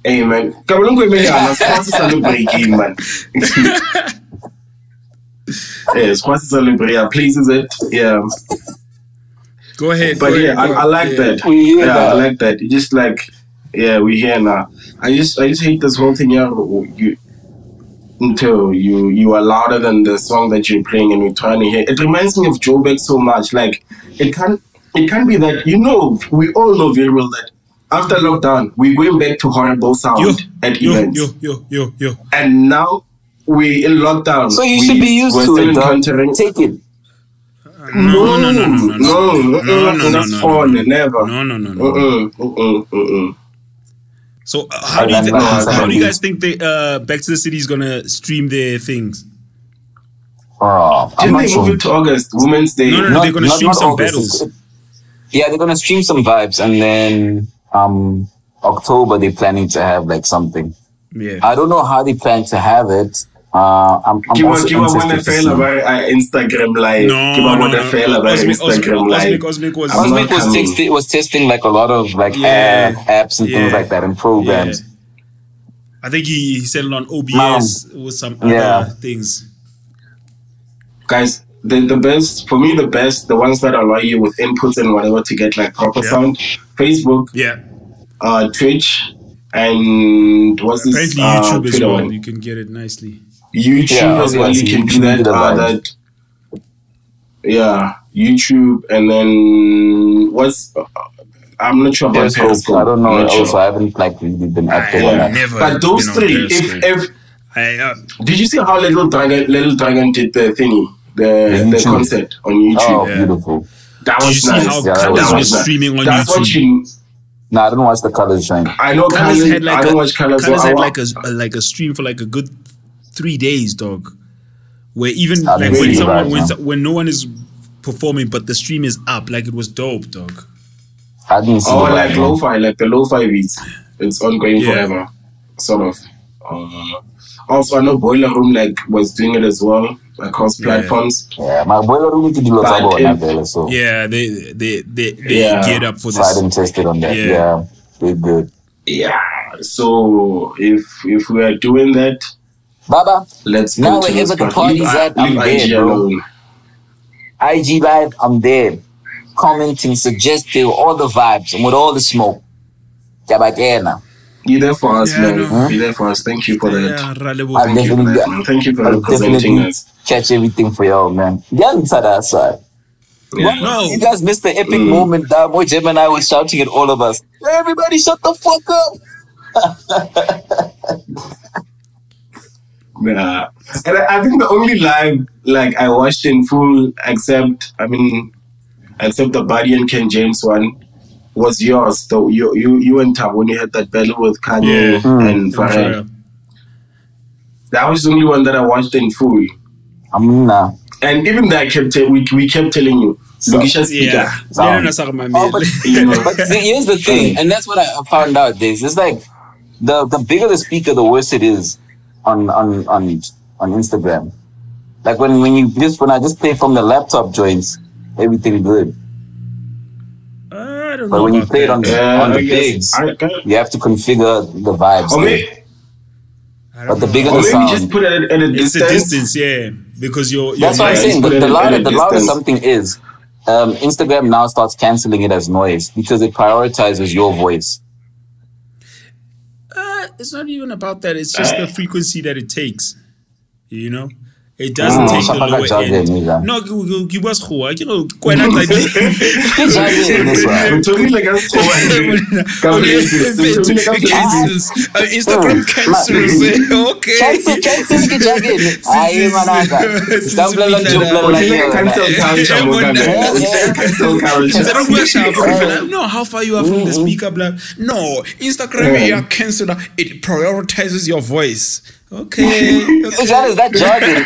Speaker 1: hey man, Kabulungu imeyala, sikwasi celebrate man. Yeah, sikwasi celebrate, yeah, pleases it. Yeah.
Speaker 3: Go ahead.
Speaker 1: But
Speaker 3: go
Speaker 1: yeah,
Speaker 3: ahead,
Speaker 1: I,
Speaker 3: go
Speaker 1: I like
Speaker 3: ahead.
Speaker 1: that.
Speaker 2: We hear
Speaker 1: yeah, I
Speaker 2: that.
Speaker 1: like that. You just like, yeah, we here now. I just, I just hate this whole thing. Yeah, you until you you are louder than the song that you're playing, and you're trying to hear. It reminds me of Joburg so much. Like it can it can be that you know we all know very well that after lockdown we're going back to horrible sound
Speaker 3: Yo,
Speaker 1: at
Speaker 3: yo,
Speaker 1: events,
Speaker 3: yo, yo, yo, yo.
Speaker 1: and now. We in lockdown.
Speaker 2: So you
Speaker 1: we,
Speaker 2: should be used
Speaker 1: we're
Speaker 2: to
Speaker 1: still
Speaker 2: it, dog.
Speaker 1: encountering-
Speaker 2: Take it.
Speaker 3: No, no, no, no, no,
Speaker 1: Mm, no,
Speaker 3: no, no,
Speaker 1: uh-uh,
Speaker 3: no,
Speaker 1: that's
Speaker 3: no,
Speaker 1: all,
Speaker 3: no.
Speaker 1: never.
Speaker 3: No, no, no, no.
Speaker 1: Mm-mm, mm-mm, mm-mm.
Speaker 3: So uh, how do you
Speaker 2: I
Speaker 3: thi-
Speaker 2: like that
Speaker 3: how do
Speaker 2: one.
Speaker 3: you guys think the uh, Back to the City is gonna stream their things?
Speaker 2: Oh, I'm
Speaker 1: Didn't
Speaker 2: not
Speaker 1: they
Speaker 2: sure.
Speaker 1: move it to August, Women's Day?
Speaker 3: No, no, no. They're gonna stream some
Speaker 2: August, it's-
Speaker 3: battles.
Speaker 2: Yeah, they're gonna stream some vibes, and then um October they're planning to have like something.
Speaker 3: Yeah.
Speaker 2: I don't know how they plan to have it. Uh, I'm, I'm
Speaker 1: Give
Speaker 2: also
Speaker 1: her, give her one
Speaker 2: interested to see.
Speaker 1: fella by uh, Instagram live.
Speaker 3: No,
Speaker 1: give her
Speaker 3: no,
Speaker 1: one
Speaker 3: no.
Speaker 1: fella by
Speaker 3: Osmic-
Speaker 1: Instagram live.
Speaker 3: Osmic- Osmic was-
Speaker 1: I'm not
Speaker 2: Cosmic was,
Speaker 1: coming.
Speaker 2: text- was testing like a lot of like
Speaker 3: Yeah.
Speaker 2: ad- apps and things
Speaker 3: Yeah.
Speaker 2: like that and
Speaker 3: Yeah.
Speaker 2: programs.
Speaker 3: I think he, he settled on OBS with some other
Speaker 2: Yeah.
Speaker 3: things.
Speaker 1: Guys, the, the best, for me, the best, the ones that allow you with inputs and whatever to get like proper
Speaker 3: Yeah.
Speaker 1: sound Facebook,
Speaker 3: Yeah.
Speaker 1: uh, Twitch, and what's this?
Speaker 3: Apparently
Speaker 1: uh,
Speaker 3: YouTube as
Speaker 1: Twitter
Speaker 3: well.
Speaker 1: one?
Speaker 3: You can get it nicely.
Speaker 1: YouTube
Speaker 2: Yeah,
Speaker 1: as well.
Speaker 2: yeah,
Speaker 1: You can do
Speaker 2: YouTube,
Speaker 1: that.
Speaker 2: the
Speaker 1: Uh,
Speaker 2: vibes.
Speaker 1: that. Yeah, YouTube, and then what's? I'm not sure about
Speaker 2: Periscope,
Speaker 1: Periscope.
Speaker 2: I don't know.
Speaker 1: I'm not
Speaker 2: Also,
Speaker 1: sure.
Speaker 2: I haven't like really been active
Speaker 3: I
Speaker 2: on
Speaker 1: Yeah.
Speaker 2: that.
Speaker 3: never
Speaker 1: But those
Speaker 3: been on
Speaker 1: three, if
Speaker 3: Periscope.
Speaker 1: if
Speaker 3: I, uh,
Speaker 1: did you see how little dragon little dragon did the thingy, the
Speaker 2: The
Speaker 1: the
Speaker 2: YouTube.
Speaker 1: concert on YouTube?
Speaker 2: Oh, beautiful.
Speaker 1: That
Speaker 3: did you
Speaker 1: was
Speaker 3: see
Speaker 1: nice.
Speaker 3: how
Speaker 2: Yeah, that
Speaker 3: Colors
Speaker 2: was
Speaker 3: was,
Speaker 2: nice.
Speaker 3: streaming on
Speaker 1: That's
Speaker 3: YouTube?
Speaker 1: what you.
Speaker 2: No, I don't watch the colors train.
Speaker 1: I know.
Speaker 3: Colors
Speaker 1: Colors
Speaker 3: had like
Speaker 1: I don't
Speaker 3: a,
Speaker 1: watch colors.
Speaker 3: Colours
Speaker 1: but I
Speaker 3: had
Speaker 1: wa-
Speaker 3: like a, a- like a stream for like a good three days, dog. Where even
Speaker 2: Ah,
Speaker 3: like
Speaker 2: that's
Speaker 3: when
Speaker 2: really
Speaker 3: someone
Speaker 2: bad,
Speaker 3: when,
Speaker 2: man.
Speaker 3: so- when no one is performing but the stream is up, like it was dope, dog.
Speaker 2: I didn't see
Speaker 1: oh,
Speaker 2: the
Speaker 1: like
Speaker 2: Batman.
Speaker 1: lo-fi, like the lo-fi beats. It's ongoing
Speaker 3: Yeah.
Speaker 1: forever, sort of. Um, also, I know Boiler Room like was doing it as well across platforms.
Speaker 2: Yeah, my boiler room to do lots
Speaker 1: But
Speaker 2: of on that
Speaker 1: if-
Speaker 2: villa, so
Speaker 3: Yeah, they they they, they
Speaker 1: Yeah.
Speaker 3: geared up for
Speaker 2: so I
Speaker 3: this.
Speaker 2: didn't test it on that.
Speaker 3: Yeah.
Speaker 2: Yeah, they good.
Speaker 1: Yeah. So if if we are doing that,
Speaker 2: Baba,
Speaker 1: let's go to
Speaker 2: Now wherever
Speaker 1: those
Speaker 2: the
Speaker 1: plat-
Speaker 2: party's
Speaker 1: leave-
Speaker 2: at,
Speaker 1: leave
Speaker 2: I'm there,
Speaker 1: IG
Speaker 2: bro.
Speaker 1: alone.
Speaker 2: IG live, I'm there, commenting, suggesting all the vibes and with all the smoke. Yeah, but yeah, now.
Speaker 1: You're there for us,
Speaker 3: Yeah, I
Speaker 1: man.
Speaker 3: know.
Speaker 1: You're there for us. Thank you for that.
Speaker 3: Yeah, Ralebo.
Speaker 2: I
Speaker 1: Thank you for
Speaker 2: definitely,
Speaker 1: that, man. Thank you for
Speaker 2: I'll
Speaker 1: representing
Speaker 2: definitely
Speaker 1: us.
Speaker 2: catch everything for y'all, man. Y'all inside outside.
Speaker 1: Yeah.
Speaker 3: No.
Speaker 2: You guys missed the epic
Speaker 1: Mm.
Speaker 2: moment that boy Jim and I was shouting at all of us. Everybody shut the fuck up.
Speaker 1: Yeah. And I, I think the only live like I watched in full, except I mean, except the Buddy and Ken James one, was yours. Though you you you and Tab when you had that battle with Kanye
Speaker 3: Yeah.
Speaker 1: and Pharrell.
Speaker 3: Pharrell.
Speaker 1: That was the only one that I watched in full.
Speaker 2: I'm nah.
Speaker 1: And even that I kept te- we, we kept telling you, Lukisha speaker.
Speaker 3: Yeah.
Speaker 2: Sound.
Speaker 3: Yeah, no, sorry, my
Speaker 2: Oh,
Speaker 3: man.
Speaker 2: but,
Speaker 1: You know.
Speaker 2: but see, here's the thing, and that's what I found out. This it's like the the bigger the speaker, the worse it is on on on on Instagram. Like when when you just when I just play from the laptop joints, everything good.
Speaker 3: I don't
Speaker 2: But
Speaker 3: know
Speaker 2: when you
Speaker 3: about
Speaker 2: play it
Speaker 3: that.
Speaker 2: on the
Speaker 1: Yeah,
Speaker 2: on
Speaker 1: I
Speaker 2: the
Speaker 1: guess-
Speaker 2: bigs,
Speaker 1: I- I-
Speaker 2: you have to configure the vibes.
Speaker 1: Or
Speaker 2: there.
Speaker 1: maybe,
Speaker 2: But
Speaker 3: I don't
Speaker 2: the
Speaker 3: know.
Speaker 2: bigger
Speaker 1: or
Speaker 2: the
Speaker 1: maybe
Speaker 2: sound,
Speaker 1: just put it at, at a
Speaker 3: um, It's
Speaker 1: distance.
Speaker 3: a distance, yeah, because you're.
Speaker 2: That's what I'm
Speaker 1: Yeah,
Speaker 2: saying.
Speaker 1: it's
Speaker 2: The,
Speaker 1: put
Speaker 2: the
Speaker 1: it at
Speaker 2: louder,
Speaker 1: a
Speaker 2: the louder
Speaker 1: distance.
Speaker 2: something is, um, Instagram now starts canceling it as noise because it prioritizes your voice.
Speaker 3: Uh, it's not even about that. It's
Speaker 2: Uh,
Speaker 3: just the frequency that it takes. You know, it doesn't
Speaker 2: Mm.
Speaker 3: take the
Speaker 2: Shaka
Speaker 3: lower
Speaker 2: Jaja, nigga.
Speaker 3: end. No, you- you- you was who? I know. When I like.
Speaker 2: Good job, yeah, this one.
Speaker 1: We're talking like us. Come
Speaker 3: Okay,
Speaker 1: racist. We're talking like us.
Speaker 3: cancels. Uh,
Speaker 2: Mm,
Speaker 3: Instagram cancels. Okay.
Speaker 2: Cancel, cancel, get your kid. I am an actor. Stop playing like
Speaker 1: uh,
Speaker 2: you play like
Speaker 1: We're talking like
Speaker 2: you.
Speaker 1: us.
Speaker 3: Yeah,
Speaker 1: We're talking
Speaker 3: yeah.
Speaker 1: like us.
Speaker 3: Instead of worship,
Speaker 2: Yeah.
Speaker 3: no, how far you are from
Speaker 2: Mm-hmm.
Speaker 3: the speaker, blah. No, Instagram,
Speaker 1: Yeah.
Speaker 3: you are cancelled. It prioritizes your voice. Okay. okay.
Speaker 2: Which one is that jargon?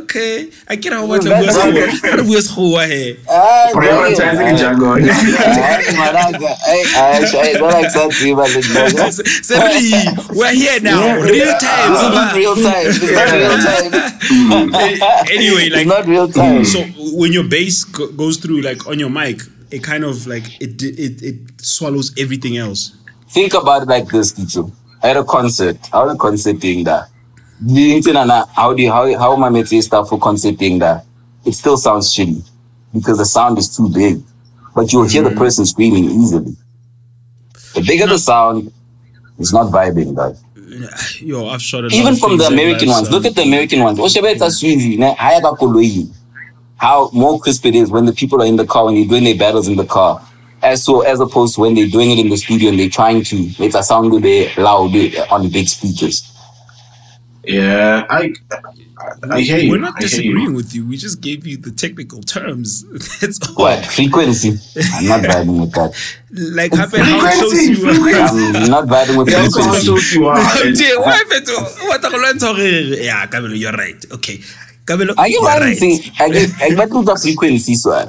Speaker 3: Okay, I get how much I
Speaker 2: That's
Speaker 3: was
Speaker 2: okay.
Speaker 3: I was who I had.
Speaker 2: Ah,
Speaker 1: Prioritizing
Speaker 2: yeah.
Speaker 1: Django.
Speaker 2: I am an actor. Hey, I I don't accept you, but it's not-
Speaker 3: Suddenly, we're here now, real time.
Speaker 2: This is not
Speaker 3: Baba.
Speaker 2: real time. This is not real time.
Speaker 3: Eh, anyway,
Speaker 2: It's
Speaker 3: like
Speaker 2: not real time.
Speaker 3: so when your bass go- goes through like on your mic, it kind of like it it it swallows everything else.
Speaker 2: think about it like this, Kicho. I had a concert. How the concert thing that? How do you, how how am I meant to start for concert thing that? It still sounds shitty because the sound is too big, but you'll hear the person screaming easily. The bigger the sound, it's not vibing, dog.
Speaker 3: Yo, I've shot a lot
Speaker 2: Even
Speaker 3: of
Speaker 2: from
Speaker 3: things
Speaker 2: the
Speaker 3: in
Speaker 2: American
Speaker 3: life,
Speaker 2: ones.
Speaker 3: so-
Speaker 2: Look at the American ones. Oshebeta Swizi, ne, Ayaka Koloyi. How more crisp it is when the people are in the car when you're doing their battles in the car. As so as opposed to when they're doing it in the studio and they're trying to make a sound good eh, loud eh, on big speakers.
Speaker 1: Yeah, I, I hear you.
Speaker 3: We're not
Speaker 1: I hear you.
Speaker 3: disagreeing with you. We just gave you the technical terms. That's all.
Speaker 2: What? Frequency. I'm not vibing with that.
Speaker 3: Like, happen how it shows you.
Speaker 2: I'm not vibing with
Speaker 1: That's what
Speaker 2: frequency.
Speaker 1: shows you are. And
Speaker 3: Dear, why Beto? What are you learning? Yeah, Kabelo, you're right. Okay. Kabelo,
Speaker 2: Are you
Speaker 3: you're
Speaker 2: right? I get I get with the frequency, so I-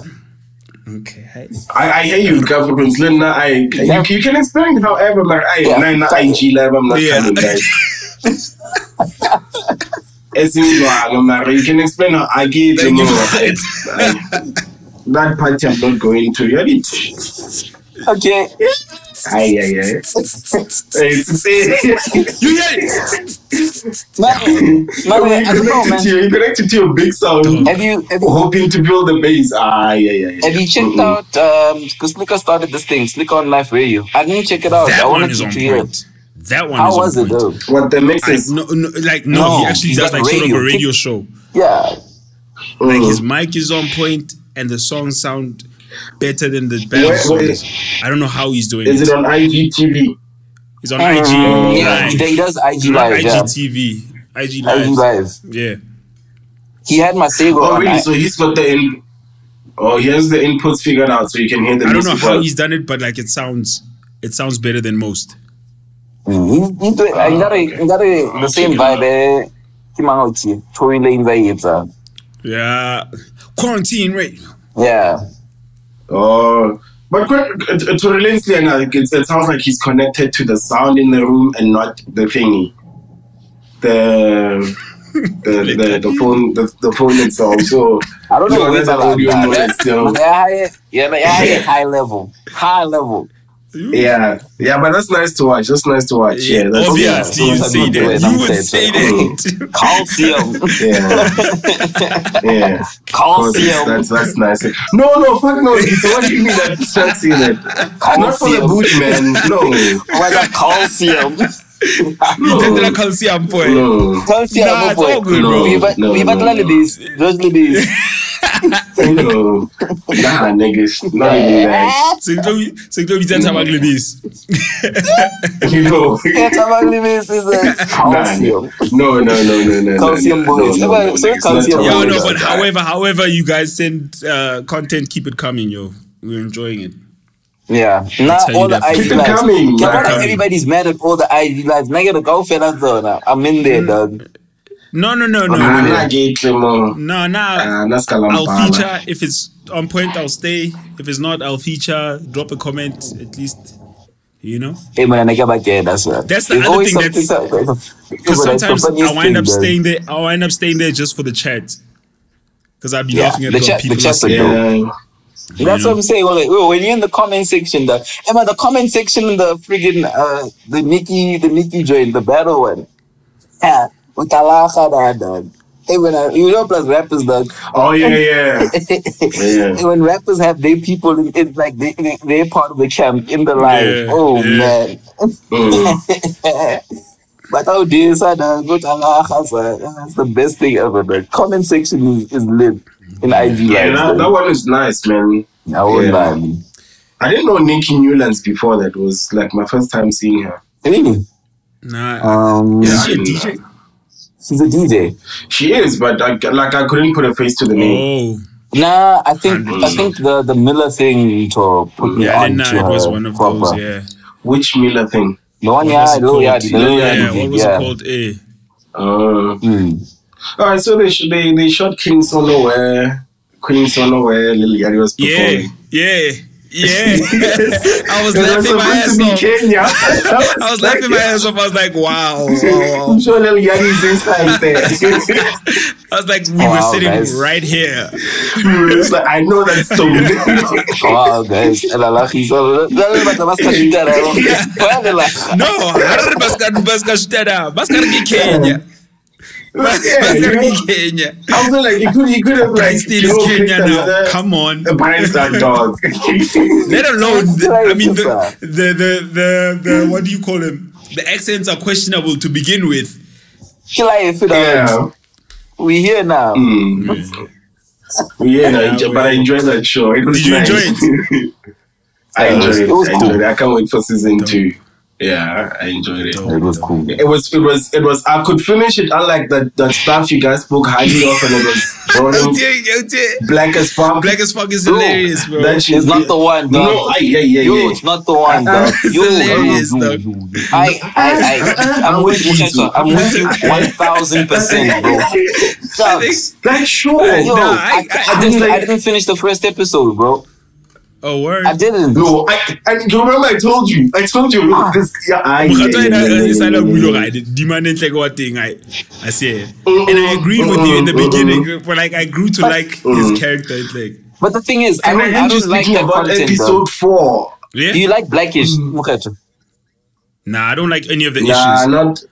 Speaker 3: Okay. hi.
Speaker 1: I, I hear you, Governor Linda. I you, you can explain however, but I
Speaker 2: Yeah.
Speaker 1: nine IG level. I'm not
Speaker 3: Yeah.
Speaker 1: coming back. It's in Luang, Mara. You can explain how I get you
Speaker 3: Thank you
Speaker 1: know,
Speaker 3: for
Speaker 1: I- I- That part I'm not going to. You need.
Speaker 2: Okay.
Speaker 1: Aye, aye, aye. It's- it's-
Speaker 3: You hear it?
Speaker 2: Man, man, I
Speaker 1: you
Speaker 2: don't know,
Speaker 1: connected to
Speaker 2: man.
Speaker 1: your, you connected to your big sound,
Speaker 2: Have you have you
Speaker 1: hoping to build the base. Aye, aye, aye.
Speaker 2: Have you checked out? Because Slicker started this thing, Slicker on Life Radio. I didn't check it out. I
Speaker 3: That one
Speaker 2: wanted
Speaker 3: is
Speaker 2: to
Speaker 3: on
Speaker 2: hear it.
Speaker 3: point. That one
Speaker 2: How
Speaker 3: is
Speaker 2: was
Speaker 3: on
Speaker 2: it
Speaker 3: point.
Speaker 2: though?
Speaker 1: What the mix
Speaker 3: I,
Speaker 1: is?
Speaker 3: no, no, like no,
Speaker 2: No,
Speaker 3: he actually
Speaker 2: he's
Speaker 3: does
Speaker 2: got
Speaker 3: like sort of
Speaker 2: radio.
Speaker 3: a radio show.
Speaker 2: Yeah,
Speaker 3: Like his
Speaker 1: Mm.
Speaker 3: mic is on point, and the songs sound better than the band
Speaker 1: Where- where-
Speaker 3: songs. I don't know how he's doing
Speaker 1: Is
Speaker 3: it.
Speaker 1: it on IGTV?
Speaker 3: He's on IG
Speaker 2: yeah. He, he
Speaker 3: Live,
Speaker 2: does IG
Speaker 3: not
Speaker 2: Live. Yeah,
Speaker 3: IGTV, IG
Speaker 2: IG
Speaker 3: Live.
Speaker 2: Live.
Speaker 3: Yeah.
Speaker 2: He had Masego
Speaker 1: Oh,
Speaker 2: on.
Speaker 1: really? So he's got the in. Oh, he has the inputs figured out, so you can hear the.
Speaker 3: I don't know
Speaker 1: music
Speaker 3: how
Speaker 1: well.
Speaker 3: he's done it, but like it sounds, it sounds better than most.
Speaker 2: Mm, he's- he's doing.
Speaker 3: Ah,
Speaker 2: I got a, got a the same
Speaker 1: check it out.
Speaker 2: vibe. Eh, Kimangoti, Tory Lane uh, Zayeta.
Speaker 3: Yeah, quarantine rate.
Speaker 2: Yeah,
Speaker 1: Oh, but quite, to, to relate to another, it, it sounds like he's connected to the sound in the room and not the thingy, the the the, the phone the, the phone itself. So
Speaker 2: I don't
Speaker 1: you
Speaker 2: know
Speaker 1: know,
Speaker 2: what's
Speaker 1: that's an
Speaker 2: about
Speaker 1: audio
Speaker 2: that.
Speaker 1: noise. So
Speaker 2: Yeah, yeah, yeah, yeah, high level, high level.
Speaker 1: Yeah, yeah, but that's nice to watch. That's nice to watch. Yeah, that's
Speaker 3: Obviously,
Speaker 2: yeah,
Speaker 3: you
Speaker 2: sometimes
Speaker 3: say
Speaker 2: we do it
Speaker 3: that. You would
Speaker 2: downstairs,
Speaker 3: say
Speaker 1: so-
Speaker 3: that.
Speaker 2: Calcium.
Speaker 1: yeah, yeah. Cause it's-
Speaker 2: Calcium.
Speaker 1: that's that's nice. No, no, fuck no. It's what you mean that you can't see that. Not for the
Speaker 2: Calcium.
Speaker 1: booty, man. No,
Speaker 2: Why that Oh calcium?
Speaker 3: Itendela calcium for it.
Speaker 1: no.
Speaker 2: Calcium,
Speaker 3: Nah,
Speaker 2: my
Speaker 3: it's
Speaker 2: boy.
Speaker 3: all good,
Speaker 1: bro.
Speaker 2: We but
Speaker 1: No,
Speaker 2: we
Speaker 1: no,
Speaker 2: but
Speaker 1: no,
Speaker 2: lally
Speaker 1: no.
Speaker 2: this. Just this.
Speaker 1: No, nah, niggas, not even that.
Speaker 3: sekuhlobithatha abakulibisi
Speaker 1: You know,
Speaker 2: Get about this is a calcium.
Speaker 1: no, no, no, no, no, no,
Speaker 2: Calcium
Speaker 1: no,
Speaker 2: boys.
Speaker 1: no, no,
Speaker 2: Never-
Speaker 1: no,
Speaker 2: say
Speaker 1: niggas, not
Speaker 2: calcium
Speaker 1: all
Speaker 3: yeah
Speaker 2: boys.
Speaker 1: that.
Speaker 3: no but however however you guys send uh, content keep it coming yo we're enjoying it
Speaker 2: Yeah. Now
Speaker 3: how you
Speaker 2: all the IG
Speaker 3: definitely-
Speaker 1: Keep it
Speaker 2: lives.
Speaker 1: coming,
Speaker 2: Yeah,
Speaker 1: man.
Speaker 2: why like everybody's mad at all the IG lives. Now you gotta go fellas though. Now I'm in
Speaker 3: Mm.
Speaker 2: there, dog.
Speaker 3: no no no no
Speaker 1: Nah,
Speaker 3: no
Speaker 1: nah, gay Clemo.
Speaker 3: no
Speaker 1: Nah,
Speaker 3: nah,
Speaker 1: that's
Speaker 3: I'll
Speaker 1: Kalambala.
Speaker 3: feature if it's on point I'll stay if it's not I'll feature drop a comment at least you know
Speaker 2: Hey man, I get back there. That's what.
Speaker 3: That's the
Speaker 2: There's
Speaker 3: other
Speaker 2: always
Speaker 3: thing
Speaker 2: something- But
Speaker 3: because
Speaker 2: that's the
Speaker 3: sometimes I
Speaker 2: funniest
Speaker 3: wind
Speaker 2: thing,
Speaker 3: up
Speaker 2: dog.
Speaker 3: staying there I wind up staying there just for the chat because I'd be
Speaker 2: Yeah,
Speaker 3: laughing at
Speaker 2: the
Speaker 3: what
Speaker 2: chat- the
Speaker 3: people are
Speaker 2: chats are
Speaker 3: saying.
Speaker 2: dope.
Speaker 1: Yeah.
Speaker 2: That's what I'm saying. Well, like, well, when you're in the comment section, the Emma, the comment section in the friggin' uh, the Nikki, the Nikki joint, the battle one. Yeah, utalaga da dog. Hey, when I, you know, plus rappers dog.
Speaker 1: Oh yeah, yeah.
Speaker 2: Hey, when rappers have their people in, in like they, they, they're part of the camp in the line.
Speaker 3: Yeah,
Speaker 2: oh
Speaker 3: yeah.
Speaker 2: man.
Speaker 1: Mm.
Speaker 2: But oh dear, sir, dog, utalaga, sir. That's uh, the best thing ever. The comment section is, is lit in IG.
Speaker 1: Yeah,
Speaker 2: lives,
Speaker 1: that,
Speaker 2: dog.
Speaker 1: that one is nice, man.
Speaker 2: I won't
Speaker 1: yeah.
Speaker 2: lie, man.
Speaker 1: I didn't know Nikki Newlands before. That was like my first time seeing her.
Speaker 2: Really?
Speaker 3: nah
Speaker 2: Um,
Speaker 1: Yeah,
Speaker 3: she
Speaker 1: I
Speaker 3: a
Speaker 1: didn't
Speaker 3: DJ?
Speaker 1: know.
Speaker 2: She's a DJ.
Speaker 1: She is, but I, like I couldn't put a face to the name.
Speaker 3: oh
Speaker 2: Nah, I think I think the, the Miller thing to put me
Speaker 3: yeah I
Speaker 2: on
Speaker 3: didn't
Speaker 2: to
Speaker 3: know it
Speaker 2: her
Speaker 3: was one of
Speaker 2: proper.
Speaker 3: those yeah
Speaker 1: Which Miller thing?
Speaker 2: The one,
Speaker 3: What was
Speaker 2: yeah,
Speaker 3: it
Speaker 2: oh, yeah,
Speaker 3: called?
Speaker 2: the little
Speaker 3: yeah,
Speaker 2: yeah,
Speaker 3: what was it called? Eh.
Speaker 1: Uh,
Speaker 2: Mm.
Speaker 1: all right, so they sh- they they shot King Solo where Queen Solo where Lil Yachty was
Speaker 3: Yeah,
Speaker 1: performing.
Speaker 3: yeah, yeah. I was
Speaker 1: It was
Speaker 3: laughing my ass
Speaker 1: supposed to be
Speaker 3: off.
Speaker 1: Kenya.
Speaker 3: I was laughing my ass off. I was like, wow. wow, wow.
Speaker 1: I'm sure Lil Yachty's inside there.
Speaker 3: I was like, we
Speaker 2: Oh, Wow,
Speaker 3: were sitting
Speaker 2: guys.
Speaker 3: right here.
Speaker 1: it's like, I know that song.
Speaker 2: Wow, guys. Elalahi. So, lalo ba na mas kashita na yun? Pwede lang.
Speaker 3: No, harare basikari basikashutera basikari ki Kenya
Speaker 1: yeah, you
Speaker 3: basikari
Speaker 1: know?
Speaker 3: ki Kenya.
Speaker 1: I was like, you could, you could have like,
Speaker 3: Brian Steele is
Speaker 1: you know,
Speaker 3: Kenya
Speaker 1: picked
Speaker 3: now.
Speaker 1: another-
Speaker 3: Come on.
Speaker 1: a Brian Star dog.
Speaker 3: Let alone, the,
Speaker 2: Right,
Speaker 3: I mean, the,
Speaker 2: sir.
Speaker 3: the, the, the, the, what do you call them? The accents are questionable to begin with.
Speaker 2: Kila eh, fit
Speaker 1: yeah. Mm.
Speaker 2: out. We here now. Mm-hmm.
Speaker 1: Yeah, no, I
Speaker 3: Yeah,
Speaker 1: enjoy-
Speaker 3: we-
Speaker 1: but I enjoyed that show. It was
Speaker 3: Did you
Speaker 1: nice.
Speaker 3: enjoy
Speaker 1: it? I
Speaker 2: Yeah, it
Speaker 1: enjoyed
Speaker 2: was-
Speaker 1: it.
Speaker 2: it was
Speaker 1: I
Speaker 2: cool.
Speaker 1: enjoyed it. I can't wait for season two. Yeah, I enjoyed it.
Speaker 2: It was cool.
Speaker 1: It was, it was, it was. I could finish it. Unlike that, that stuff you guys spoke highly of, and it was boring,
Speaker 3: Okay, okay.
Speaker 1: black as fuck.
Speaker 3: Black as fuck is hilarious, bro.
Speaker 1: That shit-
Speaker 2: It's not the one, dog.
Speaker 1: No, I, yeah, yeah,
Speaker 2: You,
Speaker 1: yeah.
Speaker 2: it's not the one, dog.
Speaker 1: Ah, It's
Speaker 2: You,
Speaker 3: hilarious,
Speaker 2: you,
Speaker 3: dog.
Speaker 2: you, you. I, I, I, I'm with you, Cheto. I'm with you 1000%, bro. Shucks.
Speaker 1: That show.
Speaker 2: Yo,
Speaker 3: Nah,
Speaker 2: I,
Speaker 3: I-
Speaker 2: I,
Speaker 3: I-
Speaker 2: didn't, I didn't finish the first episode, bro.
Speaker 3: Oh, word.
Speaker 2: I didn't.
Speaker 1: No, I, I you remember I told you. I told you.
Speaker 2: Ah.
Speaker 1: Look, this, yeah, I, yeah,
Speaker 3: Mokgatlo
Speaker 1: yeah,
Speaker 3: ena
Speaker 1: yeah,
Speaker 3: e
Speaker 1: yeah,
Speaker 3: sala
Speaker 1: yeah,
Speaker 3: bulo
Speaker 1: yeah.
Speaker 3: ga e demand e ntle ke wa teng, I- I see it.
Speaker 1: Uh-huh.
Speaker 3: And I agreed with you in the beginning, but like I grew to like
Speaker 1: Uh-huh.
Speaker 3: his character. It's like,
Speaker 2: But the thing is, I
Speaker 1: And
Speaker 2: don't, I
Speaker 1: then
Speaker 2: don't
Speaker 1: just
Speaker 2: like
Speaker 1: thinking
Speaker 2: that
Speaker 1: about Mm.
Speaker 2: content, dog.
Speaker 1: episode four.
Speaker 2: Do you
Speaker 3: yeah.
Speaker 2: like Blackish, Mukhetu?
Speaker 3: Nah, I don't like any of the
Speaker 1: Nah,
Speaker 3: issues.
Speaker 1: not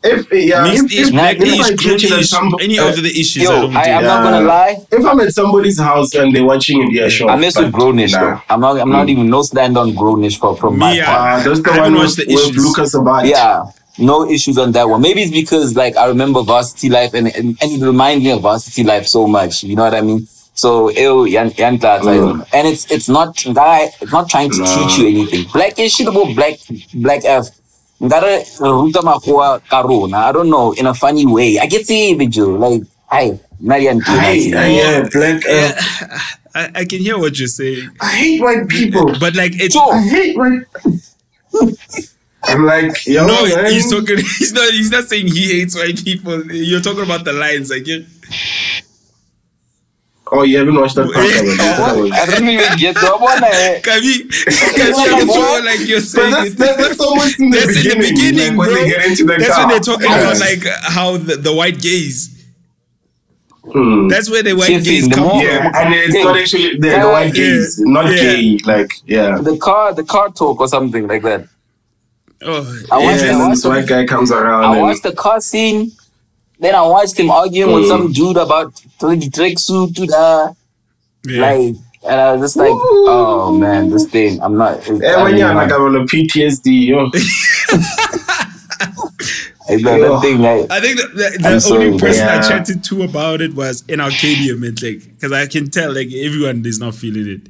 Speaker 1: if yeah.
Speaker 3: Mixed
Speaker 1: if,
Speaker 3: ish,
Speaker 1: if,
Speaker 3: black
Speaker 1: if I
Speaker 3: ish,
Speaker 1: catch it
Speaker 3: green
Speaker 1: at
Speaker 3: ish,
Speaker 1: some-
Speaker 3: any
Speaker 1: uh,
Speaker 3: of the issues. I
Speaker 2: Yo,
Speaker 3: don't
Speaker 2: I,
Speaker 3: do.
Speaker 2: I'm not
Speaker 1: Yeah.
Speaker 2: gonna lie.
Speaker 1: if I'm at somebody's house and they're watching it, yeah, sure.
Speaker 2: I mess with
Speaker 1: but
Speaker 2: Grownish,
Speaker 1: nah.
Speaker 2: though. I'm not, I'm not even no stand on Grownish from, from my
Speaker 3: Me,
Speaker 2: part.
Speaker 1: Uh, that's the
Speaker 3: I haven't
Speaker 1: one
Speaker 3: watched
Speaker 1: with,
Speaker 3: the
Speaker 1: with
Speaker 3: issues.
Speaker 1: Lucas Abad.
Speaker 2: Yeah, no issues on that one. Maybe it's because like I remember Varsity Life and and, and it reminds me of Varsity Life so much. You know what I mean? So ew, yan, yan that, I don't know. and it's it's not guy it's not trying to teach you anything. Black is shit about black black F. Ngara ruta makhoa ka rona. I don't know in a funny way. I get see you like I not yan
Speaker 1: Hey, uh, yeah, black. Uh,
Speaker 3: I, I can hear what you're saying,
Speaker 1: I hate white people.
Speaker 3: but like
Speaker 1: I
Speaker 3: it's
Speaker 2: Sure.
Speaker 1: hate white. I'm like, yo,
Speaker 3: no,
Speaker 1: man.
Speaker 3: he's talking. He's not. He's not saying he hates white people. You're talking about the lines. Like, yeah.
Speaker 1: Oh, you haven't watched that part of it. That's what I was-
Speaker 2: I don't even get the one. eh.
Speaker 3: Kavi, Kavi, I'm talking like you're saying.
Speaker 1: But that's,
Speaker 3: it.
Speaker 1: that's, that's almost in the
Speaker 3: That's
Speaker 1: beginning.
Speaker 3: in the beginning,
Speaker 1: like,
Speaker 3: bro.
Speaker 1: When they get into the
Speaker 3: That's
Speaker 1: car.
Speaker 3: when they're talking
Speaker 1: Yeah.
Speaker 3: about like how the, the white gays.
Speaker 1: Hmm.
Speaker 3: That's where the white
Speaker 2: Chief
Speaker 3: gays
Speaker 2: in the
Speaker 3: come
Speaker 2: mall.
Speaker 3: from.
Speaker 1: Yeah, and it's
Speaker 2: Oh, Gay.
Speaker 1: not actually the,
Speaker 2: Yeah,
Speaker 1: the white
Speaker 2: like,
Speaker 1: gays,
Speaker 3: yeah.
Speaker 1: not
Speaker 3: Yeah.
Speaker 1: gay. Like, yeah.
Speaker 2: The car, the car talk or something like that. I
Speaker 3: Oh,
Speaker 1: Yeah,
Speaker 2: watched, I
Speaker 1: and then
Speaker 2: watched,
Speaker 1: this white guy comes around
Speaker 2: I
Speaker 1: and
Speaker 2: watched the car scene. Then I watched him arguing
Speaker 3: Hmm.
Speaker 2: with some dude about the tracksuit to the
Speaker 3: yeah.
Speaker 2: ah, like, and I was just like, oh man, this thing. I'm not. it's-
Speaker 1: Eh,
Speaker 2: I
Speaker 1: when
Speaker 2: mean,
Speaker 1: you're
Speaker 2: like,
Speaker 1: like I'm on a PTSD, yo.
Speaker 2: it's like that thing, like,
Speaker 3: I think the, the,
Speaker 2: I'm
Speaker 3: the
Speaker 2: sorry,
Speaker 3: only
Speaker 2: but-
Speaker 3: person I
Speaker 1: Yeah.
Speaker 3: chatted to about it was in Arcadia, man. Like, because I can tell, like, everyone is not feeling it.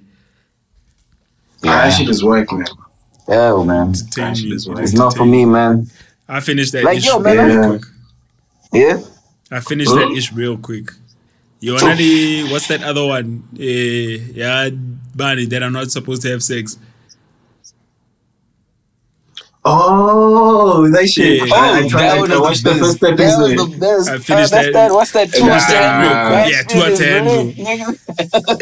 Speaker 1: Ah, That shit is work, man.
Speaker 2: hell, oh, man.
Speaker 3: Tell me,
Speaker 1: is
Speaker 2: It's not for me, man.
Speaker 3: I finished that
Speaker 2: Like,
Speaker 3: ish
Speaker 2: yo, man,
Speaker 3: real
Speaker 1: I-
Speaker 3: quick.
Speaker 2: Yeah.
Speaker 3: I finished that ish real quick. You already, what's that other one? Uh, yeah, Bunny, that I'm not supposed to have sex.
Speaker 1: Oh, that shit.
Speaker 3: Yeah.
Speaker 1: I, I
Speaker 2: Oh,
Speaker 1: tried
Speaker 2: that
Speaker 1: to watch
Speaker 2: was the
Speaker 1: the
Speaker 2: best.
Speaker 1: first
Speaker 2: That was
Speaker 1: episode.
Speaker 2: the best.
Speaker 3: I
Speaker 2: Uh,
Speaker 3: finished
Speaker 2: that's
Speaker 3: that-
Speaker 2: that, What's that? Two
Speaker 1: finished that
Speaker 3: real quick. Yeah, two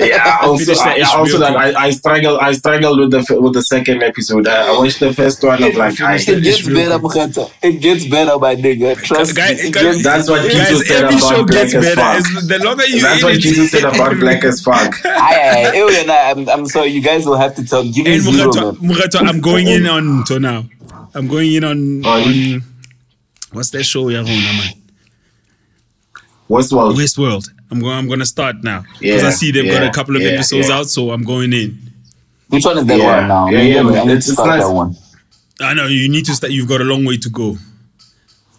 Speaker 1: yeah, also,
Speaker 3: Finish that
Speaker 1: I,
Speaker 3: ish
Speaker 1: also
Speaker 3: real
Speaker 1: that
Speaker 3: quick.
Speaker 1: I, I struggled. I struggled with the f- with the second episode. I, I watched the first one. I'm like, I,
Speaker 2: It
Speaker 3: Finish
Speaker 2: gets
Speaker 3: real
Speaker 2: better, Mkhata. It gets better, my nigga. Trust
Speaker 3: Guy-
Speaker 2: me. It
Speaker 3: guy-
Speaker 2: gets
Speaker 1: that's what
Speaker 3: Guys,
Speaker 1: Kizu said
Speaker 3: every show
Speaker 1: about Black
Speaker 3: gets
Speaker 1: as
Speaker 3: better.
Speaker 1: fuck.
Speaker 3: It's- the longer you
Speaker 1: That's
Speaker 3: in
Speaker 1: what
Speaker 3: it-
Speaker 1: Kizu said about Black as fuck.
Speaker 2: I, I, and I, I'm, I'm sorry, you guys will have to talk. Give me
Speaker 3: And
Speaker 2: zero, man.
Speaker 3: Mugato, Mugato, I'm going in on to now. I'm going in on, on what's that show you're on, man?
Speaker 1: Westworld.
Speaker 3: Westworld. I'm going. I'm going to start now because
Speaker 1: Yeah,
Speaker 3: I see they've got
Speaker 1: yeah,
Speaker 3: a couple of
Speaker 1: yeah,
Speaker 3: episodes
Speaker 1: yeah.
Speaker 3: out, so I'm going in.
Speaker 2: Which one is that
Speaker 1: Yeah.
Speaker 2: one now?
Speaker 1: Yeah,
Speaker 2: Maybe
Speaker 1: yeah,
Speaker 2: I need
Speaker 1: but
Speaker 2: to
Speaker 1: it's- it's
Speaker 2: start
Speaker 1: nice.
Speaker 2: that one.
Speaker 3: I know you need to start. You've got a long way to go.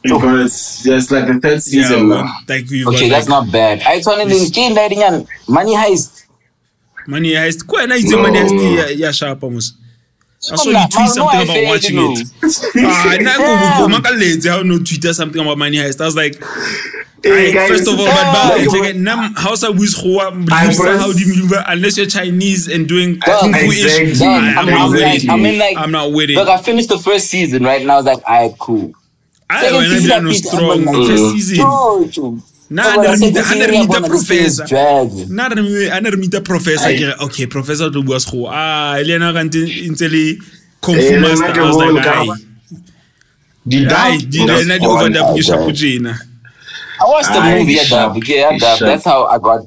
Speaker 1: Because it's just like the third season
Speaker 3: well,
Speaker 1: now.
Speaker 3: like you've
Speaker 2: Okay,
Speaker 3: got
Speaker 2: that's
Speaker 3: like,
Speaker 2: not bad. I told him, "Kid, lighting and money heist."
Speaker 3: money heist. Quite nice.
Speaker 1: No,
Speaker 3: money heist.
Speaker 1: no.
Speaker 3: Yeah, yeah, sharp almost. I saw
Speaker 2: Even
Speaker 3: you
Speaker 2: that,
Speaker 3: tweet
Speaker 2: man, no,
Speaker 3: something
Speaker 2: I
Speaker 3: about
Speaker 2: said,
Speaker 3: watching
Speaker 2: you know.
Speaker 3: it. Ah, I go lazy. I no Twitter something about money heist. I was like,
Speaker 1: Hey,
Speaker 3: Hey,
Speaker 1: guys,
Speaker 3: first of
Speaker 2: oh,
Speaker 3: all,
Speaker 1: yeah,
Speaker 3: but
Speaker 1: like,
Speaker 3: yeah. nam hausa who's hoa
Speaker 1: I press-
Speaker 3: how do you unless you're Chinese and doing
Speaker 2: Dog,
Speaker 3: kung Ah, fu
Speaker 1: exactly,
Speaker 3: ish.
Speaker 2: Dog, I'm, I'm like,
Speaker 1: Exactly.
Speaker 2: I mean, like,
Speaker 3: I'm not with it.
Speaker 2: Look, I finished the first season, right? And I was like, "Alright, cool."
Speaker 3: I
Speaker 2: Second
Speaker 3: when I
Speaker 2: season,
Speaker 3: did
Speaker 2: I
Speaker 3: no
Speaker 2: picked-
Speaker 3: strong
Speaker 2: I'm like,
Speaker 3: first season.
Speaker 2: George.
Speaker 3: Nah,
Speaker 2: But I
Speaker 3: under
Speaker 2: said,
Speaker 3: meter,
Speaker 2: this
Speaker 3: under
Speaker 2: area,
Speaker 3: meter
Speaker 2: but this is
Speaker 3: professor.
Speaker 2: dragging.
Speaker 3: Nna re mo- a ne re meet-a professor ke re, okay professor to bua sekgowa ah le ena ka ntse ntse le kung fu
Speaker 1: Eh, le
Speaker 3: master
Speaker 1: nna ke
Speaker 3: I was like,
Speaker 1: bone ka-
Speaker 3: "Ai,
Speaker 1: the
Speaker 3: ai,
Speaker 1: dub
Speaker 3: di- le ena di
Speaker 1: was
Speaker 3: overdub
Speaker 1: on.
Speaker 3: ke shapo tjena."
Speaker 2: I watched the
Speaker 1: Aye,
Speaker 2: movie
Speaker 1: it's
Speaker 2: at Dub.
Speaker 1: sharp.
Speaker 2: Yeah, at
Speaker 1: It's
Speaker 2: Dub.
Speaker 1: sharp.
Speaker 2: That's how I got.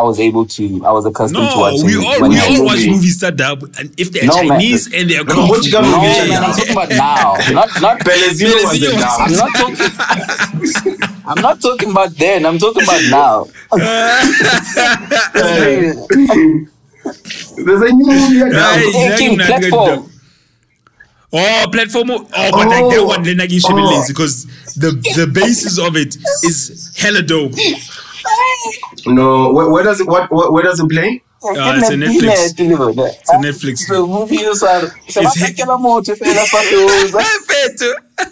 Speaker 2: I was able to. I was accustomed to
Speaker 3: No,
Speaker 2: watching.
Speaker 3: we
Speaker 2: it
Speaker 3: all
Speaker 2: when
Speaker 3: we
Speaker 2: I
Speaker 3: all
Speaker 2: was-
Speaker 3: watch
Speaker 1: movie.
Speaker 3: movies that are and if they're
Speaker 2: No, man.
Speaker 3: Chinese and they're eh,
Speaker 1: No,
Speaker 3: kung
Speaker 1: what
Speaker 3: fu,
Speaker 1: you got
Speaker 2: No,
Speaker 1: movies
Speaker 2: man, I'm
Speaker 1: that
Speaker 2: talking about now. Not not.
Speaker 1: Pelezino was the
Speaker 3: Pelezino was-
Speaker 1: dub.
Speaker 2: I'm not talking. I'm not talking about then. I'm talking about now.
Speaker 1: Ah, There's a new movie at dub.
Speaker 3: Ai,
Speaker 2: Hey,
Speaker 3: Jack
Speaker 2: King,
Speaker 3: Nugget
Speaker 2: platform.
Speaker 3: dub. Oh, platform. Oh, but like that
Speaker 1: Oh.
Speaker 3: one, then I give
Speaker 1: Oh.
Speaker 3: lazy because the the basis of it is hella dope.
Speaker 1: No, where, where does it? What? Where, where does it play?
Speaker 3: Ah, it's a Netflix.
Speaker 2: It's
Speaker 3: a Netflix.
Speaker 2: It's a movie. It's a. It's
Speaker 3: It's hit-
Speaker 2: a.
Speaker 3: Fethu.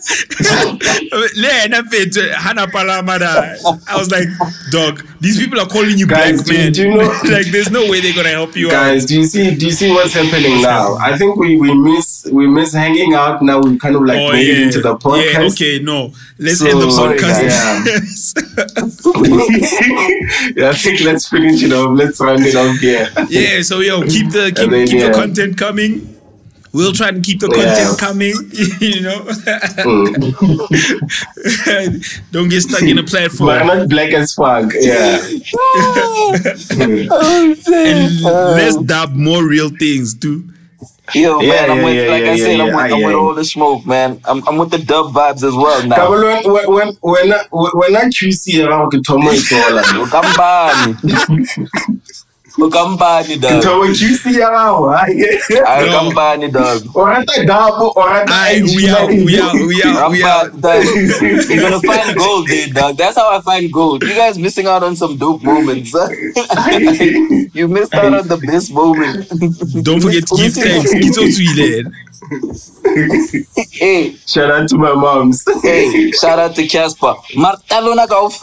Speaker 3: Le yena Fethu, Hannah Palama da. I was like, dog, these people are calling you
Speaker 1: Guys,
Speaker 3: black
Speaker 1: do-
Speaker 3: man.
Speaker 1: do you know-
Speaker 3: like, there's no way they're gonna help you out.
Speaker 1: Guys, do you see? Do you see what's happening now? I think we, we miss we miss hanging out. Now we kind of like
Speaker 3: Oh
Speaker 1: made it
Speaker 3: yeah,
Speaker 1: into the
Speaker 3: yeah.
Speaker 1: podcast.
Speaker 3: Okay, no, let's
Speaker 1: So,
Speaker 3: end the
Speaker 1: sorry,
Speaker 3: podcast.
Speaker 1: yeah, I think let's finish it off. Let's round it off here.
Speaker 3: Yeah, so yo, keep the keep,
Speaker 1: And then,
Speaker 3: keep the
Speaker 1: yeah.
Speaker 3: content coming. We'll try and keep the
Speaker 1: Yeah. Mm.
Speaker 3: content coming, you know. Don't get stuck in a
Speaker 1: But I'm
Speaker 3: platform.
Speaker 1: not black as fuck. Yeah.
Speaker 2: "Oh,
Speaker 3: And let's dab more real things too.
Speaker 2: Yo,
Speaker 1: Yeah,
Speaker 2: man, I'm
Speaker 1: yeah,
Speaker 2: with,
Speaker 1: yeah,
Speaker 2: like I
Speaker 1: yeah,
Speaker 2: said,
Speaker 1: yeah,
Speaker 2: I'm with, I'm
Speaker 1: yeah,
Speaker 2: with
Speaker 1: yeah.
Speaker 2: all the smoke, man. I'm, I'm with the dub vibes as well now.
Speaker 1: Kabul, when when when when I QC around Kitoma Itola.
Speaker 2: Ukambani. Ukambani, dog.
Speaker 1: Kitoma QC around.
Speaker 2: I Ukambani, dog.
Speaker 1: Orata double, orata
Speaker 3: I
Speaker 1: IG,
Speaker 3: we are
Speaker 1: like-
Speaker 3: we are we are we are
Speaker 2: Ukambani, dog. You're gonna find gold there, dog. That's how I find gold. You guys missing out on some dope moments. you missed out on the best moment.
Speaker 3: don't forget to give thanks. Kito Twile.
Speaker 2: hey,
Speaker 1: Shout out to my moms.
Speaker 2: hey, shout out to Casper. Martalona Gaufed.